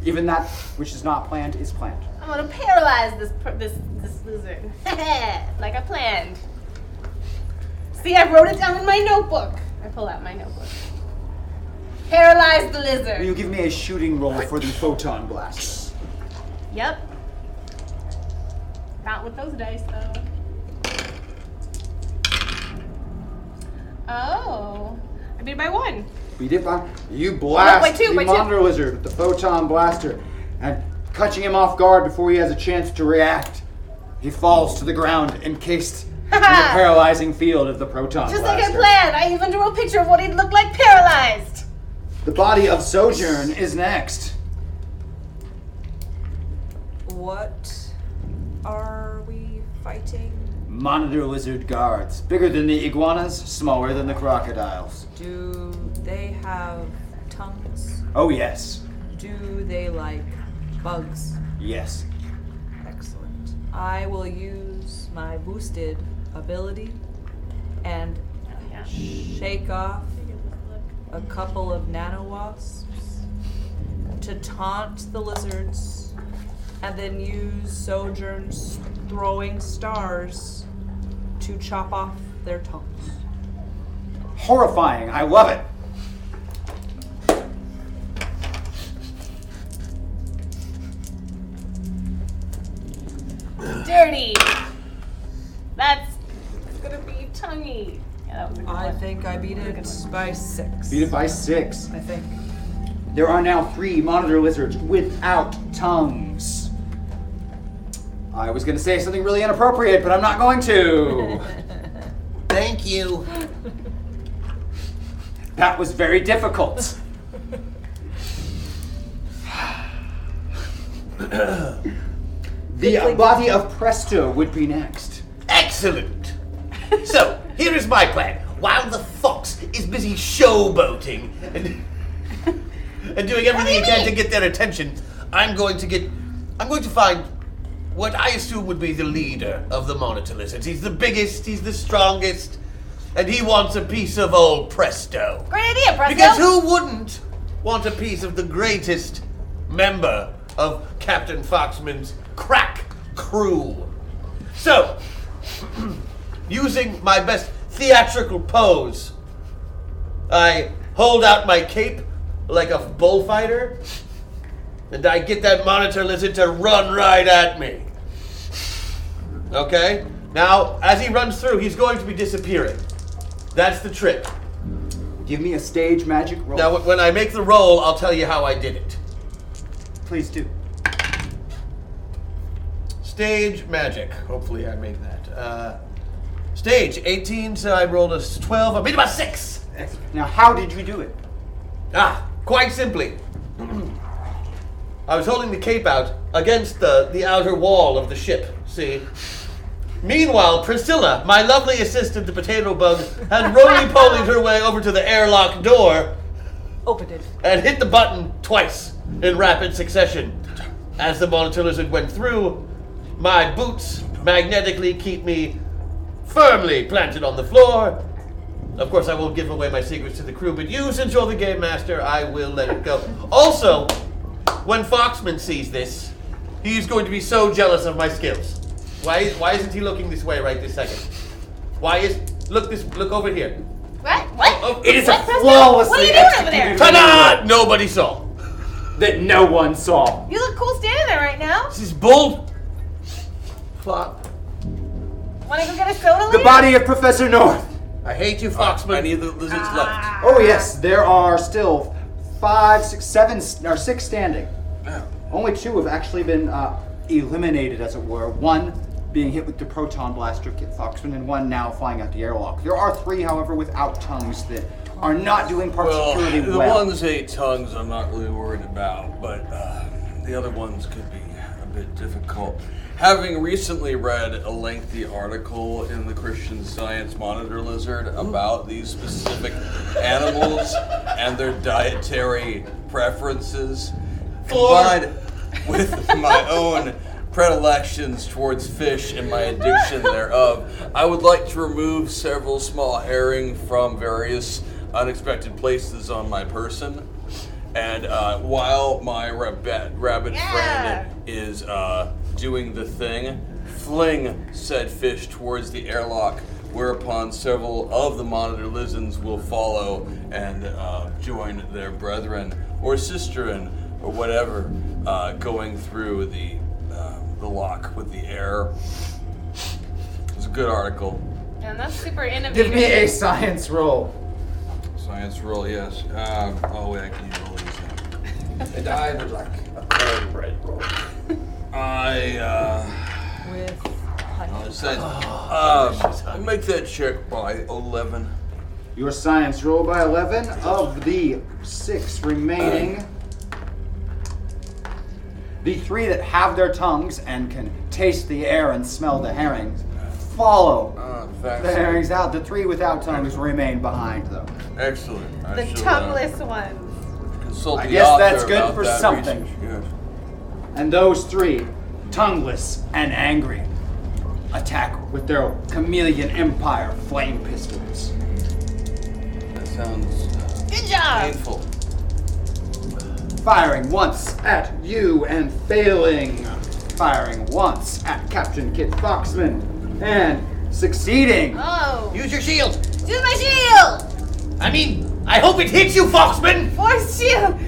[SPEAKER 4] it.
[SPEAKER 1] Even that which is not planned is planned.
[SPEAKER 4] I'm gonna paralyze this per- this this lizard like I planned. See, I wrote it down in my notebook. I pull out my notebook. Paralyze the
[SPEAKER 1] Will you
[SPEAKER 4] lizard.
[SPEAKER 1] give me a shooting roll for the photon blast?
[SPEAKER 4] Yep. Not with those dice though. Oh, I beat it by one.
[SPEAKER 1] We did by you blast
[SPEAKER 4] by two,
[SPEAKER 1] the
[SPEAKER 4] by two.
[SPEAKER 1] monitor lizard with the photon blaster, and catching him off guard before he has a chance to react, he falls to the ground encased in the paralyzing field of the proton
[SPEAKER 4] Just like I
[SPEAKER 1] blaster.
[SPEAKER 4] planned. I even drew a picture of what he'd look like paralyzed.
[SPEAKER 1] the body of Sojourn is next.
[SPEAKER 5] What are we fighting?
[SPEAKER 1] Monitor lizard guards, bigger than the iguanas, smaller than the crocodiles.
[SPEAKER 5] Do they have tongues?
[SPEAKER 1] Oh yes,
[SPEAKER 5] Do they like bugs?
[SPEAKER 1] yes.
[SPEAKER 5] Excellent. I will use my boosted ability and
[SPEAKER 4] Oh,
[SPEAKER 5] shake off a couple of nano wasps to taunt the lizards and then use Sojourn's throwing stars to chop off their tongues.
[SPEAKER 1] Horrifying. I love it.
[SPEAKER 4] dirty. That's it's gonna be tonguey. Yeah, that was a good
[SPEAKER 5] I
[SPEAKER 4] one.
[SPEAKER 5] think I beat it by six.
[SPEAKER 1] Beat it by six.
[SPEAKER 5] I think.
[SPEAKER 1] There are now three monitor lizards without tongues. I was going to say something really inappropriate, but I'm not going to.
[SPEAKER 9] Thank you.
[SPEAKER 1] that was very difficult. the uh, body of Presto would be next.
[SPEAKER 9] Excellent. So, here is my plan. While the fox is busy showboating and
[SPEAKER 6] and doing everything he can to get their attention, I'm going to get. I'm going to find what I assume would be the leader of the monitor lizards. He's the biggest, he's the strongest, and he wants a piece of old Presto.
[SPEAKER 4] Great idea, Presto.
[SPEAKER 6] Because who wouldn't want a piece of the greatest member of Captain Foxman's crack crew? So, using my best theatrical pose, I hold out my cape like a bullfighter, and I get that monitor lizard to run right at me. Okay? Now, as he runs through, he's going to be disappearing. That's the trick.
[SPEAKER 1] Give me a stage magic roll.
[SPEAKER 6] Now, wh- when I make the roll, I'll tell you how I did it.
[SPEAKER 1] Please do.
[SPEAKER 6] Stage magic. Hopefully, I made that. Uh, stage 18, so I rolled a s- 12. I made about 6.
[SPEAKER 1] Excellent. Now, how did you do it?
[SPEAKER 6] Ah, quite simply. I was holding the cape out against the, the outer wall of the ship, see? Meanwhile, Priscilla, my lovely assistant, the potato bug, had roly polied her way over to the airlock door
[SPEAKER 5] Opened Oh, it.
[SPEAKER 6] and hit the button twice in rapid succession. As the monitor lizard went through, my boots magnetically keep me firmly planted on the floor. Of course, I won't give away my secrets to the crew, but you, since you're the game master, I will let it go. Also, when Foxman sees this, he's going to be so jealous of my skills. Why, why isn't he looking this way right this second? Why is look this look over here?
[SPEAKER 4] What? What?
[SPEAKER 6] Oh,
[SPEAKER 1] It is a
[SPEAKER 4] What, Presto?
[SPEAKER 1] flawlessly
[SPEAKER 4] What are you doing over there?
[SPEAKER 1] executed
[SPEAKER 6] Ta-da! Nobody saw.
[SPEAKER 1] that no one saw.
[SPEAKER 4] You look cool standing there right now.
[SPEAKER 6] This is bold. Plop.
[SPEAKER 4] Want to go get a soda later?
[SPEAKER 1] The body of Professor North.
[SPEAKER 6] I hate you, Foxman. Ah.
[SPEAKER 10] Any of the lizards left?
[SPEAKER 1] Oh yes, there are still five, six, seven, s- or six standing.
[SPEAKER 3] Oh.
[SPEAKER 1] Only two have actually been uh, eliminated, as it were. One being hit with the proton blaster, Kit Foxman, and one now flying out the airlock. There are three, however, without tongues that are not doing
[SPEAKER 3] Well,
[SPEAKER 1] particularly
[SPEAKER 3] the
[SPEAKER 1] well.
[SPEAKER 3] ones eight tongues I'm not really worried about, but uh, the other ones could be a bit difficult. Having recently read a lengthy article in the Christian Science Monitor Lizard about these specific animals and their dietary preferences, combined with my own predilections towards fish and my addiction thereof, I would like to remove several small herring from various unexpected places on my person. And uh, while my rabbit, rabbit
[SPEAKER 4] Yeah.
[SPEAKER 3] friend is uh, doing the thing, fling said fish towards the airlock, whereupon several of the monitor lizards will follow and uh, join their brethren or sisterin or whatever uh, going through the, uh, the lock with the air. It's a good article.
[SPEAKER 4] And that's super innovative.
[SPEAKER 1] Give me a science roll.
[SPEAKER 3] Science roll, yes. Um, oh, wait, I can use all these now. And I would like a third red roll. I, uh,
[SPEAKER 5] With.
[SPEAKER 3] no, it says,
[SPEAKER 1] Oh,
[SPEAKER 3] um, make that check by 11.
[SPEAKER 1] Your science roll by 11 of the six remaining. The three that have their tongues and can taste the air and smell the herrings follow
[SPEAKER 3] Uh,
[SPEAKER 1] the
[SPEAKER 3] thanks.
[SPEAKER 1] herrings out. The three without tongues remain behind, though.
[SPEAKER 3] Excellent. I
[SPEAKER 4] The
[SPEAKER 3] should, uh,
[SPEAKER 4] tongueless ones.
[SPEAKER 3] consult
[SPEAKER 1] I
[SPEAKER 3] the
[SPEAKER 1] guess
[SPEAKER 3] author
[SPEAKER 1] that's good
[SPEAKER 3] about
[SPEAKER 1] for
[SPEAKER 3] that
[SPEAKER 1] something.
[SPEAKER 3] research, yes.
[SPEAKER 1] And those three, tongueless and angry, attack with their chameleon empire flame pistols.
[SPEAKER 3] That sounds uh,
[SPEAKER 4] Good job.
[SPEAKER 3] painful.
[SPEAKER 1] Firing once at you and failing. Firing once at Captain Kit Foxman and succeeding.
[SPEAKER 4] Oh.
[SPEAKER 6] Use your shield.
[SPEAKER 4] Use my shield.
[SPEAKER 6] I mean, I hope it hits you, Foxman!
[SPEAKER 4] Force shield.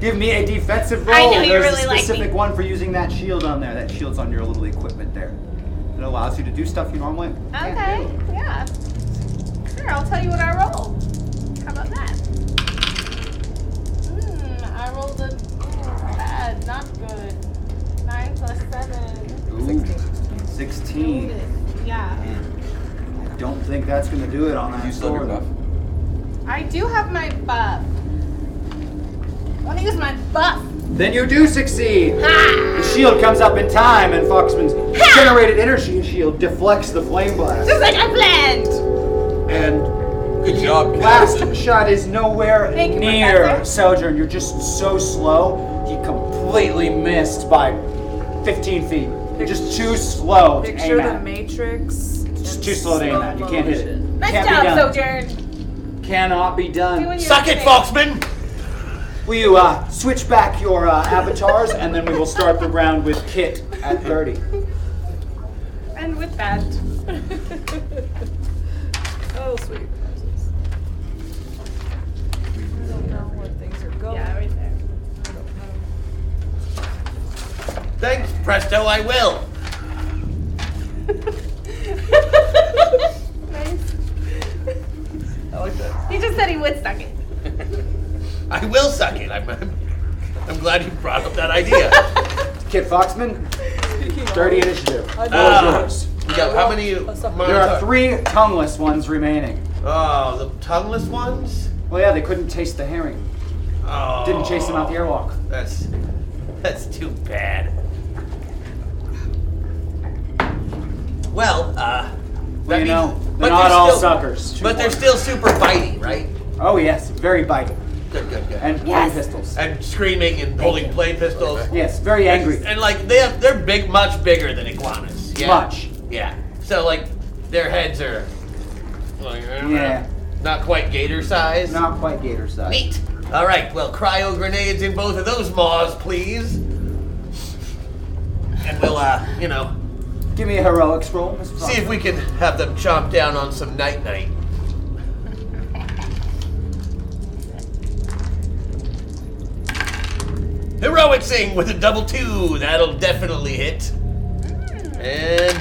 [SPEAKER 1] Give me a defensive roll.
[SPEAKER 4] I know you
[SPEAKER 1] There's
[SPEAKER 4] really
[SPEAKER 1] a
[SPEAKER 4] like
[SPEAKER 1] specific
[SPEAKER 4] me.
[SPEAKER 1] one for using that shield on there. That shield's on your little equipment there. It allows you to do stuff you normally.
[SPEAKER 4] Okay. Yeah. Sure. I'll tell you what I roll. How about that? Hmm. I rolled a ooh, bad, not good. Nine plus seven.
[SPEAKER 1] Ooh, 16.
[SPEAKER 4] Yeah.
[SPEAKER 1] I don't think that's going to do it on that
[SPEAKER 3] You still have
[SPEAKER 1] sword.
[SPEAKER 3] your buff?
[SPEAKER 4] I do have my buff. I want to use my buff.
[SPEAKER 1] Then you do succeed.
[SPEAKER 4] Ah!
[SPEAKER 1] The shield comes up in time, and Foxman's generated energy shield deflects the flame blast.
[SPEAKER 4] Just like I planned.
[SPEAKER 1] and
[SPEAKER 9] Good job,
[SPEAKER 1] Last
[SPEAKER 9] Captain.
[SPEAKER 1] shot is nowhere
[SPEAKER 4] Thank you,
[SPEAKER 1] near
[SPEAKER 4] Professor.
[SPEAKER 1] Sojourn. You're just so slow. He completely missed by 15 feet. You're just too slow to
[SPEAKER 11] Picture
[SPEAKER 1] aim
[SPEAKER 11] the
[SPEAKER 1] at.
[SPEAKER 11] matrix.
[SPEAKER 1] Just
[SPEAKER 11] in
[SPEAKER 1] too slow to aim
[SPEAKER 11] slow
[SPEAKER 1] at. You can't hit it.
[SPEAKER 11] motion.
[SPEAKER 4] Nice
[SPEAKER 1] Can't be
[SPEAKER 4] job,
[SPEAKER 1] done.
[SPEAKER 4] Sojourn.
[SPEAKER 1] Cannot be
[SPEAKER 4] Doing
[SPEAKER 1] done.
[SPEAKER 4] your
[SPEAKER 6] Suck it,
[SPEAKER 4] thing.
[SPEAKER 6] Foxman!
[SPEAKER 1] Will you uh, switch back your uh, avatars and then we will start the round with Kit at 30.
[SPEAKER 4] And with that,
[SPEAKER 11] Oh, sweet. I don't know where things are
[SPEAKER 6] Oh.
[SPEAKER 11] going.
[SPEAKER 4] yeah, right there.
[SPEAKER 6] Thanks, Presto, I will.
[SPEAKER 4] Nice.
[SPEAKER 6] I like that.
[SPEAKER 4] He just said he would suck it.
[SPEAKER 6] I will suck it. I'm, I'm, I'm glad you brought up that idea.
[SPEAKER 1] Kit Foxman, 30 initiative.
[SPEAKER 6] Ah.
[SPEAKER 1] All is yours.
[SPEAKER 6] You got- how many?
[SPEAKER 1] There are
[SPEAKER 6] Minotaur-
[SPEAKER 1] three tongueless ones remaining.
[SPEAKER 6] Oh, the tongueless ones?
[SPEAKER 1] Well, yeah, they couldn't taste the herring.
[SPEAKER 6] Oh,
[SPEAKER 1] Didn't chase them out the airwalk.
[SPEAKER 6] That's that's too bad. Well, uh,
[SPEAKER 1] Well,
[SPEAKER 6] that
[SPEAKER 1] you
[SPEAKER 6] means-
[SPEAKER 1] know,
[SPEAKER 6] but
[SPEAKER 1] they're not
[SPEAKER 6] they're
[SPEAKER 1] all
[SPEAKER 6] still-
[SPEAKER 1] suckers.
[SPEAKER 6] but they're still super bitey, right?
[SPEAKER 1] Oh yes, very biting.
[SPEAKER 6] Good, good, good.
[SPEAKER 1] And yes. pistols.
[SPEAKER 6] and screaming and holding play pistols.
[SPEAKER 1] Yes, very angry.
[SPEAKER 6] And like they have, they're big, much bigger than iguanas. Yeah.
[SPEAKER 1] Much.
[SPEAKER 6] Yeah. So like, their heads are. Like, uh,
[SPEAKER 1] Yeah.
[SPEAKER 6] Not quite gator size.
[SPEAKER 1] Not quite gator size.
[SPEAKER 6] Neat. All right. Well, cryo grenades in both of those maws, please. And we'll, uh, you know,
[SPEAKER 1] Give me a heroics roll. Mr.
[SPEAKER 6] see if we can have them chomp down on some night night. Heroic sing with a double two. That'll definitely hit. And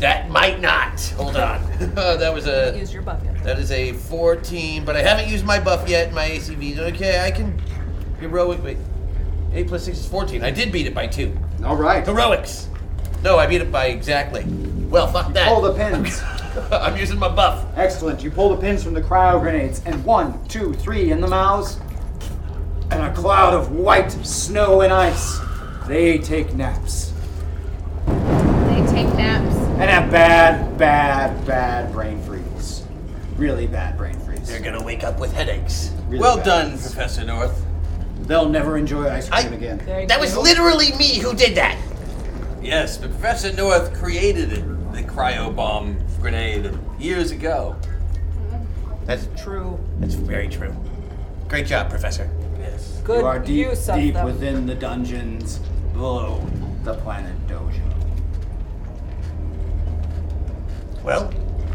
[SPEAKER 6] that might not. Hold on. that was a
[SPEAKER 5] Use your bucket.
[SPEAKER 6] that is a 14, but I haven't used my buff yet. My ACV. Okay, I can heroic. Wait, eight plus six is 14. I did beat it by two.
[SPEAKER 1] Fox. All right.
[SPEAKER 6] Heroics. No, I beat it by exactly. Well, fuck that.
[SPEAKER 1] Pull the pins.
[SPEAKER 6] I'm using my buff.
[SPEAKER 1] Excellent. You pull the pins from the cryo grenades, and one, two, three in the mouths, and a cloud of white snow and ice. They take naps
[SPEAKER 4] They take naps.
[SPEAKER 1] and have bad, bad, bad brain freeze. Really bad brain freeze.
[SPEAKER 6] They're gonna wake up with headaches.
[SPEAKER 1] Really
[SPEAKER 3] Well
[SPEAKER 1] bad.
[SPEAKER 3] done, Professor North.
[SPEAKER 1] They'll never enjoy ice
[SPEAKER 6] I-
[SPEAKER 1] cream again.
[SPEAKER 5] There you
[SPEAKER 6] That
[SPEAKER 5] go.
[SPEAKER 6] was literally me who did that.
[SPEAKER 3] Yes, but Professor North created it, the cryo bomb grenade years ago.
[SPEAKER 6] That's
[SPEAKER 5] true.
[SPEAKER 6] that's very true. Great job, Professor.
[SPEAKER 3] Yes.
[SPEAKER 5] Good
[SPEAKER 1] you are deep,
[SPEAKER 5] use of
[SPEAKER 1] deep
[SPEAKER 5] them.
[SPEAKER 1] within the dungeons below the planet Dojo.
[SPEAKER 6] Well,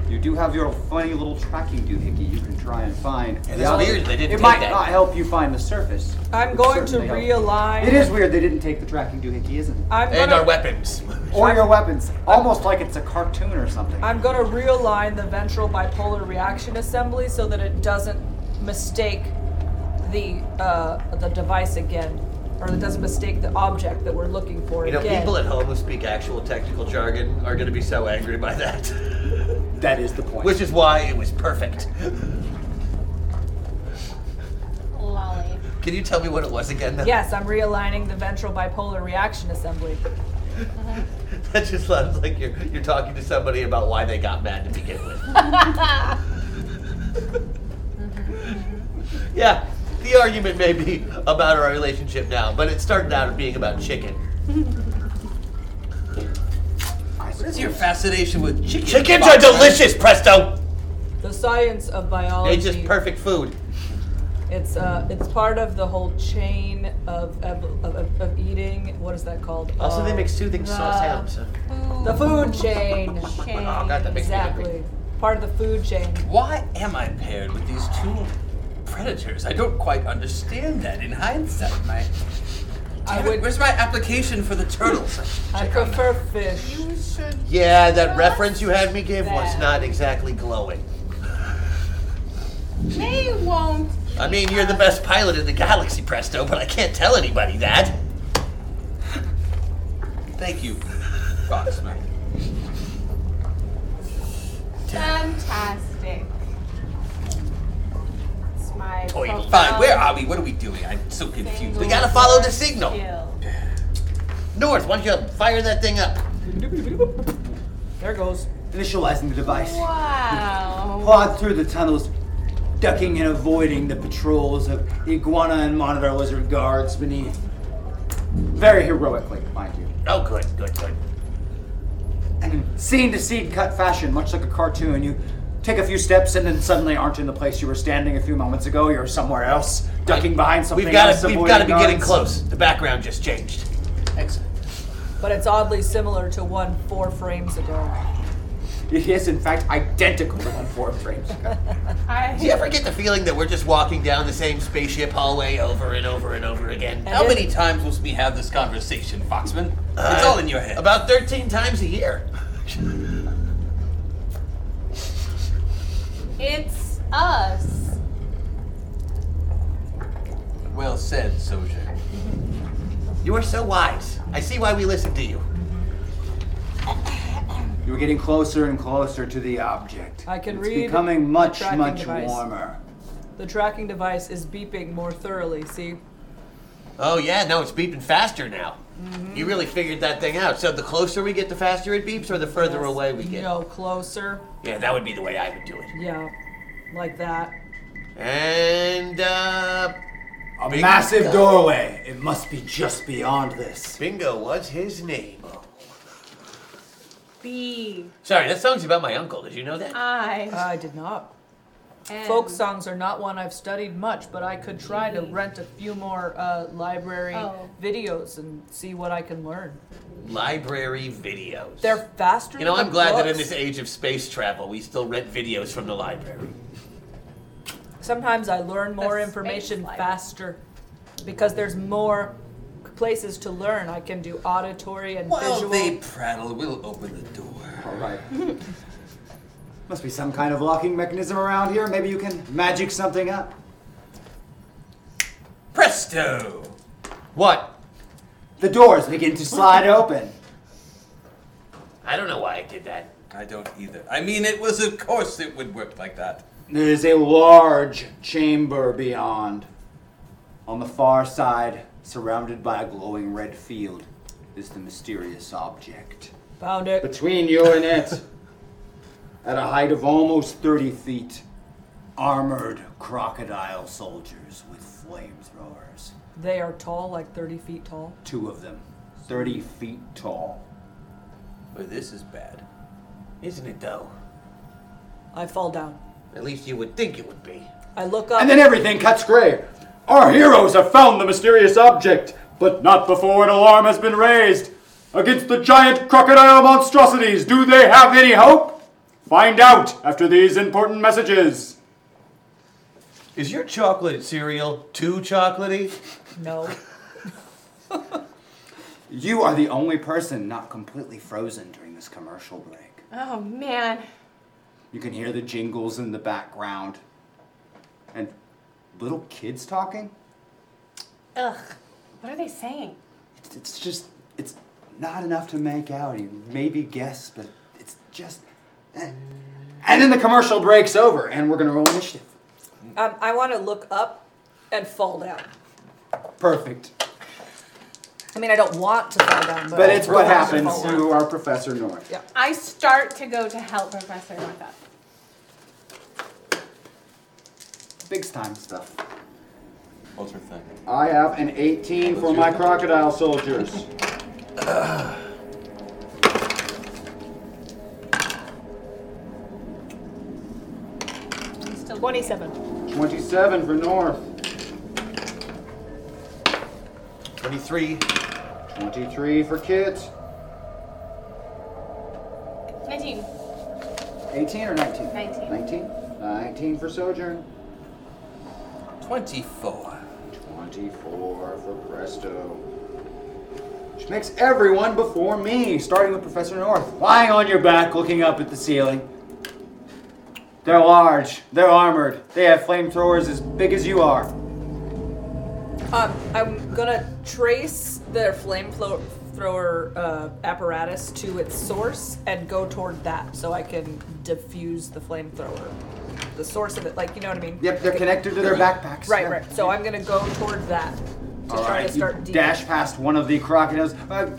[SPEAKER 1] You do have your funny little tracking doohickey you can try and find.
[SPEAKER 6] it's
[SPEAKER 1] The other-
[SPEAKER 6] weird they didn't
[SPEAKER 1] It
[SPEAKER 6] take
[SPEAKER 1] might
[SPEAKER 6] that.
[SPEAKER 1] not help you find the surface.
[SPEAKER 5] I'm
[SPEAKER 1] It
[SPEAKER 5] going to
[SPEAKER 1] certainly helps.
[SPEAKER 5] realign.
[SPEAKER 1] It is weird they didn't take the tracking doohickey, isn't it?
[SPEAKER 5] I'm
[SPEAKER 6] and
[SPEAKER 5] gonna,
[SPEAKER 6] our weapons.
[SPEAKER 1] Or your weapons. Almost like it's a cartoon or something.
[SPEAKER 5] I'm gonna realign the ventral bipolar reaction assembly so that it doesn't mistake the uh, the device again, or it doesn't mistake the object that we're looking for
[SPEAKER 6] You know,
[SPEAKER 5] again.
[SPEAKER 6] people at home who speak actual technical jargon are gonna be so angry by that.
[SPEAKER 1] That is the point.
[SPEAKER 6] Which is why it was perfect.
[SPEAKER 4] Lolly.
[SPEAKER 6] Can you tell me what it was again? Though?
[SPEAKER 5] yes, I'm realigning the ventral bipolar reaction assembly.
[SPEAKER 6] That just sounds like you're you're talking to somebody about why they got mad to begin with. yeah, the argument may be about our relationship now, but it started out as being about chicken.
[SPEAKER 3] What is your fascination with chicken?
[SPEAKER 6] Chickens are
[SPEAKER 3] Foxman?
[SPEAKER 6] delicious, Presto.
[SPEAKER 5] The science of biology.
[SPEAKER 6] They just perfect food.
[SPEAKER 5] It's uh, it's part of the whole chain of of, of, of eating. What is that called?
[SPEAKER 6] Also, they
[SPEAKER 5] Uh,
[SPEAKER 6] make soothing soft sounds. so-
[SPEAKER 5] the food chain.
[SPEAKER 6] Oh God, that makes me hungry.
[SPEAKER 5] exactly, part of the food chain.
[SPEAKER 3] Why am I paired with these two predators? I don't quite understand that in hindsight. My,
[SPEAKER 5] I
[SPEAKER 3] Damn it,
[SPEAKER 5] would.
[SPEAKER 3] where's my application for the turtles?
[SPEAKER 5] I prefer fish.
[SPEAKER 6] Yeah, that reference you had me give was not exactly glowing.
[SPEAKER 4] They won't.
[SPEAKER 6] I mean, you're the best pilot in the galaxy, Presto, but I can't tell anybody that.
[SPEAKER 3] Thank you, Foxman.
[SPEAKER 4] Fantastic. It's my
[SPEAKER 6] Toilet.
[SPEAKER 3] Fine, where are we? What are we doing? I'm so confused.
[SPEAKER 6] We gotta follow the signal.
[SPEAKER 4] Kill.
[SPEAKER 6] North, why don't you fire that thing up?
[SPEAKER 5] There goes.
[SPEAKER 1] initializing the device.
[SPEAKER 4] Wow.
[SPEAKER 1] Plod through the tunnels, ducking and avoiding the patrols of iguana and monitor lizard guards beneath. Very heroically, mind you.
[SPEAKER 6] Oh, good, good, good.
[SPEAKER 1] And in scene to scene cut fashion, much like a cartoon, you take a few steps and then suddenly aren't in the place you were standing a few moments ago. You're somewhere else, ducking behind something
[SPEAKER 6] We've got
[SPEAKER 1] else.
[SPEAKER 6] to. We've
[SPEAKER 1] avoiding
[SPEAKER 6] got to be getting
[SPEAKER 1] guards.
[SPEAKER 6] close. The background just changed.
[SPEAKER 3] Excellent.
[SPEAKER 5] But it's oddly similar to one four frames ago.
[SPEAKER 1] It is, in fact, identical to one four frames ago.
[SPEAKER 6] Do you
[SPEAKER 4] I,
[SPEAKER 6] ever get the feeling that we're just walking down the same spaceship hallway over and over and over again?
[SPEAKER 3] How many times must we have this conversation, Foxman? It's all in your head.
[SPEAKER 6] Uh, About 13 times a year.
[SPEAKER 4] it's us.
[SPEAKER 3] well said, Soja.
[SPEAKER 6] You are so wise. I see why we listen to you.
[SPEAKER 1] you were getting closer and closer to the object.
[SPEAKER 5] I can
[SPEAKER 1] it's
[SPEAKER 5] read
[SPEAKER 1] becoming
[SPEAKER 5] the
[SPEAKER 1] much,
[SPEAKER 5] tracking
[SPEAKER 1] much
[SPEAKER 5] device.
[SPEAKER 1] warmer.
[SPEAKER 5] The tracking device is beeping more thoroughly, see?
[SPEAKER 6] Oh yeah, no, it's beeping faster now. You really figured that thing out. So the closer we get, the faster it beeps, or the further away we get.
[SPEAKER 5] No, closer.
[SPEAKER 6] Yeah, that would be the way I would do it.
[SPEAKER 5] Yeah, like that.
[SPEAKER 6] And uh,
[SPEAKER 1] A
[SPEAKER 6] Big
[SPEAKER 1] massive
[SPEAKER 6] guy.
[SPEAKER 1] doorway. It must be just beyond this.
[SPEAKER 6] bingo, what's his name? Oh.
[SPEAKER 4] B
[SPEAKER 6] Sorry, that song's about my uncle. Did you know that?
[SPEAKER 4] I
[SPEAKER 5] I did not.
[SPEAKER 4] N.
[SPEAKER 5] Folk songs are not one I've studied much, but I could try to rent a few more uh, library
[SPEAKER 4] Oh.
[SPEAKER 5] videos and see what I can learn.
[SPEAKER 6] Library videos.
[SPEAKER 5] They're faster.
[SPEAKER 6] you know,
[SPEAKER 5] than
[SPEAKER 6] I'm glad that in
[SPEAKER 5] books.
[SPEAKER 6] this age of space travel, we still rent videos from the library.
[SPEAKER 5] Sometimes I learn more
[SPEAKER 4] space
[SPEAKER 5] information
[SPEAKER 4] library.
[SPEAKER 5] faster because there's more places to learn. I can do auditory and
[SPEAKER 9] While
[SPEAKER 5] visual.
[SPEAKER 9] they prattle, we'll open the door.
[SPEAKER 1] All right. must be some kind of locking mechanism around here. Maybe you can magic something up.
[SPEAKER 9] Presto!
[SPEAKER 6] What?
[SPEAKER 1] The doors begin to slide open.
[SPEAKER 6] I don't know why I did that.
[SPEAKER 9] I don't either. I mean, it was of course it would work like that.
[SPEAKER 1] There is a large chamber beyond. On the far side, surrounded by a glowing red field, is the mysterious object.
[SPEAKER 5] Found it.
[SPEAKER 1] Between you and it, at a height of almost 30 feet, armored crocodile soldiers with flamethrowers.
[SPEAKER 5] They are tall, like 30 feet tall.
[SPEAKER 1] Two of them, 30 feet tall.
[SPEAKER 9] Well, this is bad.
[SPEAKER 6] Isn't it though?
[SPEAKER 5] I fall down.
[SPEAKER 6] At least you would think it would be.
[SPEAKER 5] I look up.
[SPEAKER 1] And then everything cuts gray. Our heroes have found the mysterious object, but not before an alarm has been raised. Against the giant crocodile monstrosities, do they have any hope? Find out after these important messages.
[SPEAKER 6] Is your chocolate cereal too chocolatey?
[SPEAKER 5] no.
[SPEAKER 1] You are the only person not completely frozen during this commercial break.
[SPEAKER 4] Oh man.
[SPEAKER 1] You can hear the jingles in the background. And little kids talking?
[SPEAKER 4] Ugh. What are they saying?
[SPEAKER 1] It's, it's just, it's not enough to make out. You maybe guess, but it's just. eh. And then the commercial breaks over, and we're gonna roll initiative.
[SPEAKER 5] Um, I want to look up and fall down.
[SPEAKER 1] Perfect.
[SPEAKER 5] I mean, I don't want to fall down, but,
[SPEAKER 1] But it's what happens
[SPEAKER 5] forward.
[SPEAKER 1] to our Professor North.
[SPEAKER 5] Yeah.
[SPEAKER 4] I start to go to help Professor North up.
[SPEAKER 1] Big time stuff.
[SPEAKER 9] What's her thing?
[SPEAKER 1] I have an 18 for my crocodile soldiers.
[SPEAKER 4] I'm still
[SPEAKER 5] 27.
[SPEAKER 1] 27 for North.
[SPEAKER 6] 23.
[SPEAKER 1] 23 for Kit.
[SPEAKER 4] 19.
[SPEAKER 1] 18 or 19?
[SPEAKER 4] 19.
[SPEAKER 1] 19? 19 for Sojourn.
[SPEAKER 9] 24.
[SPEAKER 1] 24 for Presto. Which makes everyone before me, starting with Professor North. Lying on your back, looking up at the ceiling. They're large, they're armored, they have flamethrowers as big as you are.
[SPEAKER 5] Um, I'm gonna trace their flame flo- thrower uh, apparatus to its source and go toward that, so I can diffuse the flamethrower, the source of it. Like, you know what I mean?
[SPEAKER 1] Yep, they're connected to their backpacks.
[SPEAKER 5] Right,
[SPEAKER 1] Yeah.
[SPEAKER 5] right. So I'm gonna go toward that to
[SPEAKER 1] All
[SPEAKER 5] try
[SPEAKER 1] right,
[SPEAKER 5] to start
[SPEAKER 1] you
[SPEAKER 5] de-
[SPEAKER 1] dash past one of the crocodiles. Uh,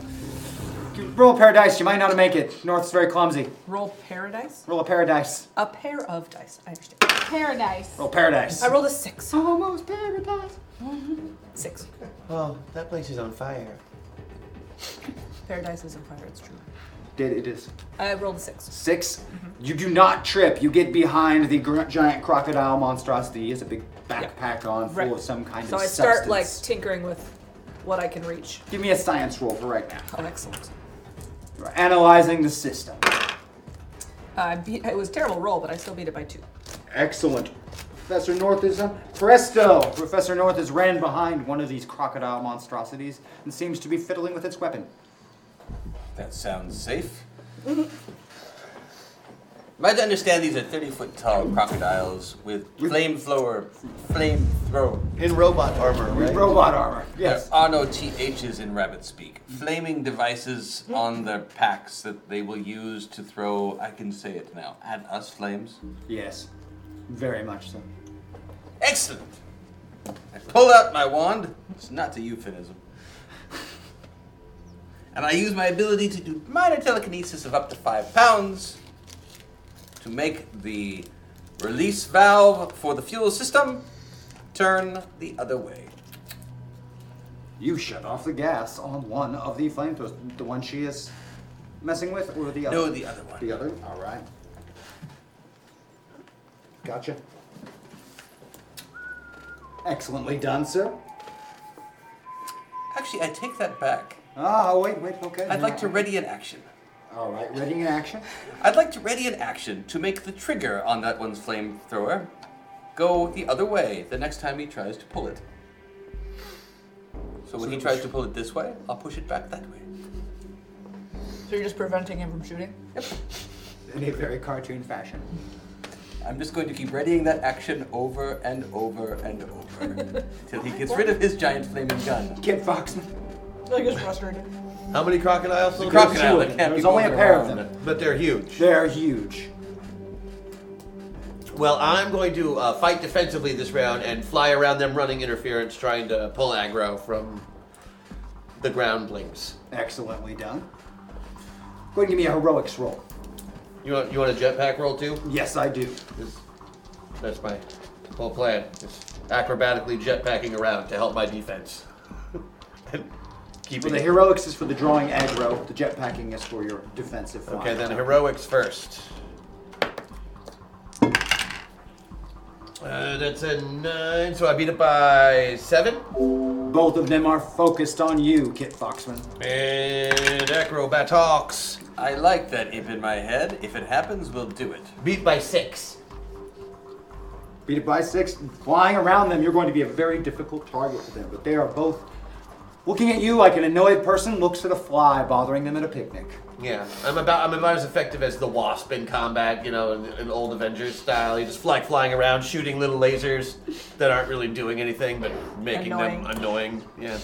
[SPEAKER 1] you Roll a pair of dice. You might not make it. North's very clumsy.
[SPEAKER 5] Roll paradise.
[SPEAKER 1] Roll a paradise.
[SPEAKER 5] A pair of dice. I understand.
[SPEAKER 4] Paradise.
[SPEAKER 1] Roll paradise.
[SPEAKER 5] I rolled a six.
[SPEAKER 1] Almost paradise.
[SPEAKER 5] Six.
[SPEAKER 6] Oh, that place is on fire.
[SPEAKER 5] Paradise is on fire. It's true.
[SPEAKER 1] Did it is
[SPEAKER 5] I rolled a six.
[SPEAKER 1] 6 You do not trip. You get behind the gr- giant crocodile monstrosity. He has a big backpack on full
[SPEAKER 5] Right.
[SPEAKER 1] of some kind
[SPEAKER 5] So
[SPEAKER 1] of
[SPEAKER 5] I start
[SPEAKER 1] substance.
[SPEAKER 5] like tinkering with what I can reach.
[SPEAKER 1] Give me a science roll for right now.
[SPEAKER 5] Oh, excellent.
[SPEAKER 1] We're analyzing the system.
[SPEAKER 5] I beat, it was a terrible roll, but I still beat it by two.
[SPEAKER 1] Excellent. Professor North is uh, presto. Professor North has ran behind one of these crocodile monstrosities and seems to be fiddling with its weapon.
[SPEAKER 12] That sounds safe.
[SPEAKER 3] Am I to understand these are 30 foot tall crocodiles with
[SPEAKER 12] Flame flower, flame throw.
[SPEAKER 6] In robot armor, right?
[SPEAKER 1] Robot armor. Yes.
[SPEAKER 3] There are no THs in rabbit speak. Flaming devices on their packs that they will use to throw, I can say it now, at us flames.
[SPEAKER 1] Yes. Very much so.
[SPEAKER 3] Excellent! I pull out my wand. It's not a euphemism. And I use my ability to do minor telekinesis of up to five pounds to make the release valve for the fuel system turn the other way.
[SPEAKER 1] You shut off the gas on one of the flamethrowers, the one she is messing with, or the other.
[SPEAKER 3] No, the other one.
[SPEAKER 1] The other? All right. Gotcha. Excellently done, sir.
[SPEAKER 3] Actually, I take that back.
[SPEAKER 1] Ah, wait, wait, okay.
[SPEAKER 3] I'd like to ready an action.
[SPEAKER 1] All right, ready in action.
[SPEAKER 3] I'd like to ready an action to make the trigger on that one's flamethrower go the other way the next time he tries to pull it. So when he tries to pull it this way, I'll push it back that way.
[SPEAKER 5] So you're just preventing him from shooting?
[SPEAKER 1] In a very cartoon fashion.
[SPEAKER 3] I'm just going to keep readying that action over and over and over till he gets rid of his giant flaming gun.
[SPEAKER 1] Kip Foxman.
[SPEAKER 5] I get frustrated.
[SPEAKER 6] How many crocodiles? The
[SPEAKER 1] There's
[SPEAKER 3] Crocodile, that
[SPEAKER 1] two of them.
[SPEAKER 3] can't be
[SPEAKER 1] There's only a
[SPEAKER 3] moving
[SPEAKER 1] pair of
[SPEAKER 3] around.
[SPEAKER 1] them.
[SPEAKER 6] But they're huge.
[SPEAKER 1] They're huge.
[SPEAKER 6] Well, I'm going to uh, fight defensively this round and fly around them, running interference, trying to pull aggro from the groundlings.
[SPEAKER 1] Excellently done. Go ahead and give me a heroics roll.
[SPEAKER 6] You want you want a jetpack roll too?
[SPEAKER 1] Yes, I do.
[SPEAKER 6] This- That's my whole plan. Is acrobatically jetpacking around to help my defense. Keep
[SPEAKER 1] Well, the heroics is for the drawing aggro. The jetpacking is for your defensive. flying.
[SPEAKER 6] Okay, then heroics first. Uh, that's a nine, so I beat it by seven.
[SPEAKER 1] Both of them are focused on you, Kit Foxman.
[SPEAKER 6] And acrobatics
[SPEAKER 3] I like that imp in my head. If it happens, we'll do it.
[SPEAKER 6] beat by six.
[SPEAKER 1] Beat it by six. Flying around them, you're going to be a very difficult target for them. But they are both looking at you like an annoyed person looks at a fly bothering them at a picnic.
[SPEAKER 6] Yeah, I'm about I'm about as effective as the Wasp in combat, you know, in, in old Avengers style. You just fly flying around, shooting little lasers that aren't really doing anything, but making
[SPEAKER 5] Annoying.
[SPEAKER 6] them annoying. Yeah.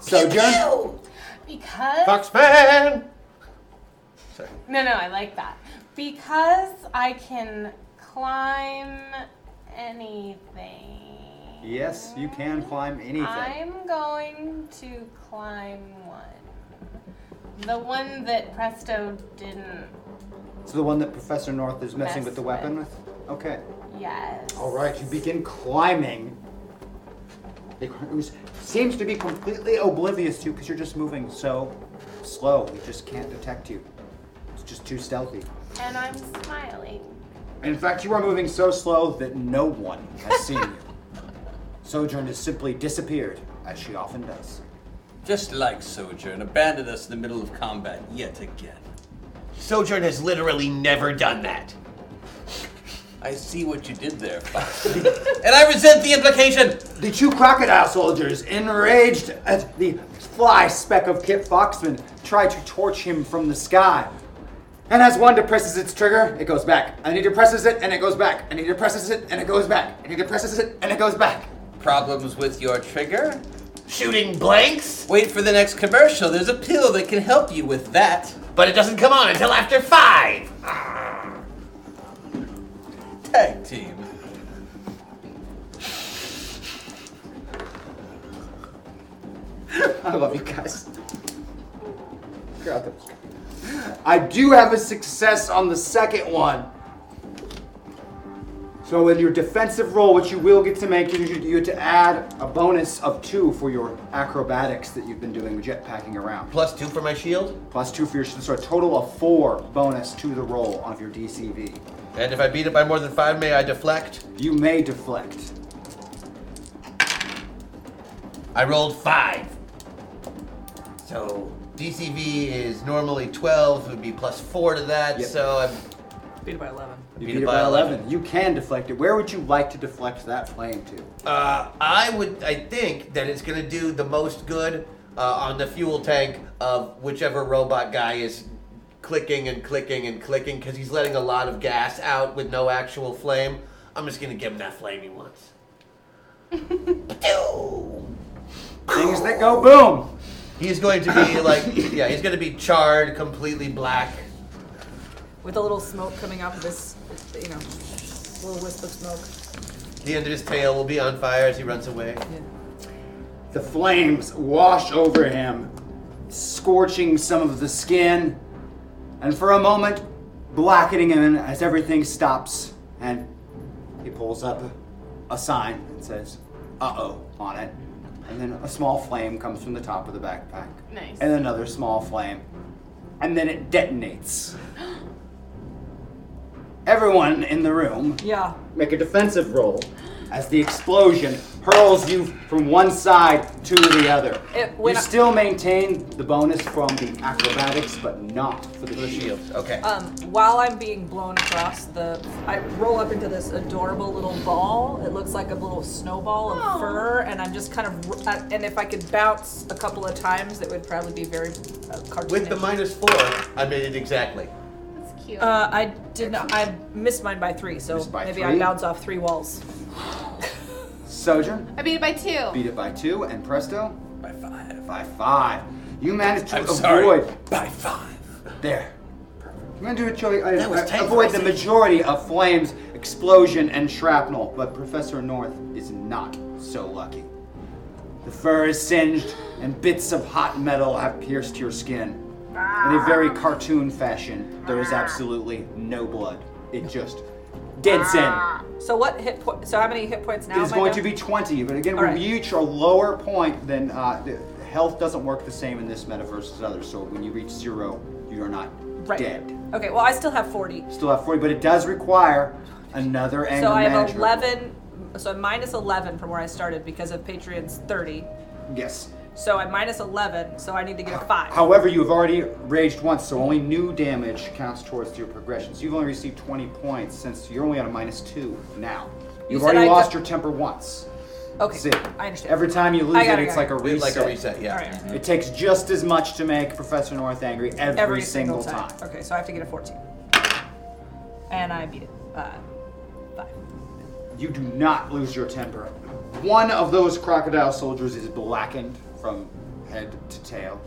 [SPEAKER 1] So, John,
[SPEAKER 4] Because
[SPEAKER 6] Foxman. Sorry.
[SPEAKER 4] No, no, I like that. Because I can climb anything.
[SPEAKER 1] yes, you can climb anything.
[SPEAKER 4] I'm going to climb one. The one that Presto didn't.
[SPEAKER 1] So the one that Professor North is messing
[SPEAKER 4] Mess
[SPEAKER 1] with the weapon
[SPEAKER 4] with.
[SPEAKER 1] with. Okay.
[SPEAKER 4] Yes.
[SPEAKER 1] All right, you begin climbing. It was- seems to be completely oblivious to you because you're just moving so slow. We just can't detect you. It's just too stealthy.
[SPEAKER 4] And I'm smiling.
[SPEAKER 1] And in fact, you are moving so slow that no one has seen you. Sojourn has simply disappeared, as she often does.
[SPEAKER 3] Just like Sojourn, abandoned us in the middle of combat yet again.
[SPEAKER 6] Sojourn has literally never done that.
[SPEAKER 3] I see what you did there, Fox. and I resent the implication!
[SPEAKER 1] The two crocodile soldiers, enraged at the fly speck of Kit Foxman, try to torch him from the sky. And as one depresses its trigger, it goes back. And he depresses it, and it goes back. And he depresses it, and it goes back. And he depresses it, and it goes back.
[SPEAKER 3] Problems with your trigger?
[SPEAKER 6] Shooting blanks,
[SPEAKER 3] Wait for the next commercial. There's a pill that can help you with that.
[SPEAKER 6] but it doesn't come on until after five.
[SPEAKER 3] Tag team.
[SPEAKER 1] I love you guys. Got them. I do have a success on the second one. So in your defensive roll, what you will get to make is you, you get to add a bonus of two for your acrobatics that you've been doing jetpacking around.
[SPEAKER 6] Plus two for my shield.
[SPEAKER 1] Plus two for your so a total of four bonus to the roll on your DCV.
[SPEAKER 6] And if I beat it by more than five, may I deflect?
[SPEAKER 1] You may deflect.
[SPEAKER 6] I rolled five. So DCV is normally 12, would be plus four to that.
[SPEAKER 1] Yep.
[SPEAKER 6] So I'm
[SPEAKER 5] Beat it by 11.
[SPEAKER 1] You beat, it by 11. You can deflect it. Where would you like to deflect that flame to?
[SPEAKER 6] Uh, I would. I think that it's gonna do the most good uh, on the fuel tank of whichever robot guy is clicking and clicking and clicking because he's letting a lot of gas out with no actual flame. I'm just gonna give him that flame he wants.
[SPEAKER 1] Things that go boom.
[SPEAKER 6] He's going to be like, yeah, he's gonna be charred, completely black.
[SPEAKER 5] With a little smoke coming off of this, you know, little wisp of smoke.
[SPEAKER 6] The end of his tail will be on fire as he runs away.
[SPEAKER 1] The flames wash over him, scorching some of the skin, and for a moment, blackening him as everything stops. And he pulls up a sign and says, uh oh, on it. And then a small flame comes from the top of the backpack.
[SPEAKER 4] Nice.
[SPEAKER 1] And another small flame. And then it detonates. Everyone in the room
[SPEAKER 5] Yeah.
[SPEAKER 1] Make a defensive roll as the explosion hurls you from one side to the other.
[SPEAKER 5] It
[SPEAKER 1] you
[SPEAKER 5] went up-
[SPEAKER 1] still maintain the bonus from the acrobatics, but not for the,
[SPEAKER 6] The
[SPEAKER 1] shield. Uh,
[SPEAKER 6] shield. Okay.
[SPEAKER 5] Um, while I'm being blown across the, I roll up into this adorable little ball. It looks like a little snowball of
[SPEAKER 4] Aw.
[SPEAKER 5] fur, and I'm just kind of, uh, and if I could bounce a couple of times, it would probably be very uh, cartoonish.
[SPEAKER 6] With the minus four, I made it exactly.
[SPEAKER 4] That's cute.
[SPEAKER 5] Uh, I did not. I missed mine by three, so
[SPEAKER 1] Missed by
[SPEAKER 5] maybe
[SPEAKER 1] three?
[SPEAKER 5] I bounce off three walls.
[SPEAKER 1] Sojourn
[SPEAKER 4] I beat it by two.
[SPEAKER 1] beat it by two, and presto,
[SPEAKER 9] By five.
[SPEAKER 1] by five. You managed to
[SPEAKER 9] I'm
[SPEAKER 1] avoid
[SPEAKER 9] sorry. By five.
[SPEAKER 1] there. You managed to enjoy, uh,
[SPEAKER 6] That was
[SPEAKER 1] uh,
[SPEAKER 6] tight,
[SPEAKER 1] avoid the
[SPEAKER 6] Rosie.
[SPEAKER 1] majority of flames, explosion, and shrapnel, but Professor North is not so lucky. The fur is singed, and bits of hot metal have pierced your skin. In a very cartoon fashion, there is absolutely no blood. It just dents in.
[SPEAKER 5] So what hit point? So how many hit points now?
[SPEAKER 1] It is
[SPEAKER 5] am I
[SPEAKER 1] going to
[SPEAKER 5] down?
[SPEAKER 1] be 20, but again,
[SPEAKER 5] Oh All
[SPEAKER 1] when
[SPEAKER 5] right.
[SPEAKER 1] you reach a lower point, then uh, the health doesn't work the same in this metaverse as others. So when you reach zero, you are not
[SPEAKER 5] right.
[SPEAKER 1] dead.
[SPEAKER 5] Okay. Well, I still have forty.
[SPEAKER 1] Still have 40, but it does require another anger
[SPEAKER 5] so I have
[SPEAKER 1] management.
[SPEAKER 5] eleven. So I'm minus eleven from where I started because of Patreon's thirty.
[SPEAKER 1] Yes.
[SPEAKER 5] So I'm minus eleven. So I need to get a five.
[SPEAKER 1] However, you have already raged once, so only new damage counts towards your progression. So you've only received 20 points since you're only at a minus two now.
[SPEAKER 5] You
[SPEAKER 1] You've
[SPEAKER 5] said
[SPEAKER 1] already
[SPEAKER 5] I
[SPEAKER 1] lost
[SPEAKER 5] got-
[SPEAKER 1] your temper once.
[SPEAKER 5] okay.
[SPEAKER 1] That's it.
[SPEAKER 5] I understand.
[SPEAKER 1] Every time you lose
[SPEAKER 5] I got
[SPEAKER 1] it,
[SPEAKER 5] it,
[SPEAKER 1] it's
[SPEAKER 5] I
[SPEAKER 1] like a
[SPEAKER 6] It's
[SPEAKER 1] reset.
[SPEAKER 6] like a reset, yeah.
[SPEAKER 5] All right.
[SPEAKER 1] It takes just as much to make Professor North angry every,
[SPEAKER 5] Every single, time.
[SPEAKER 1] time.
[SPEAKER 5] Okay. So I have to get a fourteen. And I beat it. Uh, five.
[SPEAKER 1] You do not lose your temper. One of those crocodile soldiers is blackened from head to tail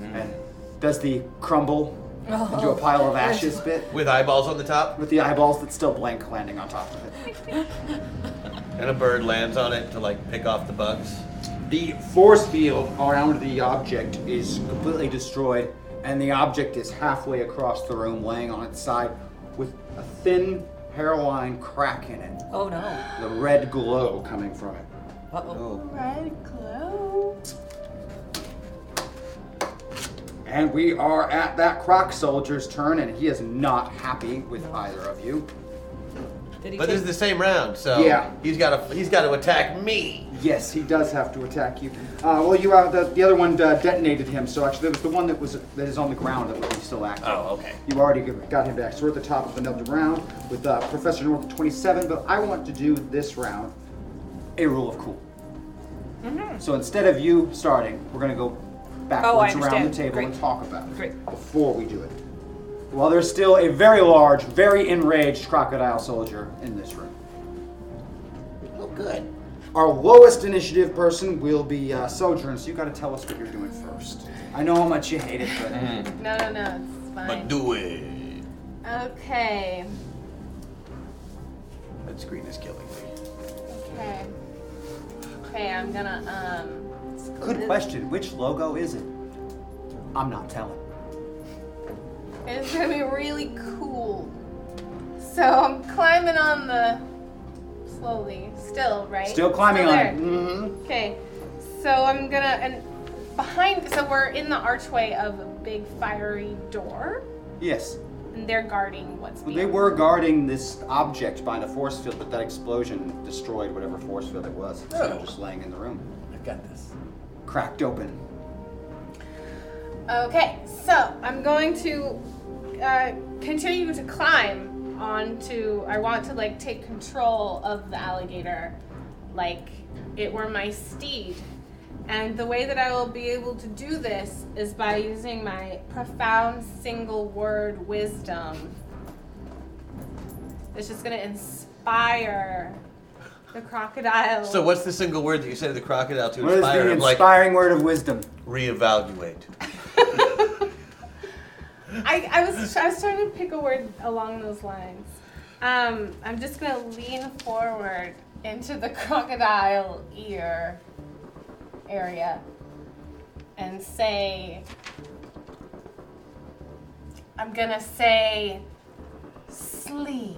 [SPEAKER 1] and does the crumble
[SPEAKER 5] Oh.
[SPEAKER 1] into a pile of ashes bit
[SPEAKER 6] With eyeballs on the top,
[SPEAKER 1] with the eyeballs that's still blank landing on top of it.
[SPEAKER 6] and a bird lands on it to like pick off the bugs.
[SPEAKER 1] The force field around the object is completely destroyed, and the object is halfway across the room, laying on its side with a thin hairline crack in it,
[SPEAKER 5] Oh no.
[SPEAKER 1] the red glow coming from it.
[SPEAKER 5] Uh oh.
[SPEAKER 4] Red glow.
[SPEAKER 1] And we are at that croc soldier's turn, and he is not happy with either of you.
[SPEAKER 5] Did he
[SPEAKER 6] But
[SPEAKER 5] take-
[SPEAKER 6] this is the same round, so
[SPEAKER 1] Yeah.
[SPEAKER 6] he's got to he's got to attack me.
[SPEAKER 1] Yes, he does have to attack you. Uh, well, you uh, the, the other one uh, detonated him, so actually it was the one that was that is on the ground that would be still active.
[SPEAKER 6] Oh, okay.
[SPEAKER 1] You already g- got him back. So we're at the top of another round with uh, Professor North at 27, but I want to do this round a rule of cool.
[SPEAKER 5] Mm-hmm.
[SPEAKER 1] So instead of you starting, we're going to go backwards around
[SPEAKER 5] Oh, understand.
[SPEAKER 1] the table
[SPEAKER 5] Great.
[SPEAKER 1] and talk about it
[SPEAKER 5] Great.
[SPEAKER 1] before we do it. Well, there's still a very large, very enraged crocodile soldier in this room.
[SPEAKER 6] Oh, good.
[SPEAKER 1] Our lowest initiative person will be uh, Sojourn, so you got to tell us what you're doing first. I know how much you hate it, but
[SPEAKER 4] No, no, no. It's fine.
[SPEAKER 6] But do it.
[SPEAKER 4] okay.
[SPEAKER 6] That screen is killing me.
[SPEAKER 4] Okay. Okay, I'm gonna um.
[SPEAKER 1] good question. Which logo is it? I'm not telling.
[SPEAKER 4] and it's gonna be really cool. So I'm climbing on the slowly, still, right?
[SPEAKER 1] Still climbing on
[SPEAKER 4] there.
[SPEAKER 1] it. Mm-hmm.
[SPEAKER 4] Okay, so I'm gonna and behind. So we're in the archway of a big fiery door,
[SPEAKER 1] Yes.
[SPEAKER 4] and they're guarding what's.
[SPEAKER 1] Well,
[SPEAKER 4] Being.
[SPEAKER 1] they were guarding this object behind a force field, but that explosion destroyed whatever force field it was. It's now
[SPEAKER 3] Oh.
[SPEAKER 1] just laying in the room,
[SPEAKER 3] I've got this.
[SPEAKER 1] cracked open.
[SPEAKER 4] Okay, so I'm going to uh, continue to climb onto. I want to like take control of the alligator, like it were my steed. And the way that I will be able to do this is by using my profound single word wisdom. It's just gonna inspire the crocodile.
[SPEAKER 6] So what's the single word that you say to the crocodile to
[SPEAKER 1] What is
[SPEAKER 6] inspire
[SPEAKER 1] the
[SPEAKER 6] him? Like
[SPEAKER 1] inspiring word of wisdom?
[SPEAKER 6] reevaluate.
[SPEAKER 4] I, I was I was trying to pick a word along those lines. Um, I'm just gonna lean forward into the crocodile ear area and say, I'm gonna say, sleep.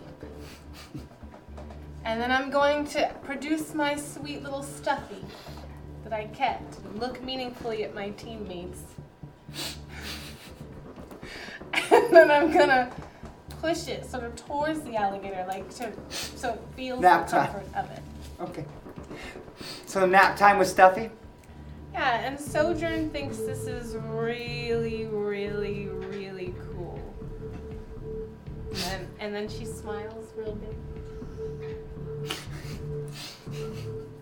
[SPEAKER 4] And then I'm going to produce my sweet little stuffy that I kept and look meaningfully at my teammates. and then I'm gonna push it sort of towards the alligator, like to, so it feels
[SPEAKER 1] Nap
[SPEAKER 4] the
[SPEAKER 1] time.
[SPEAKER 4] comfort of it.
[SPEAKER 1] Okay. So nap time with Stuffy.
[SPEAKER 4] Yeah, and Sojourn thinks this is really, really, really cool. And then, and then she smiles real big.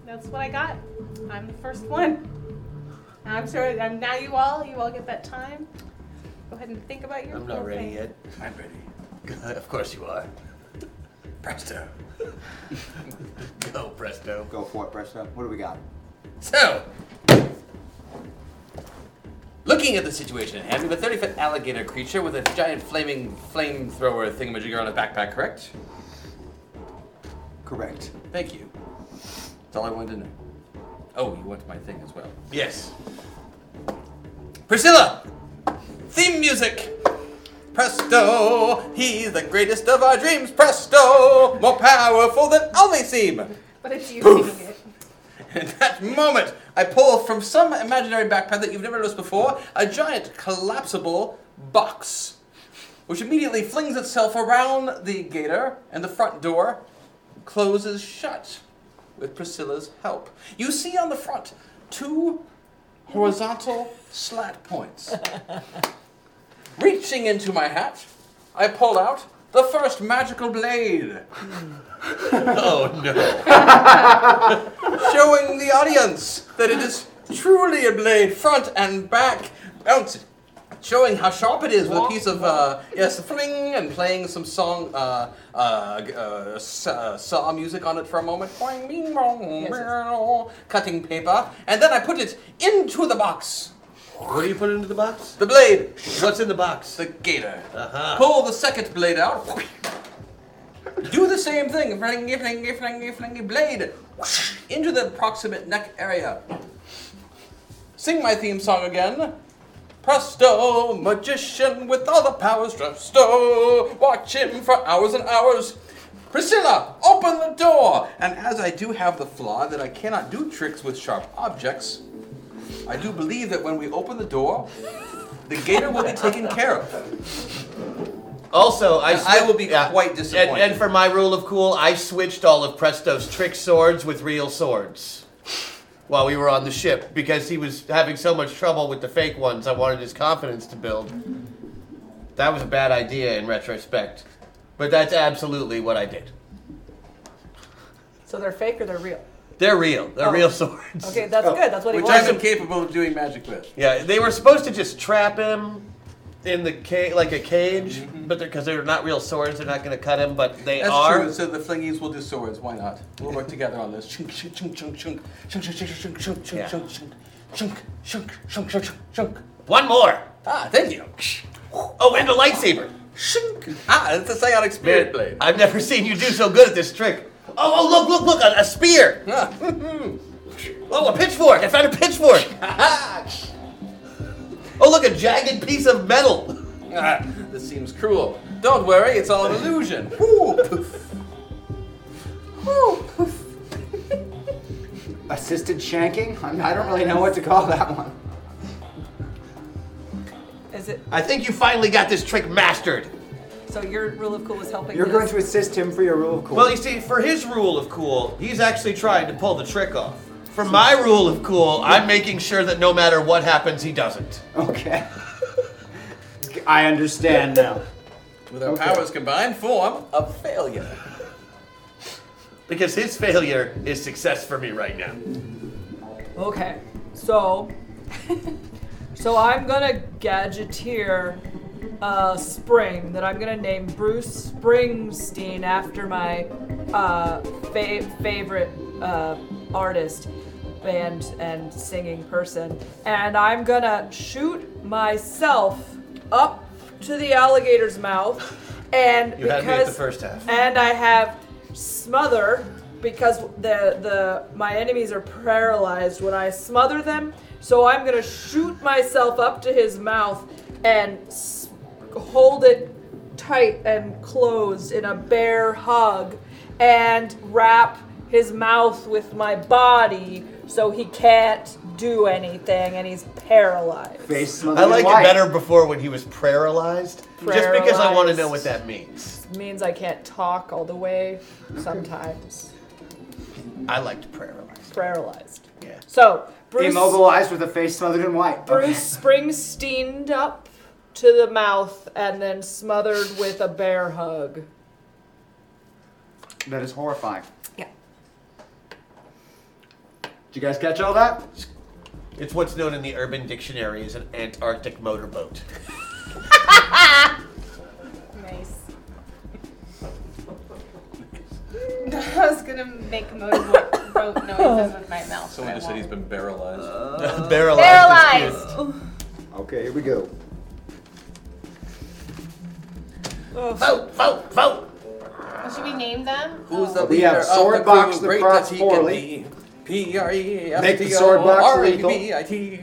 [SPEAKER 4] That's what I got. I'm the first one. And I'm sure. And now you all, you all get that time. Go ahead and think about your.
[SPEAKER 6] I'm not
[SPEAKER 4] cool
[SPEAKER 6] ready
[SPEAKER 4] thing.
[SPEAKER 6] yet.
[SPEAKER 9] I'm ready.
[SPEAKER 6] of course you are.
[SPEAKER 9] Presto.
[SPEAKER 6] Go presto.
[SPEAKER 1] Go for it, Presto. What do we got?
[SPEAKER 3] So, looking at the situation at hand, we have a 30 foot alligator creature with a giant flaming flamethrower thingamajigger on his backpack, correct?
[SPEAKER 1] Correct.
[SPEAKER 3] Thank you. That's all I wanted to know. Oh, you want my thing as well.
[SPEAKER 6] Yes.
[SPEAKER 3] Priscilla! Theme music! Presto! He's the greatest of our dreams! Presto! More powerful than all they seem!
[SPEAKER 4] But it's you singing it.
[SPEAKER 3] At that moment, I pull from some imaginary backpack that you've never noticed before a giant collapsible box, which immediately flings itself around the gator, and the front door closes shut with Priscilla's help. You see on the front two horizontal slat points. Reaching into my hat, I pull out the first magical blade.
[SPEAKER 6] Oh no.
[SPEAKER 3] showing the audience that it is truly a blade, front and back, bouncing, showing how sharp it is with a piece of uh, yes, fling, and playing some song, uh, uh, g- uh, s- uh, saw music on it for a moment, Boing, bing, bong, meow, cutting paper, and then I put it into the box.
[SPEAKER 6] What do you put into the box?
[SPEAKER 3] The blade,
[SPEAKER 6] What's in the box?
[SPEAKER 3] the gator.
[SPEAKER 6] Uh-huh.
[SPEAKER 3] Pull the second blade out. Do the same thing. Flingy, flingy, flingy, flingy blade into the proximate neck area. Sing my theme song again. Presto, magician with all the powers. Presto, watch him for hours and hours. Priscilla, open the door. And as I do have the flaw that I cannot do tricks with sharp objects, I do believe that when we open the door, the gator will be taken care of.
[SPEAKER 6] Also, I
[SPEAKER 3] And I will be
[SPEAKER 6] yeah.
[SPEAKER 3] quite disappointed.
[SPEAKER 6] And, and for my rule of cool, I switched all of Presto's trick swords with real swords while we were on the ship because he was having so much trouble with the fake ones. I wanted his confidence to build. That was a bad idea in retrospect, but that's absolutely what I did.
[SPEAKER 5] So they're fake or they're real?
[SPEAKER 6] They're real. They're
[SPEAKER 5] Oh.
[SPEAKER 6] real swords.
[SPEAKER 5] Okay, that's
[SPEAKER 1] Oh,
[SPEAKER 5] good. That's what he
[SPEAKER 3] Which I'm
[SPEAKER 5] wanted.
[SPEAKER 3] incapable of doing magic with.
[SPEAKER 6] Yeah, they were supposed to just trap him in the ca- like a cage, but because they're, not real swords, they're not going to cut him. But they
[SPEAKER 3] Mm-hmm. That's
[SPEAKER 6] are.
[SPEAKER 3] true. So the flingies will do swords. Why not? We'll work together on this. Chunk, chunk, chunk, chunk, chunk, chunk, chunk, chunk, chunk, chunk,
[SPEAKER 6] Yeah.
[SPEAKER 3] chunk, chunk, chunk, chunk, chunk, chunk, chunk, chunk.
[SPEAKER 6] One more.
[SPEAKER 3] Ah, thank you.
[SPEAKER 6] Oh, and a lightsaber.
[SPEAKER 3] Shink. Ah, it's a psionic spirit blade.
[SPEAKER 6] I've never seen you do so good at this trick. Oh, oh, look, look, look, a, a spear.
[SPEAKER 3] Ah,
[SPEAKER 6] Oh, a pitchfork. I found a pitchfork. oh, look, a jagged piece of metal.
[SPEAKER 3] Ah, this seems cruel. Don't worry, it's all an illusion. Woo, poof.
[SPEAKER 4] Whew, poof.
[SPEAKER 1] Assisted shanking? I'm- I don't really know what to call that one.
[SPEAKER 5] Is it?
[SPEAKER 6] I think you finally got this trick mastered.
[SPEAKER 5] So your rule of cool was helping.
[SPEAKER 1] You're
[SPEAKER 5] his-
[SPEAKER 1] going to assist him for your rule of cool.
[SPEAKER 6] Well, you see, for his rule of cool, he's actually trying to pull the trick off. For my rule of cool, I'm making sure that no matter what happens, he doesn't.
[SPEAKER 1] okay. I understand now.
[SPEAKER 3] With our
[SPEAKER 1] Okay.
[SPEAKER 3] powers combined, form a failure.
[SPEAKER 6] Because his failure is success for me right now.
[SPEAKER 5] Okay, so so I'm gonna gadgeteer uh, Spring that I'm gonna name Bruce Springsteen after my uh, fa- favorite uh, artist, band, and singing person, and I'm gonna shoot myself up to the alligator's mouth, and
[SPEAKER 6] You had
[SPEAKER 5] because
[SPEAKER 6] me at the first half.
[SPEAKER 5] and I have smother because the the my enemies are paralyzed when I smother them. So I'm gonna shoot myself up to his mouth and s- hold it tight and closed in a bear hug, and wrap his mouth with my body so he can't do anything and he's paralyzed.
[SPEAKER 1] Face smothered
[SPEAKER 6] I like
[SPEAKER 1] in white.
[SPEAKER 6] it better before when he was paralyzed. Just because I want to know what
[SPEAKER 5] Paralyzed.
[SPEAKER 6] that means.
[SPEAKER 5] Means I can't talk all the way sometimes.
[SPEAKER 6] I liked paralyzed.
[SPEAKER 5] Paralyzed.
[SPEAKER 6] Yeah.
[SPEAKER 5] So Bruce.
[SPEAKER 1] Immobilized with a face smothered in white. Okay.
[SPEAKER 5] Bruce Springsteened up to the mouth and then smothered with a bear hug.
[SPEAKER 1] That is horrifying.
[SPEAKER 5] Yeah.
[SPEAKER 1] Did you guys catch all that?
[SPEAKER 6] It's what's known in the Urban Dictionary as an Antarctic motorboat.
[SPEAKER 4] Nice. I was gonna make motorboat boat noises with my mouth.
[SPEAKER 9] Someone
[SPEAKER 4] but I
[SPEAKER 9] just said he's
[SPEAKER 4] won't.
[SPEAKER 9] been barrelized.
[SPEAKER 6] Uh. Paralyzed. is
[SPEAKER 4] paralyzed.
[SPEAKER 1] Okay, here we go.
[SPEAKER 6] good. Vote, vote, vote.
[SPEAKER 4] Well, should we name them?
[SPEAKER 3] Who's the
[SPEAKER 1] Uh,
[SPEAKER 4] Oh,
[SPEAKER 3] leader
[SPEAKER 1] We have
[SPEAKER 3] of
[SPEAKER 1] sword
[SPEAKER 3] the
[SPEAKER 1] box
[SPEAKER 3] crew,
[SPEAKER 1] the
[SPEAKER 3] great
[SPEAKER 1] cross
[SPEAKER 3] that he
[SPEAKER 1] poorly.
[SPEAKER 3] can be? P R E F
[SPEAKER 1] Make the
[SPEAKER 3] T O
[SPEAKER 1] sword box
[SPEAKER 3] R E
[SPEAKER 1] legal.
[SPEAKER 3] B I T.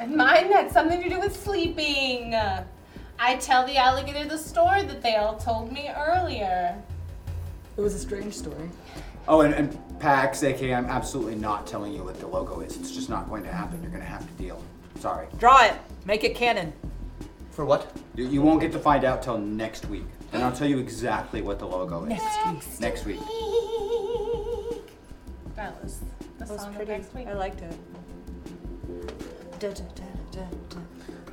[SPEAKER 4] And mine had something to do with sleeping. I tell the alligator the story that they all told me earlier.
[SPEAKER 5] It was a strange story.
[SPEAKER 1] Oh, and, and Pax, aka I'm absolutely not telling you what the logo is. It's just not going to happen. You're going to have to deal. Sorry.
[SPEAKER 5] Draw it. Make it canon.
[SPEAKER 6] For what?
[SPEAKER 1] You, you won't get to find out till next week. And I'll tell you exactly what the logo is.
[SPEAKER 4] Next,
[SPEAKER 1] Next week.
[SPEAKER 4] week. That was the song of next week.
[SPEAKER 5] liked it.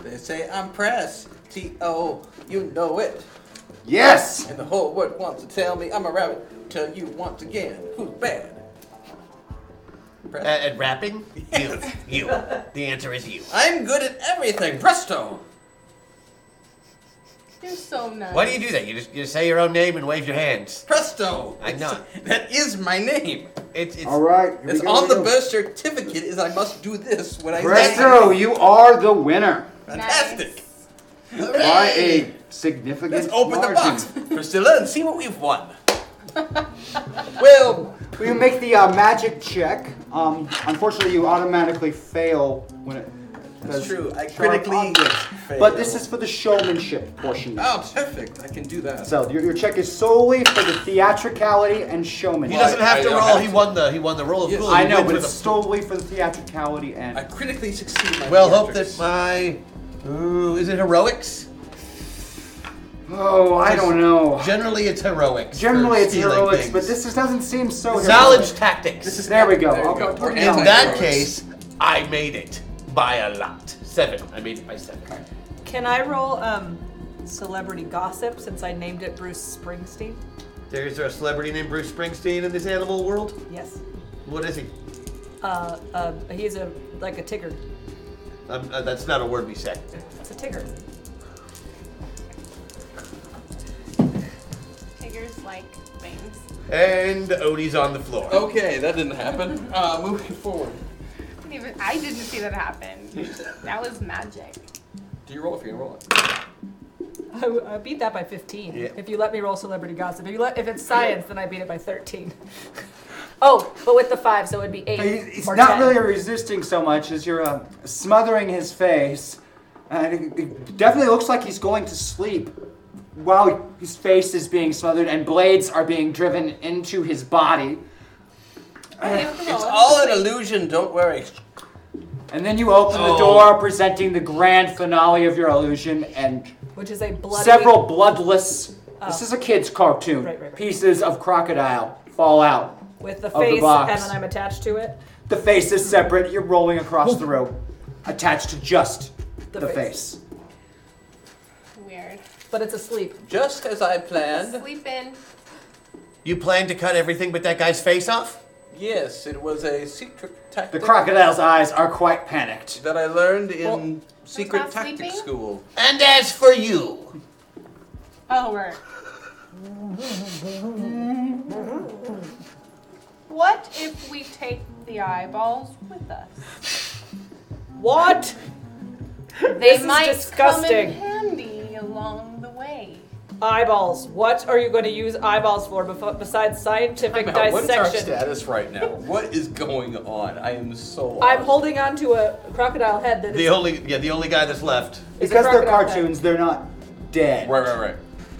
[SPEAKER 3] They say I'm press. T O. You know it.
[SPEAKER 1] Yes!
[SPEAKER 3] And the whole world wants to tell me I'm a rabbit. Tell you once again who's bad. Press.
[SPEAKER 1] Uh,
[SPEAKER 6] At, at rapping? You. You. The answer is you.
[SPEAKER 3] I'm good at everything. Presto.
[SPEAKER 4] You're so nice.
[SPEAKER 6] Why do you do that? You just, you just say your own name and wave your hands.
[SPEAKER 3] Presto.
[SPEAKER 6] I'm not.
[SPEAKER 3] That is my name.
[SPEAKER 6] It's, it's
[SPEAKER 1] All right. here we
[SPEAKER 3] It's
[SPEAKER 1] go,
[SPEAKER 3] on
[SPEAKER 1] here
[SPEAKER 3] the
[SPEAKER 1] we go.
[SPEAKER 3] birth certificate. Is I must do this when I
[SPEAKER 1] Presto, you are the winner
[SPEAKER 3] Fantastic.
[SPEAKER 1] by a significant
[SPEAKER 3] Let's open
[SPEAKER 1] margin.
[SPEAKER 3] the box, Priscilla, and see what we've won. well,
[SPEAKER 1] Will you make the uh, magic check? Um, unfortunately, you automatically fail when it.
[SPEAKER 3] That's
[SPEAKER 1] does
[SPEAKER 3] true, I
[SPEAKER 1] sharp
[SPEAKER 3] critically
[SPEAKER 1] objects.
[SPEAKER 3] fail.
[SPEAKER 1] But this is for the showmanship portion.
[SPEAKER 3] oh, perfect. I can do that.
[SPEAKER 1] So your, your check is solely for the theatricality and
[SPEAKER 6] He
[SPEAKER 1] showmanship.
[SPEAKER 6] doesn't have
[SPEAKER 3] I
[SPEAKER 6] to
[SPEAKER 3] don't
[SPEAKER 6] roll.
[SPEAKER 3] have
[SPEAKER 6] he
[SPEAKER 3] to.
[SPEAKER 6] won the he won the roll of
[SPEAKER 3] Yes.
[SPEAKER 6] cool.
[SPEAKER 1] I
[SPEAKER 6] He
[SPEAKER 1] know,
[SPEAKER 6] wins
[SPEAKER 1] but
[SPEAKER 6] with
[SPEAKER 1] it's
[SPEAKER 6] a-
[SPEAKER 1] solely for the theatricality and.
[SPEAKER 3] I critically succeed. in My
[SPEAKER 6] Well, hope that
[SPEAKER 3] theatrics.
[SPEAKER 6] my ooh is it heroics?
[SPEAKER 1] oh, I don't know.
[SPEAKER 6] Generally, it's heroics. for
[SPEAKER 1] Generally, it's
[SPEAKER 6] stealing
[SPEAKER 1] heroics,
[SPEAKER 6] things.
[SPEAKER 1] but this just doesn't seem so.
[SPEAKER 6] knowledge
[SPEAKER 1] heroic.
[SPEAKER 6] tactics.
[SPEAKER 3] This is
[SPEAKER 1] There we go.
[SPEAKER 3] There you
[SPEAKER 1] Okay,
[SPEAKER 3] go.
[SPEAKER 1] put
[SPEAKER 3] We're
[SPEAKER 1] it
[SPEAKER 6] in
[SPEAKER 1] down.
[SPEAKER 6] that
[SPEAKER 3] anti-heroics.
[SPEAKER 6] case, I made it by a lot. Seven. I made it by seven.
[SPEAKER 5] Can I roll um, celebrity gossip since I named it Bruce Springsteen?
[SPEAKER 6] There is there a celebrity named Bruce Springsteen in this animal world?
[SPEAKER 5] Yes.
[SPEAKER 6] What is he?
[SPEAKER 5] Uh, uh, he's a like a tigger.
[SPEAKER 6] Um, uh, that's not a word we say.
[SPEAKER 5] It's a tigger.
[SPEAKER 4] Figures like things.
[SPEAKER 6] And Odie's on the floor.
[SPEAKER 1] Oh.
[SPEAKER 3] Okay, that didn't happen. Uh, moving forward.
[SPEAKER 4] I didn't even- I didn't see that happen. That was magic.
[SPEAKER 3] Do you roll if you can roll it?
[SPEAKER 5] I, w- I beat that by 15.
[SPEAKER 6] Yeah.
[SPEAKER 5] If you let me roll celebrity gossip. If you let, if it's science, then I beat it by 13. oh, but with the five, so it'd be eight.
[SPEAKER 1] He's he's
[SPEAKER 5] or
[SPEAKER 1] not
[SPEAKER 5] 10.
[SPEAKER 1] really resisting so much as you're uh, smothering his face And it, it definitely looks like he's going to sleep while his face is being smothered and blades are being driven into his body.
[SPEAKER 3] It's all an illusion, don't worry.
[SPEAKER 1] And then you open
[SPEAKER 3] Oh.
[SPEAKER 1] the door, presenting the grand finale of your illusion and
[SPEAKER 5] Which is a bloody. Oh.
[SPEAKER 1] several bloodless. This is a kid's cartoon.
[SPEAKER 5] Right, right, right.
[SPEAKER 1] Pieces of crocodile fall out.
[SPEAKER 5] With the
[SPEAKER 1] the
[SPEAKER 5] face,
[SPEAKER 1] box.
[SPEAKER 5] and then I'm attached to it.
[SPEAKER 1] The face is separate. You're rolling across the room, attached to just the,
[SPEAKER 5] The
[SPEAKER 1] face.
[SPEAKER 5] face.
[SPEAKER 4] Weird.
[SPEAKER 5] But it's asleep.
[SPEAKER 3] Just as I planned.
[SPEAKER 4] Sleep in.
[SPEAKER 6] You plan to cut everything but that guy's face off?
[SPEAKER 3] Yes, it was a secret
[SPEAKER 1] The
[SPEAKER 3] tactic
[SPEAKER 1] crocodile's eyes are quite panicked.
[SPEAKER 3] that I learned in secret
[SPEAKER 4] not
[SPEAKER 3] tactics
[SPEAKER 4] sleeping?
[SPEAKER 3] school.
[SPEAKER 6] And as for you,
[SPEAKER 4] Oh, word. What if we take the eyeballs with us?
[SPEAKER 5] What?
[SPEAKER 4] They
[SPEAKER 5] is
[SPEAKER 4] might
[SPEAKER 5] disgusting.
[SPEAKER 4] come in handy along the way.
[SPEAKER 5] Eyeballs. What are you going to use eyeballs for befo- besides scientific
[SPEAKER 9] Now, What is our
[SPEAKER 5] dissection?
[SPEAKER 9] status right now? What is going on? I am so lost.
[SPEAKER 5] I'm holding on to a crocodile head that is.
[SPEAKER 6] the only yeah, the only guy that's left.
[SPEAKER 1] Because
[SPEAKER 5] is a
[SPEAKER 1] they're
[SPEAKER 5] crocodile head.
[SPEAKER 1] cartoons, they're not dead.
[SPEAKER 9] Right, right, right.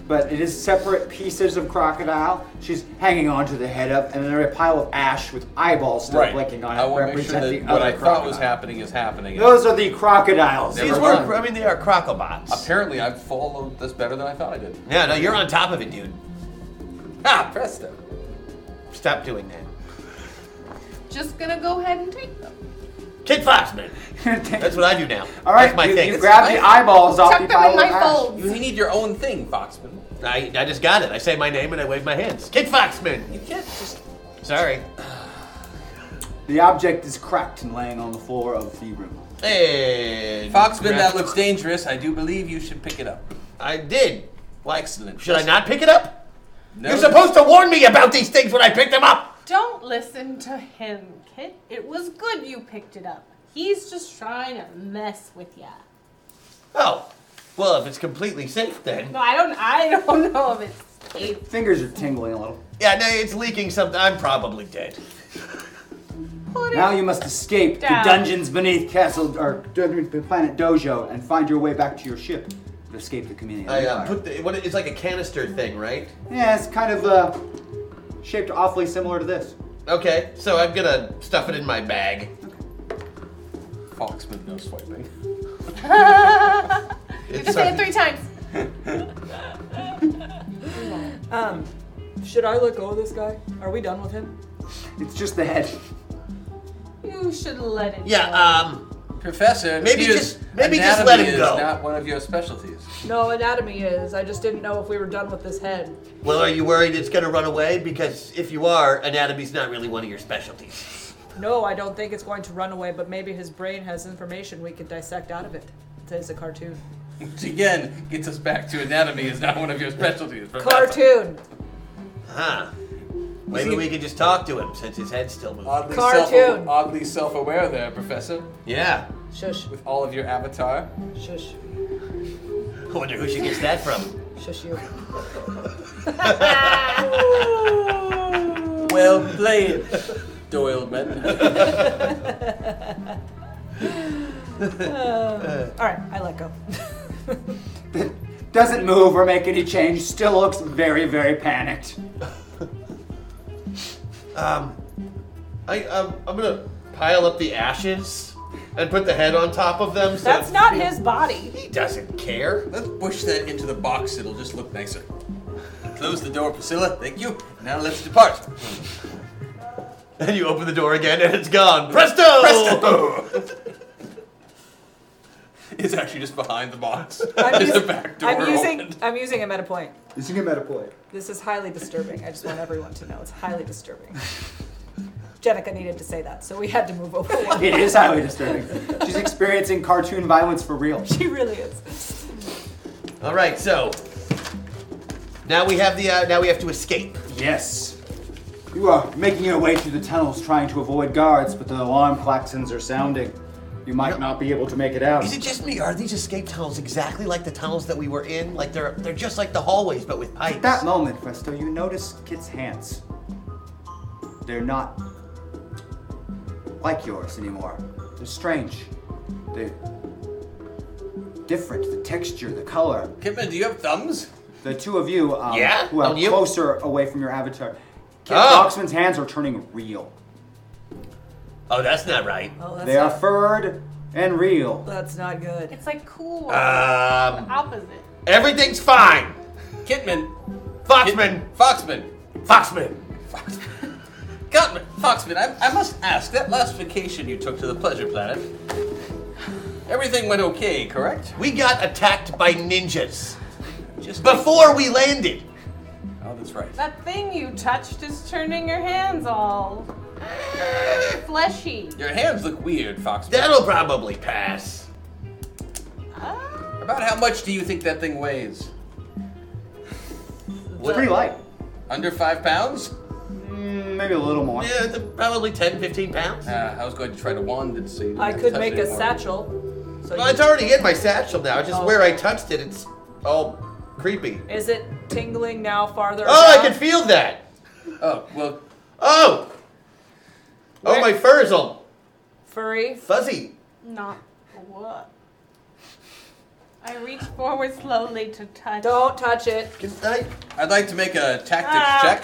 [SPEAKER 1] But it is separate pieces of crocodile. She's hanging onto the head of, and there are a pile of ash with eyeballs still
[SPEAKER 9] Right.
[SPEAKER 1] blinking on it,
[SPEAKER 9] I want to make sure
[SPEAKER 1] representing
[SPEAKER 9] that what
[SPEAKER 1] other
[SPEAKER 9] I thought was
[SPEAKER 1] crocodiles.
[SPEAKER 9] happening is happening.
[SPEAKER 1] Those are the crocodiles.
[SPEAKER 9] These
[SPEAKER 6] These
[SPEAKER 1] Never
[SPEAKER 6] were,
[SPEAKER 1] mind.
[SPEAKER 6] I mean, they are crocobots.
[SPEAKER 9] Apparently, I've followed this better than I thought I did.
[SPEAKER 6] Yeah, no, you're on top of it, dude.
[SPEAKER 3] Ah, presto.
[SPEAKER 6] Stop doing that.
[SPEAKER 4] Just gonna go ahead and take them.
[SPEAKER 6] Kid Foxman. That's what I do now.
[SPEAKER 1] All right,
[SPEAKER 6] that's my
[SPEAKER 1] you,
[SPEAKER 6] thing.
[SPEAKER 1] you grab the eyeballs off
[SPEAKER 4] Tuck
[SPEAKER 1] the
[SPEAKER 4] them
[SPEAKER 1] pile
[SPEAKER 4] in
[SPEAKER 1] of
[SPEAKER 4] my
[SPEAKER 1] ash.
[SPEAKER 4] folds.
[SPEAKER 3] You need your own thing, Foxman.
[SPEAKER 6] I, I just got it. I say my name and I wave my hands. Kid Foxman.
[SPEAKER 3] You can't just.
[SPEAKER 6] Sorry.
[SPEAKER 1] The object is cracked and laying on the floor of the room.
[SPEAKER 6] Hey.
[SPEAKER 3] Foxman, that looks dangerous. I do believe you should pick it up.
[SPEAKER 6] I did.
[SPEAKER 3] Well, excellent.
[SPEAKER 6] Should I not pick it up?
[SPEAKER 3] No.
[SPEAKER 6] You're supposed to warn me about these things when I pick them up.
[SPEAKER 4] Don't listen to him, kid. It was good you picked it up. He's just trying to mess with ya.
[SPEAKER 6] Oh. Well, if it's completely safe, then.
[SPEAKER 4] No, I don't. I don't know if it's safe.
[SPEAKER 1] Fingers are tingling a little.
[SPEAKER 6] Yeah, no, it's leaking something. I'm probably dead.
[SPEAKER 4] Put
[SPEAKER 1] Now
[SPEAKER 4] it.
[SPEAKER 1] you must escape
[SPEAKER 4] Down.
[SPEAKER 1] the dungeons beneath Castle or Dun- Planet Dojo and find your way back to your ship to escape the community.
[SPEAKER 6] I uh,
[SPEAKER 1] empire.
[SPEAKER 6] put the. What, it's like a canister thing, right?
[SPEAKER 1] yeah, it's kind of uh, shaped awfully similar to this.
[SPEAKER 6] Okay, so I'm gonna stuff it in my bag.
[SPEAKER 9] Foxman, no swiping.
[SPEAKER 4] You have to say it three times.
[SPEAKER 5] Um, should I let go of this guy? Are we done with him?
[SPEAKER 1] It's just the head.
[SPEAKER 4] You should let it.
[SPEAKER 6] Yeah,
[SPEAKER 4] go.
[SPEAKER 6] um,
[SPEAKER 3] Professor,
[SPEAKER 6] Maybe
[SPEAKER 3] Pierce,
[SPEAKER 6] just- maybe just let
[SPEAKER 3] anatomy
[SPEAKER 6] him go.
[SPEAKER 3] Is not one of your specialties.
[SPEAKER 5] No, anatomy is. I just didn't know if we were done with this head.
[SPEAKER 6] well, are you worried it's gonna run away? Because if you are, anatomy's not really one of your specialties.
[SPEAKER 5] No, I don't think it's going to run away, but maybe his brain has information we could dissect out of it. It's a cartoon.
[SPEAKER 3] Which again gets us back to anatomy is not one of your specialties. Professor.
[SPEAKER 5] Cartoon!
[SPEAKER 6] Huh. Maybe we could just talk to him since his head's still moving.
[SPEAKER 3] Oddly
[SPEAKER 5] Cartoon.
[SPEAKER 3] Self, oddly self-aware there, Professor,
[SPEAKER 6] Yeah.
[SPEAKER 5] Shush,
[SPEAKER 3] with all of your avatar.
[SPEAKER 5] shush,
[SPEAKER 6] I wonder who she gets that from.
[SPEAKER 5] shush you.
[SPEAKER 3] Well played, Doyleman. Uh.
[SPEAKER 5] Alright, I let go.
[SPEAKER 1] Doesn't move or make any change. Still looks very, very panicked.
[SPEAKER 6] Um, I um, I'm gonna pile up the ashes and put the head on top of them. So
[SPEAKER 5] That's not his body.
[SPEAKER 6] He doesn't care.
[SPEAKER 3] Let's push that into the box. It'll just look nicer. Close the door, Priscilla. Thank you. Now let's depart.
[SPEAKER 6] And you open the door again, and it's gone. Presto! Presto!
[SPEAKER 3] It's actually just behind the box.
[SPEAKER 5] I'm,
[SPEAKER 3] There's
[SPEAKER 5] us-
[SPEAKER 3] a back door
[SPEAKER 5] I'm using
[SPEAKER 3] opened.
[SPEAKER 5] I'm using a meta point.
[SPEAKER 1] This is a metapoid.
[SPEAKER 5] This is highly disturbing. I just want everyone to know it's highly disturbing. Jenica needed to say that, so we had to move over.
[SPEAKER 1] It is highly disturbing. She's experiencing cartoon violence for real.
[SPEAKER 5] she really is.
[SPEAKER 6] All right, so now we have the uh, now we have to escape.
[SPEAKER 1] Yes. You are making your way through the tunnels trying to avoid guards, but the alarm klaxons are sounding. You might not be able to make it out.
[SPEAKER 6] Is it just me? Are these escape tunnels exactly like the tunnels that we were in? Like they're they're just like the hallways, but with pipes.
[SPEAKER 1] At that moment, Presto, you notice Kit's hands. They're not like yours anymore. They're strange. They different. The texture, the color.
[SPEAKER 3] Kitman, do you have thumbs?
[SPEAKER 1] The two of you, um,
[SPEAKER 6] Yeah?
[SPEAKER 1] who are
[SPEAKER 6] Don't you?
[SPEAKER 1] closer away from your avatar, Kit
[SPEAKER 6] Oh.
[SPEAKER 1] Boxman's hands are turning real.
[SPEAKER 6] Oh, that's not right.
[SPEAKER 5] Oh, that's
[SPEAKER 1] They are
[SPEAKER 5] not,
[SPEAKER 1] furred and real.
[SPEAKER 5] that's not good.
[SPEAKER 4] It's like cool.
[SPEAKER 6] Um,
[SPEAKER 4] opposite.
[SPEAKER 6] everything's fine.
[SPEAKER 3] Kitman.
[SPEAKER 6] Foxman,
[SPEAKER 3] Foxman.
[SPEAKER 6] Foxman.
[SPEAKER 3] Gottman. Foxman, I, I must ask, that last vacation you took to the Pleasure Planet, everything went okay, correct?
[SPEAKER 6] We got attacked by ninjas
[SPEAKER 3] Just
[SPEAKER 6] before we landed.
[SPEAKER 3] Oh, that's right.
[SPEAKER 4] That thing you touched is turning your hands all fleshy.
[SPEAKER 3] Your hands look weird, Foxman.
[SPEAKER 6] That'll probably pass.
[SPEAKER 4] Ah.
[SPEAKER 3] About how much do you think that thing weighs?
[SPEAKER 1] It's pretty light.
[SPEAKER 3] Under five pounds?
[SPEAKER 1] Mm, maybe a little more.
[SPEAKER 6] Yeah, th- probably 10, 15 pounds.
[SPEAKER 3] Uh, I was going to try to wand it so you didn't
[SPEAKER 5] I
[SPEAKER 3] have to
[SPEAKER 5] could
[SPEAKER 3] touch
[SPEAKER 5] make
[SPEAKER 3] it
[SPEAKER 5] a
[SPEAKER 3] anymore.
[SPEAKER 5] satchel. So
[SPEAKER 6] Well,
[SPEAKER 5] you-
[SPEAKER 6] it's already in my satchel now. Just
[SPEAKER 5] Oh.
[SPEAKER 6] where I touched it, it's all creepy.
[SPEAKER 5] is it tingling now farther?
[SPEAKER 6] Oh, I
[SPEAKER 5] down?
[SPEAKER 6] can feel that.
[SPEAKER 3] Oh, well,
[SPEAKER 6] Oh. Oh,
[SPEAKER 3] Where-
[SPEAKER 6] my fur is all
[SPEAKER 5] furry.
[SPEAKER 6] fuzzy.
[SPEAKER 4] Not what? I reach forward slowly to touch.
[SPEAKER 5] Don't touch it.
[SPEAKER 6] Can I?
[SPEAKER 3] I'd like to make a tactics
[SPEAKER 4] Ah.
[SPEAKER 3] check.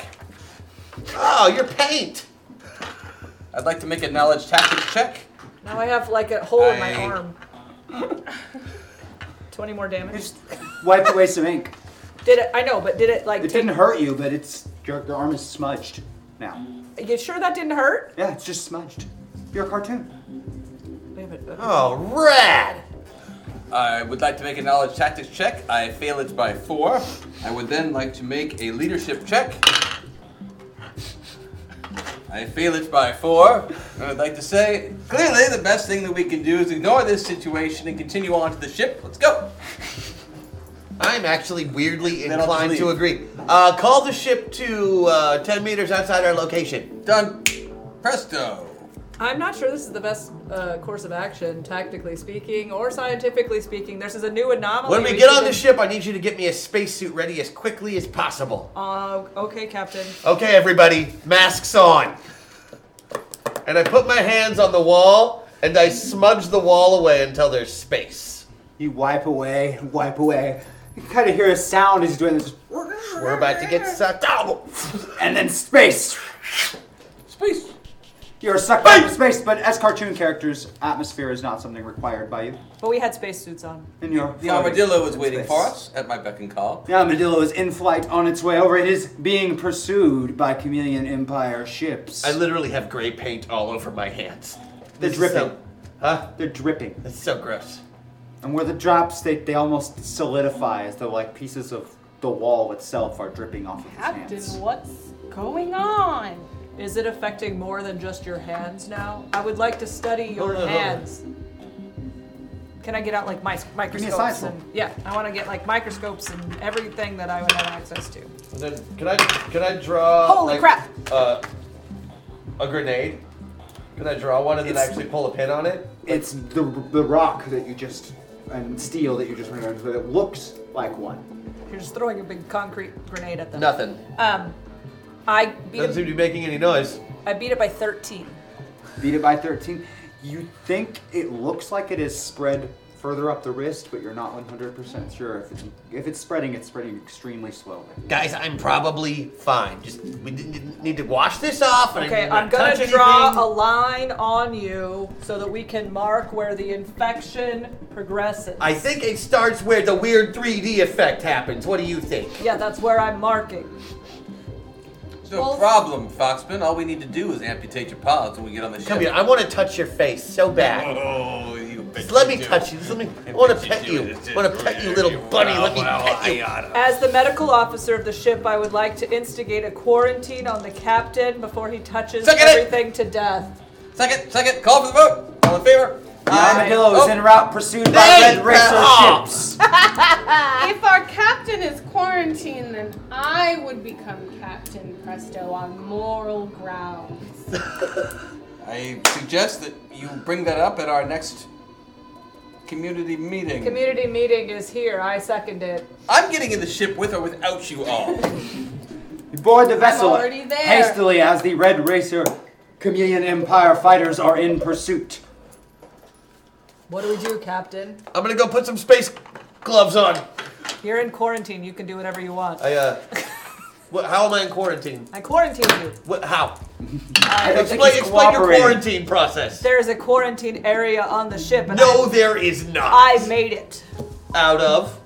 [SPEAKER 6] Oh, your paint.
[SPEAKER 3] I'd like to make a knowledge tactics check.
[SPEAKER 5] Now I have like a hole in my
[SPEAKER 3] I-
[SPEAKER 5] arm. Twenty more damage.
[SPEAKER 1] Just wiped away some ink.
[SPEAKER 5] Did it? I know, but did it like?
[SPEAKER 1] It
[SPEAKER 5] take-
[SPEAKER 1] didn't hurt you, but it's your, your arm is smudged now.
[SPEAKER 5] You sure that didn't hurt?
[SPEAKER 1] Yeah, it's just smudged. You're a cartoon.
[SPEAKER 5] Wait a minute.
[SPEAKER 6] Oh, rad.
[SPEAKER 3] I would like to make a knowledge tactics check. I fail it by four. I would then like to make a leadership check. I fail it by four. And I'd like to say, clearly the best thing that we can do is ignore this situation and continue on to the ship. Let's go.
[SPEAKER 6] I'm actually weirdly
[SPEAKER 3] Then I'll just
[SPEAKER 6] inclined to
[SPEAKER 3] leave.
[SPEAKER 6] agree. Uh, call the ship to uh, 10 meters outside our location.
[SPEAKER 3] Done. Presto.
[SPEAKER 5] I'm not sure this is the best uh, course of action, tactically speaking or scientifically speaking. This is a new
[SPEAKER 3] Oh,
[SPEAKER 5] anomaly.
[SPEAKER 6] When we get on
[SPEAKER 5] should-
[SPEAKER 6] the ship, I need you to get me a spacesuit ready as quickly as possible.
[SPEAKER 5] Uh, okay, Captain.
[SPEAKER 6] Okay, everybody, masks on. And I put my hands on the wall and I smudge the wall away until there's space.
[SPEAKER 1] You wipe away, wipe away. You can kind of hear a sound as you're doing this,
[SPEAKER 6] We're about to get sucked out.
[SPEAKER 1] and then space.
[SPEAKER 3] Space.
[SPEAKER 1] You're sucked into space, but as cartoon characters, atmosphere is not something required by you.
[SPEAKER 5] But we had spacesuits on.
[SPEAKER 1] And you're
[SPEAKER 3] The armadillo is
[SPEAKER 1] in
[SPEAKER 3] waiting
[SPEAKER 1] space.
[SPEAKER 3] for us at my beck and call.
[SPEAKER 1] The armadillo is in flight on its way over. It is being pursued by Chameleon Empire ships.
[SPEAKER 6] I literally have gray paint all over my hands.
[SPEAKER 1] They're
[SPEAKER 6] This is so-
[SPEAKER 1] dripping.
[SPEAKER 6] huh?
[SPEAKER 1] They're dripping.
[SPEAKER 6] That's so gross.
[SPEAKER 1] And where the drops, they, they almost solidify as though like pieces of the wall itself are dripping off of his
[SPEAKER 4] Captain,
[SPEAKER 1] hands.
[SPEAKER 4] what's going on?
[SPEAKER 5] Is it affecting more than just your hands now? I would like to study your
[SPEAKER 6] Hold on, hold on.
[SPEAKER 5] hands. Can I get out like my
[SPEAKER 1] science
[SPEAKER 5] microscopes
[SPEAKER 1] roll.
[SPEAKER 5] and yeah, I want to get like microscopes and everything that I would have access to.
[SPEAKER 6] And then can I can I draw?
[SPEAKER 5] Holy crap.
[SPEAKER 6] Uh, a grenade. Can I draw one and then
[SPEAKER 1] It's-
[SPEAKER 6] actually pull a pin on it?
[SPEAKER 1] It's the, the rock that you just, and steel that you just ran into, but it looks like one.
[SPEAKER 5] You're just throwing a big concrete grenade at them.
[SPEAKER 6] Nothing.
[SPEAKER 5] Um, I beat
[SPEAKER 6] Doesn't seem
[SPEAKER 5] it,
[SPEAKER 6] to be making any noise.
[SPEAKER 5] I beat it by 13.
[SPEAKER 1] Beat it by 13. You think it looks like it is spread further up the wrist, but you're not 100% sure. If it's, if it's spreading, it's spreading extremely slowly.
[SPEAKER 6] Guys, I'm probably fine. Just we d- d- need to wash this off. And
[SPEAKER 5] Okay,
[SPEAKER 6] not
[SPEAKER 5] I'm gonna
[SPEAKER 6] touch
[SPEAKER 5] draw
[SPEAKER 6] anything.
[SPEAKER 5] a line on you so that we can mark where the infection progresses.
[SPEAKER 6] I think it starts where the weird 3D effect happens. What do you think?
[SPEAKER 5] yeah, that's where I'm marking.
[SPEAKER 3] There's no problem, Foxman. All we need to do is amputate your paws when we get on the ship.
[SPEAKER 6] Come here. I want to touch your face so bad.
[SPEAKER 9] Oh, you bitch.
[SPEAKER 6] Just let me
[SPEAKER 9] do.
[SPEAKER 6] touch you. Just let me. I
[SPEAKER 9] And
[SPEAKER 6] want
[SPEAKER 9] bitch,
[SPEAKER 6] to pet
[SPEAKER 9] do
[SPEAKER 6] you.
[SPEAKER 9] this, just-
[SPEAKER 6] want to pet you, little bunny. Let me
[SPEAKER 9] Wow,
[SPEAKER 6] pet you.
[SPEAKER 9] I oughta.
[SPEAKER 5] As the medical officer of the ship, I would like to instigate a quarantine on the captain before he touches
[SPEAKER 3] Second it.
[SPEAKER 5] everything to death.
[SPEAKER 3] Second, second, call for the vote. All in favor?
[SPEAKER 1] The armadillo is
[SPEAKER 3] Oh.
[SPEAKER 1] en route pursued by
[SPEAKER 6] Hey,
[SPEAKER 1] red racer
[SPEAKER 6] uh,
[SPEAKER 1] ships.
[SPEAKER 4] If our captain is quarantined, then I would become Captain Presto on moral grounds.
[SPEAKER 3] I suggest that you bring that up at our next community meeting.
[SPEAKER 5] Community meeting is here. I second it.
[SPEAKER 3] I'm getting in the ship with or without you all.
[SPEAKER 1] You board the vessel
[SPEAKER 4] already there.
[SPEAKER 1] hastily as the red racer Chameleon Empire fighters are in pursuit.
[SPEAKER 5] What do we do, Captain?
[SPEAKER 6] I'm gonna go put some space gloves on.
[SPEAKER 5] You're in quarantine. You can do whatever you want. I,
[SPEAKER 6] I uh, what, how am I in quarantine?
[SPEAKER 5] quarantine you.
[SPEAKER 6] What, how?
[SPEAKER 5] Uh,
[SPEAKER 6] Explain, explain your
[SPEAKER 1] cooperating.
[SPEAKER 6] quarantine process.
[SPEAKER 5] there is a quarantine area on the ship, and
[SPEAKER 6] No, there is not.
[SPEAKER 5] I, I made it.
[SPEAKER 6] Out of.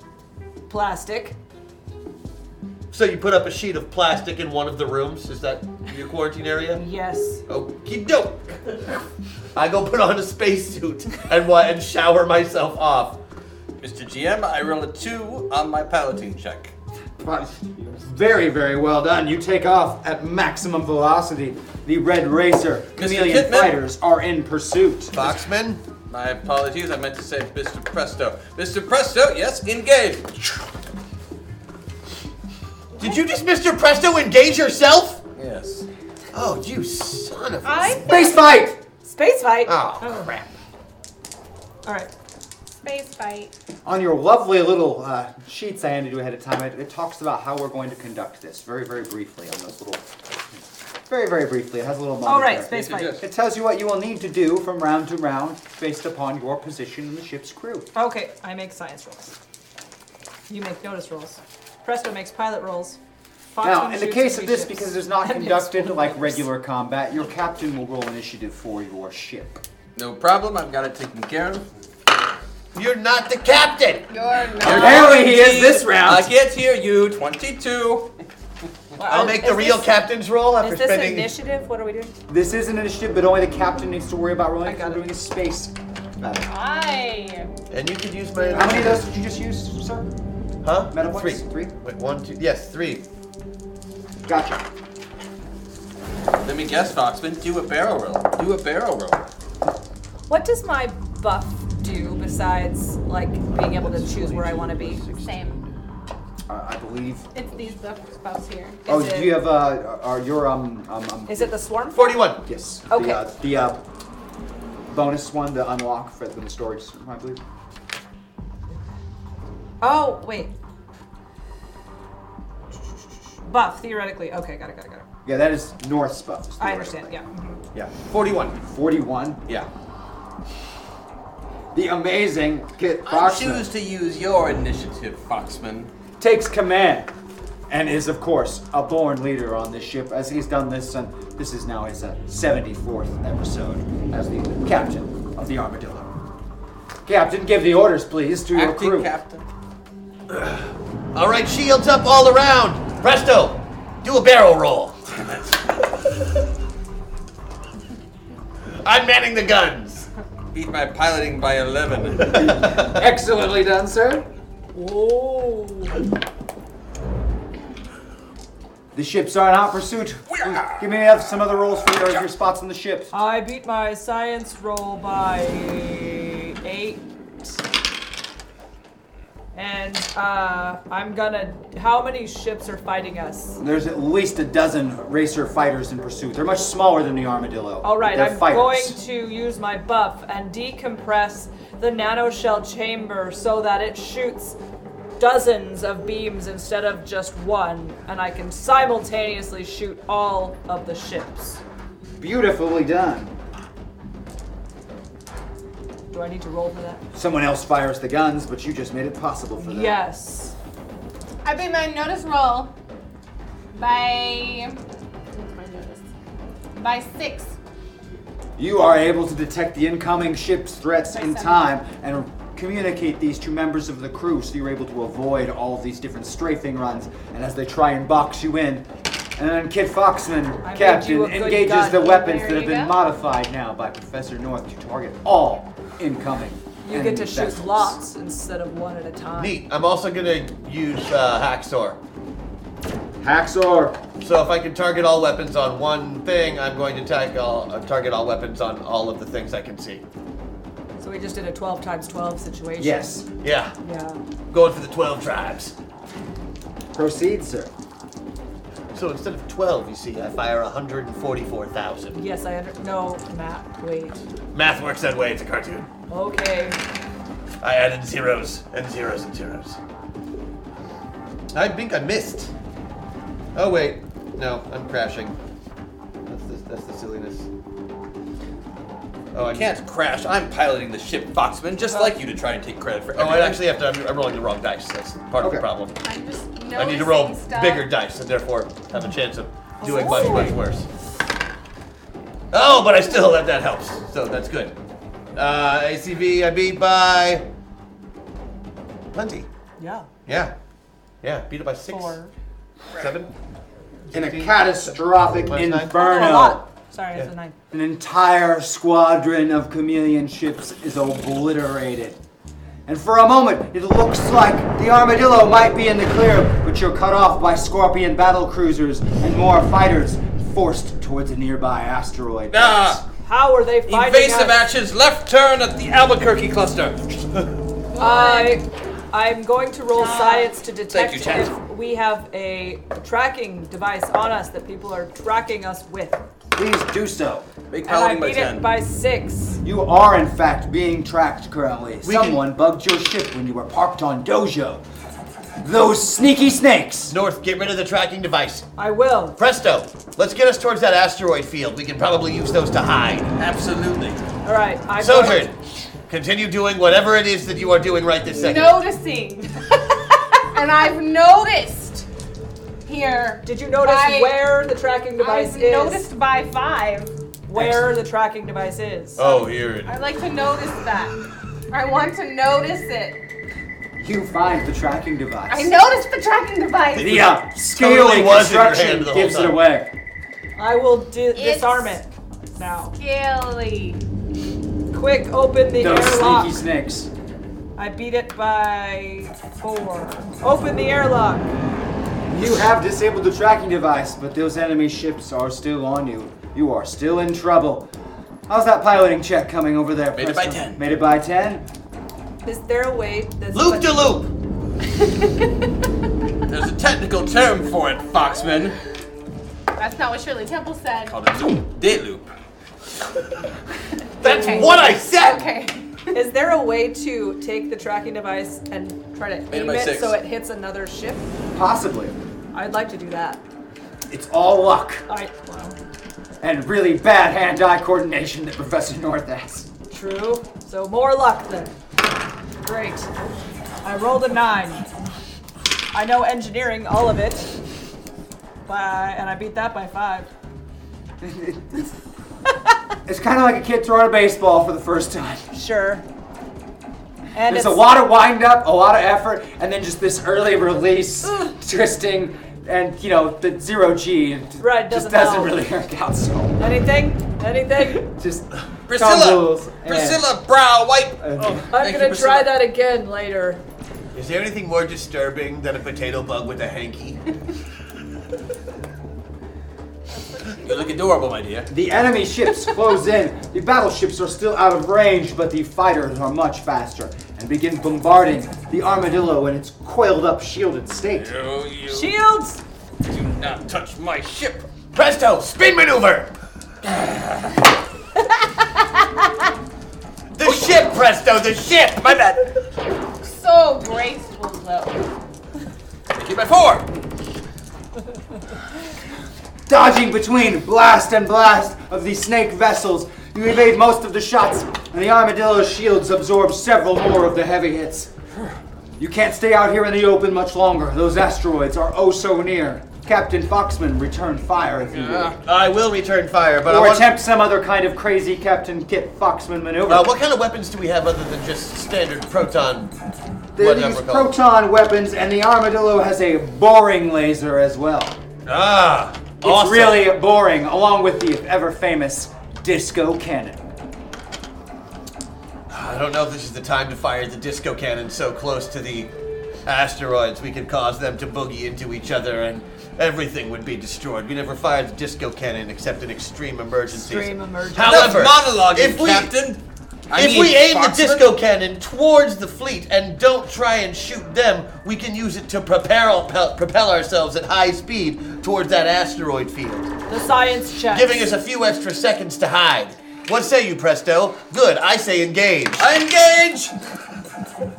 [SPEAKER 5] Plastic.
[SPEAKER 6] So you put up a sheet of plastic in one of the rooms. Is that your quarantine area?
[SPEAKER 5] Yes.
[SPEAKER 6] Okie doke. I go put on a spacesuit and what and shower myself off.
[SPEAKER 3] Mr. GM, I roll a two on my piloting check.
[SPEAKER 1] But Very, very well done. You take off at maximum velocity. The Red Racer chameleon
[SPEAKER 3] Kitman.
[SPEAKER 1] fighters are in pursuit.
[SPEAKER 6] Boxman.
[SPEAKER 3] My apologies, I meant to say Mr. Presto. Mr. Presto, yes, engage.
[SPEAKER 6] Did you just Mr. Presto engage yourself?
[SPEAKER 3] Yes.
[SPEAKER 6] Oh, you son of a
[SPEAKER 4] I
[SPEAKER 1] Space fight!
[SPEAKER 5] Space fight.
[SPEAKER 6] Oh crap.
[SPEAKER 5] All right.
[SPEAKER 4] space fight.
[SPEAKER 1] On your lovely little uh, sheets I handed you ahead of time, it, it talks about how we're going to conduct this very, very briefly on those little. Very, very briefly. It has a little.
[SPEAKER 5] All right.
[SPEAKER 1] there.
[SPEAKER 5] Space fight.
[SPEAKER 3] Yes.
[SPEAKER 1] It tells you what you will need to do from round to round based upon your position in the ship's crew.
[SPEAKER 5] Okay. I make science rolls. You make notice rolls. Presto makes pilot rolls.
[SPEAKER 1] Now,
[SPEAKER 5] Foxman
[SPEAKER 1] in the
[SPEAKER 5] shoots
[SPEAKER 1] case of
[SPEAKER 5] and
[SPEAKER 1] this,
[SPEAKER 5] shoots.
[SPEAKER 1] because it's not
[SPEAKER 5] And
[SPEAKER 1] conducted
[SPEAKER 5] explores.
[SPEAKER 1] like regular combat, your captain will roll initiative for your ship.
[SPEAKER 3] No problem, I've got it taken care of.
[SPEAKER 6] You're not the captain!
[SPEAKER 4] You're not.
[SPEAKER 1] Apparently, he is this
[SPEAKER 3] I
[SPEAKER 1] round.
[SPEAKER 3] get here, you 22.
[SPEAKER 6] I'll make the real captain's roll after
[SPEAKER 5] Is this
[SPEAKER 6] spending
[SPEAKER 5] initiative? What are we doing?
[SPEAKER 1] This is an initiative, but only the captain needs to worry about rolling.
[SPEAKER 5] I
[SPEAKER 1] because
[SPEAKER 5] got
[SPEAKER 1] we're
[SPEAKER 5] it.
[SPEAKER 1] doing a space battle.
[SPEAKER 4] I.
[SPEAKER 6] And you could use my
[SPEAKER 1] How many of those did you just use, sir?
[SPEAKER 6] Huh?
[SPEAKER 1] Meta points? Three.
[SPEAKER 6] Three. Wait, one, two yes, three.
[SPEAKER 1] Gotcha.
[SPEAKER 3] Let me guess, Foxman, do a barrel roll. Do a barrel roll.
[SPEAKER 5] What does my buff do besides like being able to choose where I want to be?
[SPEAKER 4] Same.
[SPEAKER 1] Uh, I believe.
[SPEAKER 4] It's these buffs buffs here.
[SPEAKER 1] oh,
[SPEAKER 5] it-
[SPEAKER 1] do you have uh, are your um um, um
[SPEAKER 5] Is it the swarm?
[SPEAKER 6] Forty-one.
[SPEAKER 1] yes
[SPEAKER 5] Okay.
[SPEAKER 1] the uh, the uh, bonus one the unlock for the storage I believe.
[SPEAKER 5] Oh wait. Buff theoretically. Okay, got it, got it, got it.
[SPEAKER 1] Yeah, that is North's buff. is the
[SPEAKER 5] I
[SPEAKER 1] word,
[SPEAKER 5] understand. Yeah.
[SPEAKER 1] believe. Yeah,
[SPEAKER 6] Forty-one.
[SPEAKER 1] forty-one.
[SPEAKER 6] Yeah.
[SPEAKER 1] The amazing Kit
[SPEAKER 3] I
[SPEAKER 1] Foxman
[SPEAKER 3] choose to use your initiative, Foxman.
[SPEAKER 1] takes command and is, of course, a born leader on this ship as he's done this, and this is now his uh, 74th episode as the captain of the Armadillo. Captain, give the orders, please, to your
[SPEAKER 3] Acting
[SPEAKER 1] crew.
[SPEAKER 3] captain.
[SPEAKER 6] Alright, shields up all around! Presto! Do a barrel roll. I'm manning the guns.
[SPEAKER 3] Beat my piloting by 11.
[SPEAKER 1] Excellently done, sir.
[SPEAKER 5] Whoa.
[SPEAKER 1] The ships are not pursuit. Give me uh, some other rolls for your, your spots on the ship.
[SPEAKER 5] I beat my science roll by eight. And uh, I'm gonna. How many ships are fighting us?
[SPEAKER 1] There's at least a dozen racer fighters in pursuit. They're much smaller than the armadillo.
[SPEAKER 5] All right,
[SPEAKER 1] They're
[SPEAKER 5] I'm
[SPEAKER 1] fighters.
[SPEAKER 5] going to use my buff and decompress the nanoshell chamber so that it shoots dozens of beams instead of just one, and I can simultaneously shoot all of the ships.
[SPEAKER 1] Beautifully done.
[SPEAKER 5] Do I need to roll for that?
[SPEAKER 1] Someone else fires the guns, but you just made it possible for them.
[SPEAKER 5] Yes.
[SPEAKER 4] I beat my notice roll by. what's my notice? By six.
[SPEAKER 1] You are able to detect the incoming ship's threats in
[SPEAKER 4] Nice.
[SPEAKER 1] time and communicate these to members of the crew so you're able to avoid all of these different strafing runs. And as they try and box you in, and then Kit Foxman,
[SPEAKER 5] I made you
[SPEAKER 1] Captain,
[SPEAKER 5] a good
[SPEAKER 1] engages
[SPEAKER 5] gun.
[SPEAKER 1] the weapons
[SPEAKER 4] There
[SPEAKER 1] that have
[SPEAKER 4] you
[SPEAKER 1] been
[SPEAKER 4] go.
[SPEAKER 1] modified now by Professor North to target all incoming.
[SPEAKER 5] You
[SPEAKER 1] enemy
[SPEAKER 5] get to shoot
[SPEAKER 1] vessels.
[SPEAKER 5] lots instead of one at a time.
[SPEAKER 6] Neat. I'm also gonna use uh, hacksaw.
[SPEAKER 1] Haxor,
[SPEAKER 6] So if I can target all weapons on one thing, I'm going to tag all, uh, target all weapons on all of the things I can see.
[SPEAKER 5] So we just did a 12 times 12 situation.
[SPEAKER 1] yes.
[SPEAKER 6] Yeah,
[SPEAKER 5] Yeah.
[SPEAKER 6] going for the 12 tribes.
[SPEAKER 1] Proceed, sir.
[SPEAKER 6] So instead of 12, you see, I fire 144,000.
[SPEAKER 5] Yes, I under. No, Matt, wait.
[SPEAKER 6] Math works that way, it's a cartoon.
[SPEAKER 5] Okay.
[SPEAKER 6] I added zeros and zeros and zeros. I think I missed. Oh wait, no, I'm crashing. That's the, that's the silliness. Oh, I
[SPEAKER 3] Can't crash. I'm piloting the ship, Foxman. Just like you to try and take credit for
[SPEAKER 6] Oh, I
[SPEAKER 3] everything.
[SPEAKER 6] actually have to. I'm, I'm rolling the wrong dice. That's part of
[SPEAKER 1] Okay.
[SPEAKER 6] the problem.
[SPEAKER 4] I'm just noticing
[SPEAKER 6] I need to roll
[SPEAKER 4] stuff.
[SPEAKER 6] bigger dice and therefore have a chance of doing much, much worse. Oh, but I still that that helps. So that's good. Uh, ACV I beat by plenty.
[SPEAKER 5] Yeah.
[SPEAKER 6] Yeah, yeah. Beat it by six,
[SPEAKER 5] Four.
[SPEAKER 6] seven.
[SPEAKER 1] In a catastrophic
[SPEAKER 6] Last night?
[SPEAKER 5] Oh, A
[SPEAKER 1] inferno,
[SPEAKER 5] lot. Sorry, it's a nine.
[SPEAKER 1] an entire squadron of chameleon ships is obliterated. And for a moment, it looks like the armadillo might be in the clear, but you're cut off by scorpion battle cruisers and more fighters forced towards a nearby asteroid. belt.
[SPEAKER 3] Ah,
[SPEAKER 5] How are they fighting?
[SPEAKER 3] evasive
[SPEAKER 5] us?
[SPEAKER 3] actions. Left turn at the Albuquerque cluster.
[SPEAKER 5] I, I'm going to roll science to detect
[SPEAKER 3] you, Chad.
[SPEAKER 5] if we have a tracking device on us that people are tracking us with.
[SPEAKER 1] Please do so.
[SPEAKER 3] Make
[SPEAKER 5] And I
[SPEAKER 3] piloting by
[SPEAKER 5] beat
[SPEAKER 3] ten.
[SPEAKER 5] it by six.
[SPEAKER 1] You are, in fact, being tracked currently.
[SPEAKER 6] can-
[SPEAKER 1] Someone bugged your ship when you were parked on Dojo. Those sneaky snakes!
[SPEAKER 6] North, get rid of the tracking device.
[SPEAKER 5] I will.
[SPEAKER 6] Presto, let's get us towards that asteroid field. We can probably use those to hide.
[SPEAKER 3] Absolutely.
[SPEAKER 5] All right. I'm going-
[SPEAKER 6] Sojourn, continue doing whatever it is that you are doing right this second.
[SPEAKER 4] Noticing. and I've noticed here.
[SPEAKER 5] Did you notice
[SPEAKER 4] by-
[SPEAKER 5] where the tracking device
[SPEAKER 4] I've
[SPEAKER 5] is?
[SPEAKER 4] noticed by five.
[SPEAKER 5] where the tracking device is.
[SPEAKER 6] Oh, here it is.
[SPEAKER 4] I like to notice that. I want to notice it.
[SPEAKER 1] You find the tracking device.
[SPEAKER 4] I noticed the tracking device.
[SPEAKER 1] The uh,
[SPEAKER 6] Totally
[SPEAKER 1] scaling
[SPEAKER 6] was in your hand
[SPEAKER 1] construction
[SPEAKER 6] the whole
[SPEAKER 1] gives it
[SPEAKER 6] time.
[SPEAKER 1] away.
[SPEAKER 5] I will di- disarm it
[SPEAKER 4] It's-
[SPEAKER 5] now.
[SPEAKER 4] Gilly.
[SPEAKER 5] Quick, open the
[SPEAKER 1] Those
[SPEAKER 5] airlock.
[SPEAKER 1] sneaky snakes.
[SPEAKER 5] I beat it by four. Open the airlock.
[SPEAKER 1] You have disabled the tracking device, but those enemy ships are still on you. You are still in trouble. How's that piloting check coming over there?
[SPEAKER 3] Made it by
[SPEAKER 1] Preston?
[SPEAKER 3] 10.
[SPEAKER 1] Made it by 10?
[SPEAKER 5] Is there a way? That's
[SPEAKER 6] Loop de loop.
[SPEAKER 3] There's a technical term for it, Foxman.
[SPEAKER 4] That's not what Shirley Temple said.
[SPEAKER 3] Called a day loop.
[SPEAKER 6] That's
[SPEAKER 4] Okay.
[SPEAKER 6] what I said.
[SPEAKER 4] Okay.
[SPEAKER 5] Is there a way to take the tracking device and try to
[SPEAKER 3] it
[SPEAKER 5] aim
[SPEAKER 3] by
[SPEAKER 5] it
[SPEAKER 3] six.
[SPEAKER 5] so it hits another ship?
[SPEAKER 1] Possibly.
[SPEAKER 5] I'd like to do that.
[SPEAKER 1] It's all luck
[SPEAKER 5] All right. Well,
[SPEAKER 1] and really bad hand eye coordination that Professor North has.
[SPEAKER 5] true. So more luck then. Great. I rolled a nine. I know engineering, all of it. By, and I beat that by five.
[SPEAKER 1] It's kind of like a kid throwing a baseball for the first time.
[SPEAKER 5] Sure. And
[SPEAKER 1] There's a lot of wind up, a lot of effort, and then just this early release, twisting, and you know the zero G it
[SPEAKER 5] Right,
[SPEAKER 1] just
[SPEAKER 5] doesn't
[SPEAKER 1] doesn't
[SPEAKER 5] help.
[SPEAKER 1] really work out. So
[SPEAKER 5] Anything? Anything?
[SPEAKER 1] just
[SPEAKER 3] Priscilla!
[SPEAKER 1] tumbles and-
[SPEAKER 3] Priscilla, Oh. brow, wipe!
[SPEAKER 5] I'm
[SPEAKER 3] Thank you,
[SPEAKER 5] gonna try
[SPEAKER 3] Priscilla.
[SPEAKER 5] that again later.
[SPEAKER 6] Is there anything more disturbing than a potato bug with a hanky?
[SPEAKER 3] You look adorable, my dear.
[SPEAKER 1] The enemy ships close in. The battleships are still out of range, but the fighters are much faster and begin bombarding the armadillo in its coiled up, shielded state.
[SPEAKER 3] No, you
[SPEAKER 5] Shields!
[SPEAKER 3] do not touch my ship.
[SPEAKER 6] Presto, spin maneuver! the ship, Presto, the ship! My bad.
[SPEAKER 4] So graceful though.
[SPEAKER 3] Make it by four.
[SPEAKER 1] Dodging between blast and blast of the snake vessels, you evade most of the shots, and the armadillo's shields absorb several more of the heavy hits. You can't stay out here in the open much longer. Those asteroids are oh so near. Captain Foxman, return fire if you will.
[SPEAKER 6] Uh, I will return fire, but I
[SPEAKER 1] Or
[SPEAKER 6] want.
[SPEAKER 1] attempt some other kind of crazy Captain Kit Foxman maneuver.
[SPEAKER 6] Uh, what kind of weapons do we have other than just standard proton?
[SPEAKER 1] They
[SPEAKER 6] whatever
[SPEAKER 1] use
[SPEAKER 6] called?
[SPEAKER 1] proton weapons, and the armadillo has a boring laser as well.
[SPEAKER 6] ah,
[SPEAKER 1] It's
[SPEAKER 6] awesome.
[SPEAKER 1] really boring, along with the ever famous disco cannon.
[SPEAKER 6] I don't know if this is the time to fire the disco cannon so close to the asteroids. We could cause them to boogie into each other, and everything would be destroyed. We never fired the disco cannon except in extreme emergencies.
[SPEAKER 5] Extreme emergency.
[SPEAKER 6] However,
[SPEAKER 3] Enough monologuing,
[SPEAKER 6] if we
[SPEAKER 3] Captain. I
[SPEAKER 6] if
[SPEAKER 3] mean,
[SPEAKER 6] we aim the
[SPEAKER 3] Foxman.
[SPEAKER 6] disco cannon towards the fleet and don't try and shoot them, we can use it to propel, pel- propel ourselves at high speed towards that asteroid field,
[SPEAKER 5] The science check.
[SPEAKER 6] giving us a few extra seconds to hide. What say you, Presto? Good, I say engage.
[SPEAKER 3] I engage.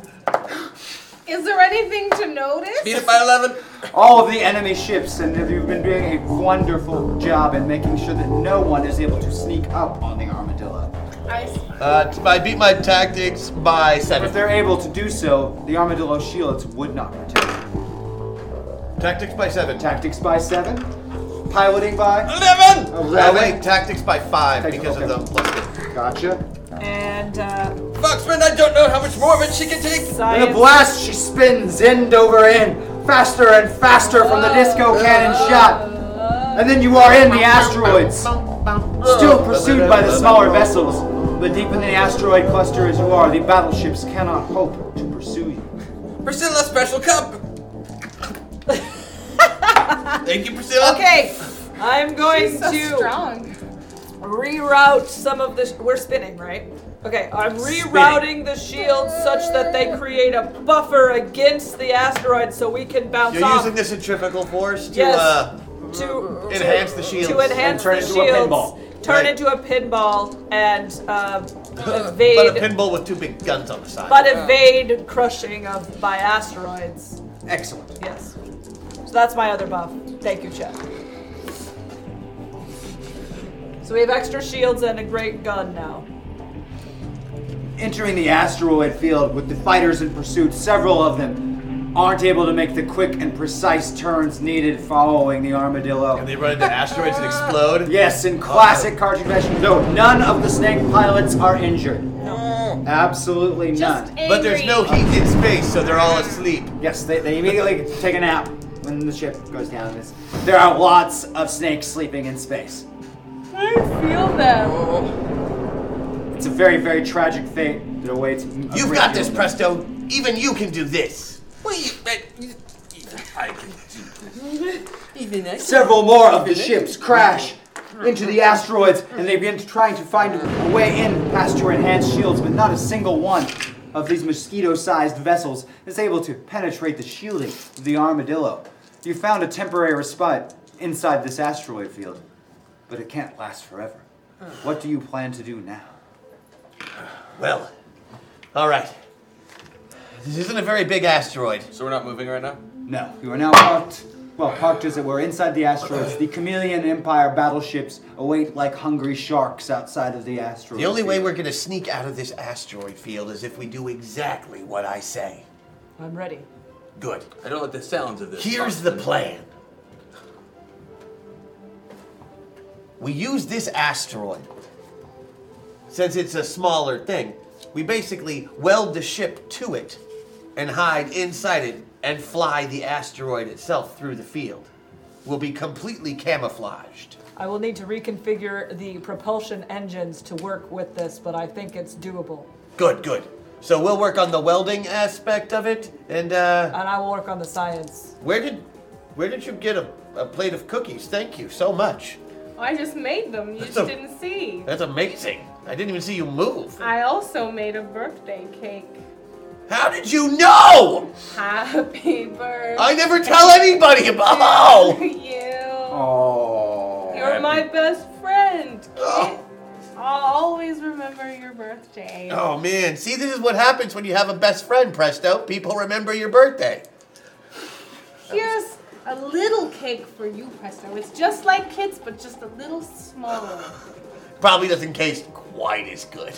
[SPEAKER 4] Is there anything to notice?
[SPEAKER 3] Beat it by eleven.
[SPEAKER 1] All of the enemy ships, and you've been doing a wonderful job in making sure that no one is able to sneak up on the armadillo.
[SPEAKER 4] I s-
[SPEAKER 6] Uh, I beat my tactics by
[SPEAKER 1] If
[SPEAKER 6] seven.
[SPEAKER 1] they're able to do so, the armadillo shields would not protect. you.
[SPEAKER 6] Tactics by seven.
[SPEAKER 1] Tactics by seven, piloting by
[SPEAKER 3] Eleven.
[SPEAKER 6] Uh,
[SPEAKER 1] eleven.
[SPEAKER 6] wait, tactics by five
[SPEAKER 1] Tactics,
[SPEAKER 6] because
[SPEAKER 1] okay.
[SPEAKER 6] of the plus two.
[SPEAKER 1] Gotcha.
[SPEAKER 5] And uh,
[SPEAKER 3] Foxman, I don't know how much more of it she can take.
[SPEAKER 1] In a
[SPEAKER 5] science.
[SPEAKER 1] blast, she spins end over end, faster and faster from the disco cannon shot. And then you are in the asteroids, still pursued by the smaller vessels. But deep in the asteroid cluster as you are, the battleships cannot hope to pursue you.
[SPEAKER 3] Priscilla Special Cup.
[SPEAKER 6] Thank you, Priscilla.
[SPEAKER 5] Okay, I'm going
[SPEAKER 4] so
[SPEAKER 5] to
[SPEAKER 4] strong.
[SPEAKER 5] reroute some of the. Sh- we're spinning, right? Okay, I'm rerouting the shields such that they create a buffer against the asteroid, so we can bounce
[SPEAKER 6] You're
[SPEAKER 5] off.
[SPEAKER 6] using the centrifugal force to
[SPEAKER 5] Yes.
[SPEAKER 6] uh,
[SPEAKER 5] to
[SPEAKER 6] enhance
[SPEAKER 5] to-
[SPEAKER 6] the shields
[SPEAKER 5] To enhance
[SPEAKER 1] turn
[SPEAKER 5] the
[SPEAKER 1] into a
[SPEAKER 5] shields,
[SPEAKER 1] pinball.
[SPEAKER 5] turn
[SPEAKER 6] Right.
[SPEAKER 5] into a pinball, and uh,
[SPEAKER 6] but a
[SPEAKER 5] evade.
[SPEAKER 6] pinball with two big guns on the side.
[SPEAKER 5] But evade crushing of by asteroids.
[SPEAKER 1] Excellent.
[SPEAKER 5] Yes. So that's my other buff. Thank you, Chet. So we have extra shields and a great gun now.
[SPEAKER 1] Entering the asteroid field with the fighters in pursuit, several of them aren't able to make the quick and precise turns needed following the armadillo.
[SPEAKER 6] and they run into asteroids and explode.
[SPEAKER 1] Yes, in classic cartridge fashion. No, none of the snake pilots are injured. Absolutely none.
[SPEAKER 4] Just
[SPEAKER 6] But there's no
[SPEAKER 4] angry.
[SPEAKER 6] heat in space, so they're all asleep.
[SPEAKER 1] yes, they, they immediately take a nap when the ship goes down. It's- There are lots of snakes sleeping in space.
[SPEAKER 4] I feel them.
[SPEAKER 1] It's a very, very tragic fate that awaits.
[SPEAKER 6] You've got this, Presto. Even you can do this.
[SPEAKER 3] Wait, but you- I can do this. Even I can.
[SPEAKER 1] Several more of the ships crash into the asteroids, and they begin to trying to find a way in past your enhanced shields, but not a single one of these mosquito-sized vessels is able to penetrate the shielding of the armadillo. You found a temporary respite inside this asteroid field, but it can't last forever. What do you plan to do now?
[SPEAKER 6] Well, all right. This isn't a very big asteroid.
[SPEAKER 3] So we're not moving right now.
[SPEAKER 1] No, you are now parked. Well, parked as it were inside the asteroids. The Chameleon Empire battleships await like hungry sharks outside of the asteroid.
[SPEAKER 6] The only way
[SPEAKER 1] field.
[SPEAKER 6] we're gonna sneak out of this asteroid field is if we do exactly what I say.
[SPEAKER 5] I'm ready.
[SPEAKER 6] Good.
[SPEAKER 3] I don't like the sounds of this.
[SPEAKER 6] Here's the plan. We use this asteroid. Since it's a smaller thing, we basically weld the ship to it and hide inside it and fly the asteroid itself through the field. We'll be completely camouflaged.
[SPEAKER 5] I will need to reconfigure the propulsion engines to work with this, but I think it's doable.
[SPEAKER 6] Good, good. So we'll work on the welding aspect of it. And uh,
[SPEAKER 5] And I will work on the science.
[SPEAKER 6] where did where did you get a, a plate of cookies? Thank you so much.
[SPEAKER 4] Oh, I just made them. You just
[SPEAKER 6] So-
[SPEAKER 4] didn't see.
[SPEAKER 6] That's amazing. I didn't even see you move.
[SPEAKER 4] I also made a birthday cake.
[SPEAKER 6] How did you know?
[SPEAKER 4] Happy birthday.
[SPEAKER 6] I never tell anybody about.
[SPEAKER 4] to
[SPEAKER 6] Oh,
[SPEAKER 4] you.
[SPEAKER 1] Oh.
[SPEAKER 4] You're my best friend. kid.
[SPEAKER 6] Oh.
[SPEAKER 4] I'll always remember your birthday.
[SPEAKER 6] oh man! See, this is what happens when you have a best friend, Presto. People remember your birthday.
[SPEAKER 4] Here's a little cake for you, Presto. It's just like kids, but just a little smaller.
[SPEAKER 6] Probably doesn't taste quite as good.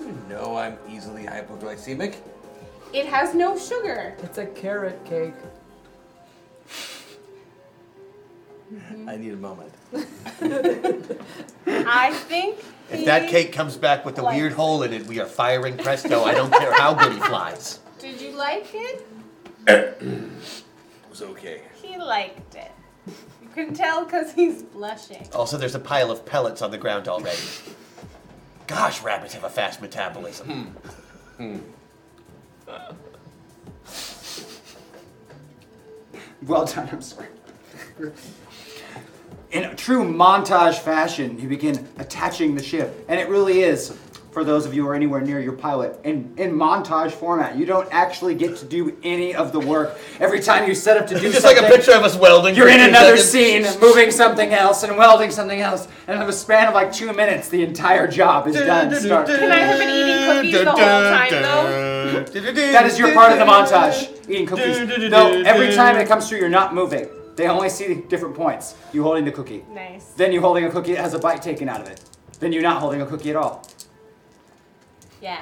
[SPEAKER 3] You know I'm easily hypoglycemic.
[SPEAKER 4] It has no sugar.
[SPEAKER 5] It's a carrot cake.
[SPEAKER 3] I need a moment.
[SPEAKER 4] I think.
[SPEAKER 6] If
[SPEAKER 4] he-
[SPEAKER 6] that cake comes back with a weird hole in it, we are firing Presto. I don't care how good he flies.
[SPEAKER 4] Did you like it?
[SPEAKER 9] It was okay.
[SPEAKER 4] He liked it. You can tell because he's blushing.
[SPEAKER 6] Also, there's a pile of pellets on the ground already. Gosh, rabbits have a fast
[SPEAKER 1] Hmm.
[SPEAKER 6] metabolism.
[SPEAKER 1] Well done, I'm sorry. In a true montage fashion, you begin attaching the ship. And it really is, for those of you who are anywhere near your pilot, in, in montage format. You don't actually get to do any of the work. Every time you set up to do
[SPEAKER 6] Just like
[SPEAKER 1] something,
[SPEAKER 6] a picture of us welding.
[SPEAKER 1] you're in another scene, moving something else and welding something else. And in the span of like two minutes, the entire job is done. Start.
[SPEAKER 4] Can I have been eating cookies the whole time, though?
[SPEAKER 1] That is your part of the montage, eating cookies. No, every time it comes through, you're not moving. They only see different points. You holding the cookie.
[SPEAKER 4] Nice.
[SPEAKER 1] Then you holding a cookie that has a bite taken out of it. Then you not holding a cookie at all.
[SPEAKER 4] Yeah.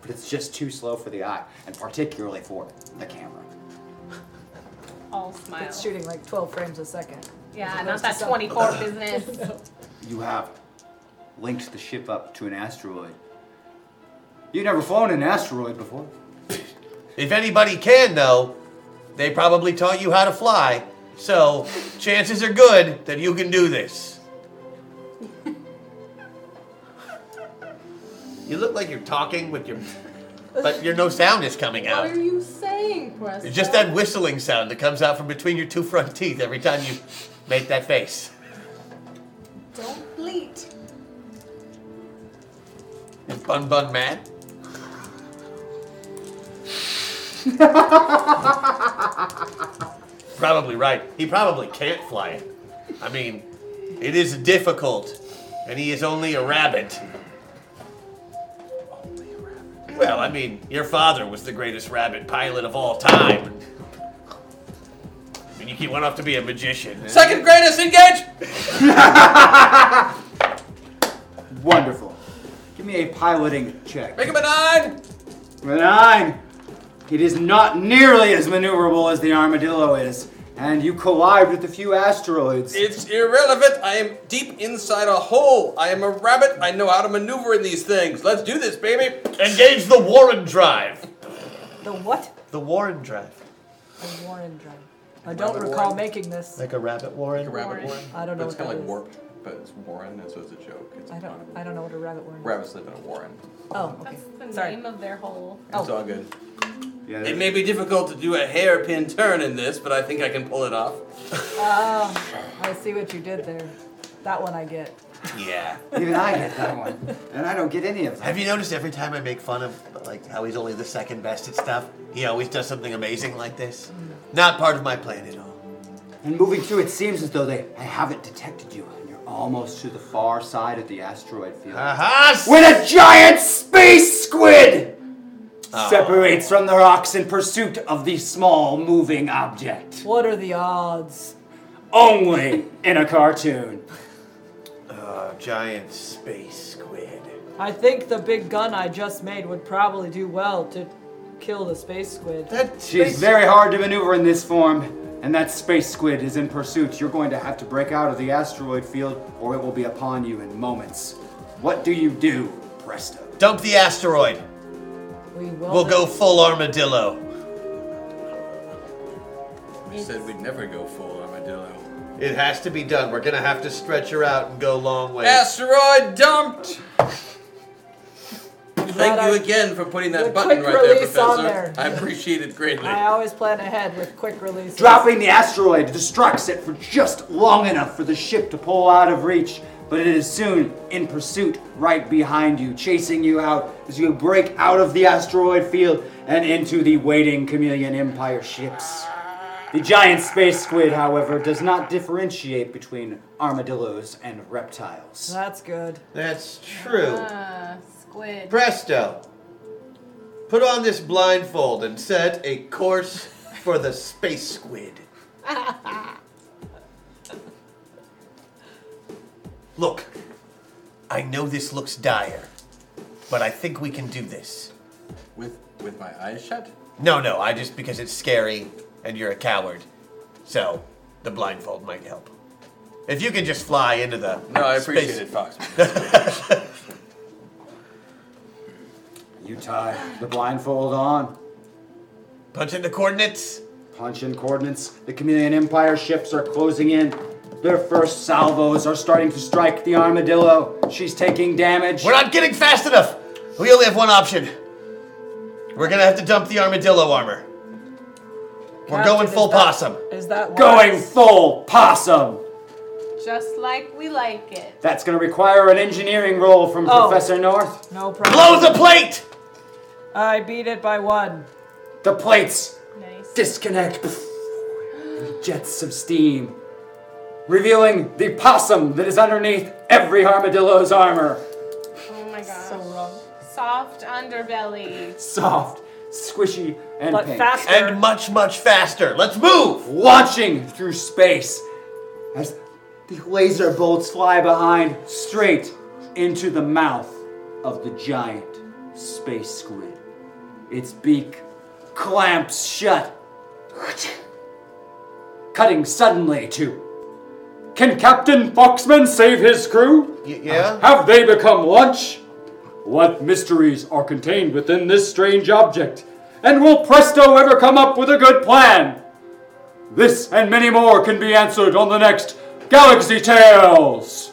[SPEAKER 1] but it's just too slow for the eye, and particularly for the camera.
[SPEAKER 4] All smiles.
[SPEAKER 5] It's shooting like 12 frames a second.
[SPEAKER 4] Yeah,
[SPEAKER 5] As
[SPEAKER 4] not
[SPEAKER 5] opposed
[SPEAKER 4] that
[SPEAKER 5] to some-
[SPEAKER 4] 24 business.
[SPEAKER 1] You have linked the ship up to an asteroid. You've never flown an asteroid before.
[SPEAKER 6] If anybody can, though, they probably taught you how to fly. So chances are good that you can do this. you look like you're talking with your, but your no sound is coming out.
[SPEAKER 4] What are you saying, Preston?
[SPEAKER 6] It's just that whistling sound that comes out from between your two front teeth every time you make that face.
[SPEAKER 4] Don't bleat.
[SPEAKER 6] Is Bun Bun mad? probably right. He probably can't fly it. I mean, it is difficult, and he is only a rabbit. Well, I mean, your father was the greatest rabbit pilot of all time. I mean, he went off to be a magician.
[SPEAKER 3] Second greatest, engage!
[SPEAKER 1] Wonderful. Give me a piloting check.
[SPEAKER 3] Make him a nine!
[SPEAKER 1] Nine. It is not nearly as maneuverable as the armadillo is, and you collide with a few asteroids.
[SPEAKER 3] It's irrelevant. I am deep inside a hole. I am a rabbit. I know how to maneuver in these things. Let's do this, baby.
[SPEAKER 6] Engage the Warren Drive.
[SPEAKER 5] The what?
[SPEAKER 6] The Warren Drive.
[SPEAKER 5] The Warren drum. I don't
[SPEAKER 3] Rabbit
[SPEAKER 5] recall
[SPEAKER 3] Warren.
[SPEAKER 5] making this.
[SPEAKER 6] Like a rabbit Warren?
[SPEAKER 3] A rabbit warren.
[SPEAKER 5] I don't know
[SPEAKER 3] But It's
[SPEAKER 5] what
[SPEAKER 3] kind of
[SPEAKER 5] that
[SPEAKER 3] like
[SPEAKER 5] is.
[SPEAKER 3] warped, but it's warren, and so it's a joke. It's
[SPEAKER 5] I
[SPEAKER 3] a
[SPEAKER 5] don't.
[SPEAKER 3] pun.
[SPEAKER 5] I don't know what a rabbit Warren.
[SPEAKER 3] Rabbits live in a warren.
[SPEAKER 5] Oh, okay.
[SPEAKER 4] That's the
[SPEAKER 5] Sorry.
[SPEAKER 4] name of their hole.
[SPEAKER 5] Oh.
[SPEAKER 3] It's all good.
[SPEAKER 1] Yeah,
[SPEAKER 3] It may be difficult to do a hairpin turn in this, but I think I can pull it off.
[SPEAKER 5] I see what you did there. That one I get.
[SPEAKER 6] Yeah.
[SPEAKER 1] even I get that one, and I don't get any of them.
[SPEAKER 6] Have you noticed every time I make fun of like how he's only the second best at stuff, he always does something amazing like this? Not part of my plan at all.
[SPEAKER 1] And moving through, it seems as though they I haven't detected you, and you're almost to the far side of the asteroid field.
[SPEAKER 6] Aha! s-
[SPEAKER 1] When a giant space squid separates from the rocks in pursuit of the small moving object,
[SPEAKER 5] What are the odds?
[SPEAKER 1] only in a cartoon.
[SPEAKER 6] Oh, giant space squid.
[SPEAKER 5] I think the big gun I just made would probably do well to kill the space squid.
[SPEAKER 6] That
[SPEAKER 1] She's
[SPEAKER 6] space
[SPEAKER 1] very hard to maneuver in this form, and that space squid is in pursuit. You're going to have to break out of the asteroid field, or it will be upon you in moments. What do you do, Presto?
[SPEAKER 6] Dump the asteroid.
[SPEAKER 5] We will
[SPEAKER 6] We'll go full armadillo.
[SPEAKER 9] We said we'd never go full armadillo.
[SPEAKER 6] It has to be done. We're gonna have to stretch her out and go long ways.
[SPEAKER 3] Asteroid dumped! Thank
[SPEAKER 5] I-
[SPEAKER 3] you again for putting
[SPEAKER 5] The
[SPEAKER 3] that button
[SPEAKER 5] quick
[SPEAKER 3] right there,
[SPEAKER 5] release on
[SPEAKER 3] Professor.
[SPEAKER 5] there.
[SPEAKER 3] I appreciate it greatly.
[SPEAKER 5] I always plan ahead with quick release.
[SPEAKER 1] Dropping the asteroid distracts it for just long enough for the ship to pull out of reach, but it is soon in pursuit right behind you, chasing you out as you break out of the asteroid field and into the waiting Chameleon Empire ships. The giant space squid, however, does not differentiate between armadillos and reptiles.
[SPEAKER 5] That's good.
[SPEAKER 6] That's true.
[SPEAKER 4] Uh, squid.
[SPEAKER 6] Presto. Put on this blindfold and set a course for the space squid. Look, I know this looks dire, but I think we can do this.
[SPEAKER 9] With with my eyes shut?
[SPEAKER 6] No, no, I just because it's scary and you're a coward. So, the blindfold might help. If you can just fly into the
[SPEAKER 9] No, I appreciate
[SPEAKER 6] space-
[SPEAKER 9] it, Fox.
[SPEAKER 1] You tie the blindfold on.
[SPEAKER 6] Punch in the coordinates.
[SPEAKER 1] Punch in coordinates. The Chameleon Empire ships are closing in. Their first salvos are starting to strike the armadillo. She's taking damage.
[SPEAKER 6] We're not getting fast enough. We only have one option. We're gonna have to dump the armadillo armor. We're
[SPEAKER 5] Captain,
[SPEAKER 6] going
[SPEAKER 5] is
[SPEAKER 6] full
[SPEAKER 5] that-
[SPEAKER 6] possum.
[SPEAKER 5] Is that
[SPEAKER 1] Going
[SPEAKER 5] wise?
[SPEAKER 1] full possum.
[SPEAKER 4] Just like we like it.
[SPEAKER 1] That's going to require an engineering roll from
[SPEAKER 5] Oh.
[SPEAKER 1] Professor North.
[SPEAKER 5] No problem.
[SPEAKER 6] Blow the plate.
[SPEAKER 5] I beat it by one.
[SPEAKER 1] The plates
[SPEAKER 4] Nice.
[SPEAKER 1] disconnect. Jets of steam, revealing the possum that is underneath every armadillo's armor.
[SPEAKER 4] oh my gosh.
[SPEAKER 5] So wrong.
[SPEAKER 4] Soft underbelly.
[SPEAKER 1] Soft, squishy, and
[SPEAKER 5] But
[SPEAKER 1] pink.
[SPEAKER 5] faster.
[SPEAKER 6] And much, much faster. Let's move.
[SPEAKER 1] launching through space as the laser bolts fly behind straight into the mouth of the giant space squid. Its beak clamps shut, cutting suddenly to. Can Captain Foxman save his crew?
[SPEAKER 6] Y- yeah?
[SPEAKER 1] Have they become lunch? What mysteries are contained within this strange object? And will Presto ever come up with a good plan? This and many more can be answered on the next Galaxy Tales!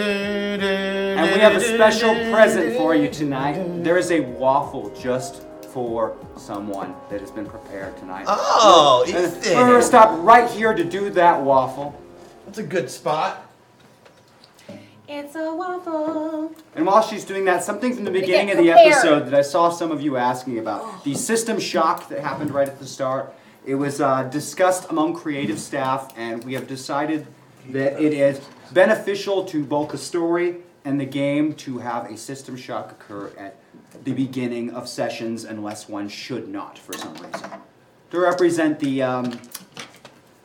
[SPEAKER 1] And we have a special present for you tonight. There is a waffle just for someone that has been prepared tonight.
[SPEAKER 6] Oh,
[SPEAKER 1] And
[SPEAKER 6] Ethan.
[SPEAKER 1] We're gonna stop right here to do that waffle.
[SPEAKER 6] That's a good spot.
[SPEAKER 4] It's a waffle.
[SPEAKER 1] And while she's doing that, something from the
[SPEAKER 4] get
[SPEAKER 1] beginning of the
[SPEAKER 4] prepared.
[SPEAKER 1] episode that I saw some of you asking about the system shock that happened right at the start. It was uh, discussed among creative staff, and we have decided that it is beneficial to both the story and the game to have a system shock occur at the beginning of sessions, unless one should not for some reason. To represent the um,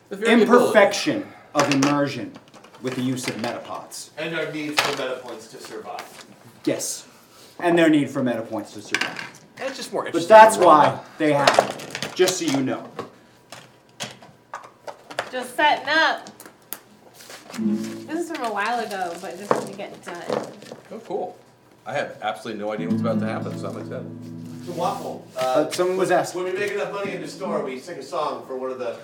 [SPEAKER 3] The very
[SPEAKER 1] imperfection of immersion with the use of metapods.
[SPEAKER 6] And our needs for meta points to survive.
[SPEAKER 1] Yes. And their need for meta points to survive.
[SPEAKER 3] ability. That's just more
[SPEAKER 1] But
[SPEAKER 3] interesting.
[SPEAKER 1] that's why they have it. Just so you know.
[SPEAKER 4] Just setting up. This is from a while ago, but just to get it done.
[SPEAKER 3] Oh, cool. I have absolutely no idea what's about to happen, so I'm excited.
[SPEAKER 6] The waffle.
[SPEAKER 1] Uh,
[SPEAKER 6] Uh,
[SPEAKER 1] someone was asking.
[SPEAKER 6] when we make enough money in the store, we sing a song for one of the.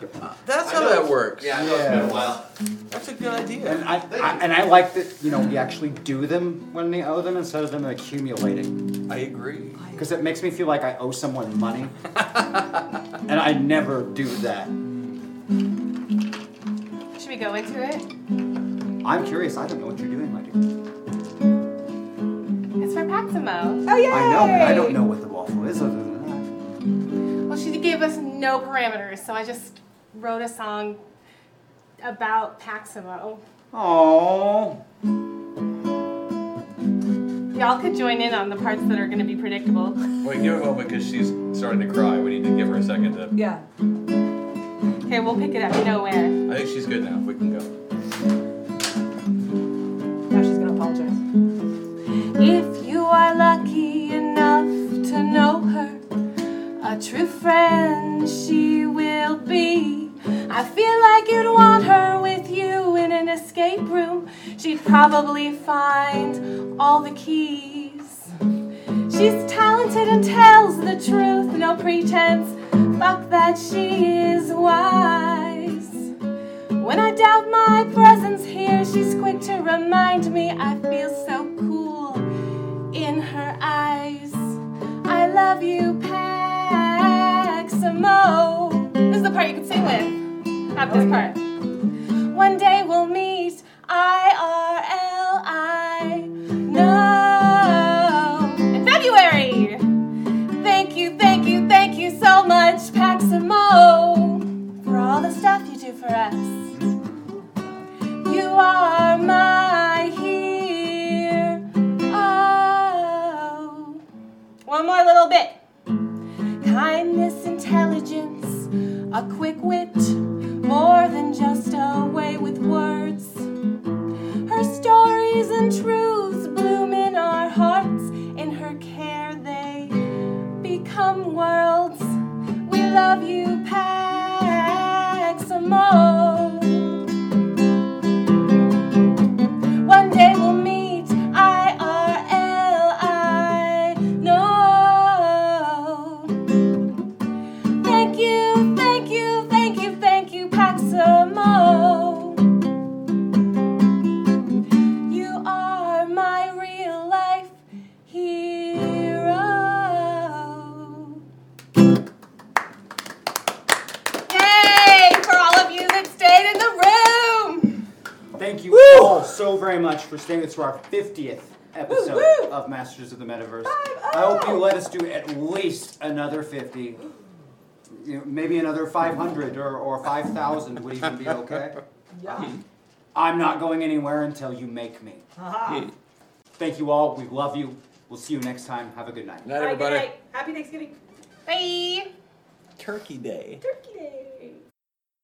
[SPEAKER 3] That's
[SPEAKER 6] I
[SPEAKER 3] how
[SPEAKER 6] know
[SPEAKER 3] that
[SPEAKER 6] it's-
[SPEAKER 3] works.
[SPEAKER 6] Yeah, I know it's been
[SPEAKER 1] Yeah.
[SPEAKER 6] a while.
[SPEAKER 3] That's a good idea.
[SPEAKER 1] And I, I and I like that you know we actually do them when they owe them instead of them accumulating
[SPEAKER 3] I agree.
[SPEAKER 1] because it makes me feel like I owe someone money, and I never do that.
[SPEAKER 4] Should we go into it?
[SPEAKER 1] I'm curious. I don't know what you're doing, my dear.
[SPEAKER 4] It's for Paximo.
[SPEAKER 5] Oh yeah.
[SPEAKER 1] I know, but I don't know what the waffle is other than that.
[SPEAKER 4] Well, she gave us no parameters, so I just wrote a song about Paximo.
[SPEAKER 1] Oh,
[SPEAKER 4] Y'all could join in on the parts that are going to be predictable.
[SPEAKER 9] Wait, give it a moment because she's starting to cry. We need to give her a second to.
[SPEAKER 5] Yeah.
[SPEAKER 4] Okay, we'll pick it up nowhere.
[SPEAKER 9] I think she's good now. We can go.
[SPEAKER 5] Now she's gonna apologize.
[SPEAKER 4] If you are lucky enough to know her, a true friend she will be. I feel like you'd want her with you in an escape room. She'd probably find all the keys. She's talented and tells the truth, no pretense. Fuck that she is wise. When I doubt my presence here, she's quick to remind me I feel so cool in her eyes. I love you, Paximo. This is the part you can sing with, not this part. One day we'll meet, IRL, no. In February! Thank you, thank you, thank you so much, Paximo, for all the stuff you do for us. You are my hero. Oh. One more little bit. Kindness, intelligence, a quick wit, more than just a way with words. Her stories and truths bloom in our hearts. In her care, they become worlds. We love you, Paximo. One day we'll meet, IRL, I know. Thank you, thank you, thank you, thank you, Paximo. You are my real life hero. Yay for all of you that stayed in the room!
[SPEAKER 1] Thank you all so very much for staying with us for our 50th episode
[SPEAKER 4] Woo, woo.
[SPEAKER 1] of Masters of the Metaverse. I hope
[SPEAKER 5] oh!
[SPEAKER 1] you let us do at least another 50. You know, maybe another 500 or, or 5,000 would even be okay. Uh-huh.
[SPEAKER 5] Yeah.
[SPEAKER 1] I'm not going anywhere until you make me.
[SPEAKER 5] Haha.
[SPEAKER 1] Thank you all. We love you. We'll see you next time. Have a good night.
[SPEAKER 9] Night, everybody.
[SPEAKER 5] Happy Thanksgiving.
[SPEAKER 4] Bye!
[SPEAKER 3] Turkey Day.
[SPEAKER 5] Turkey Day.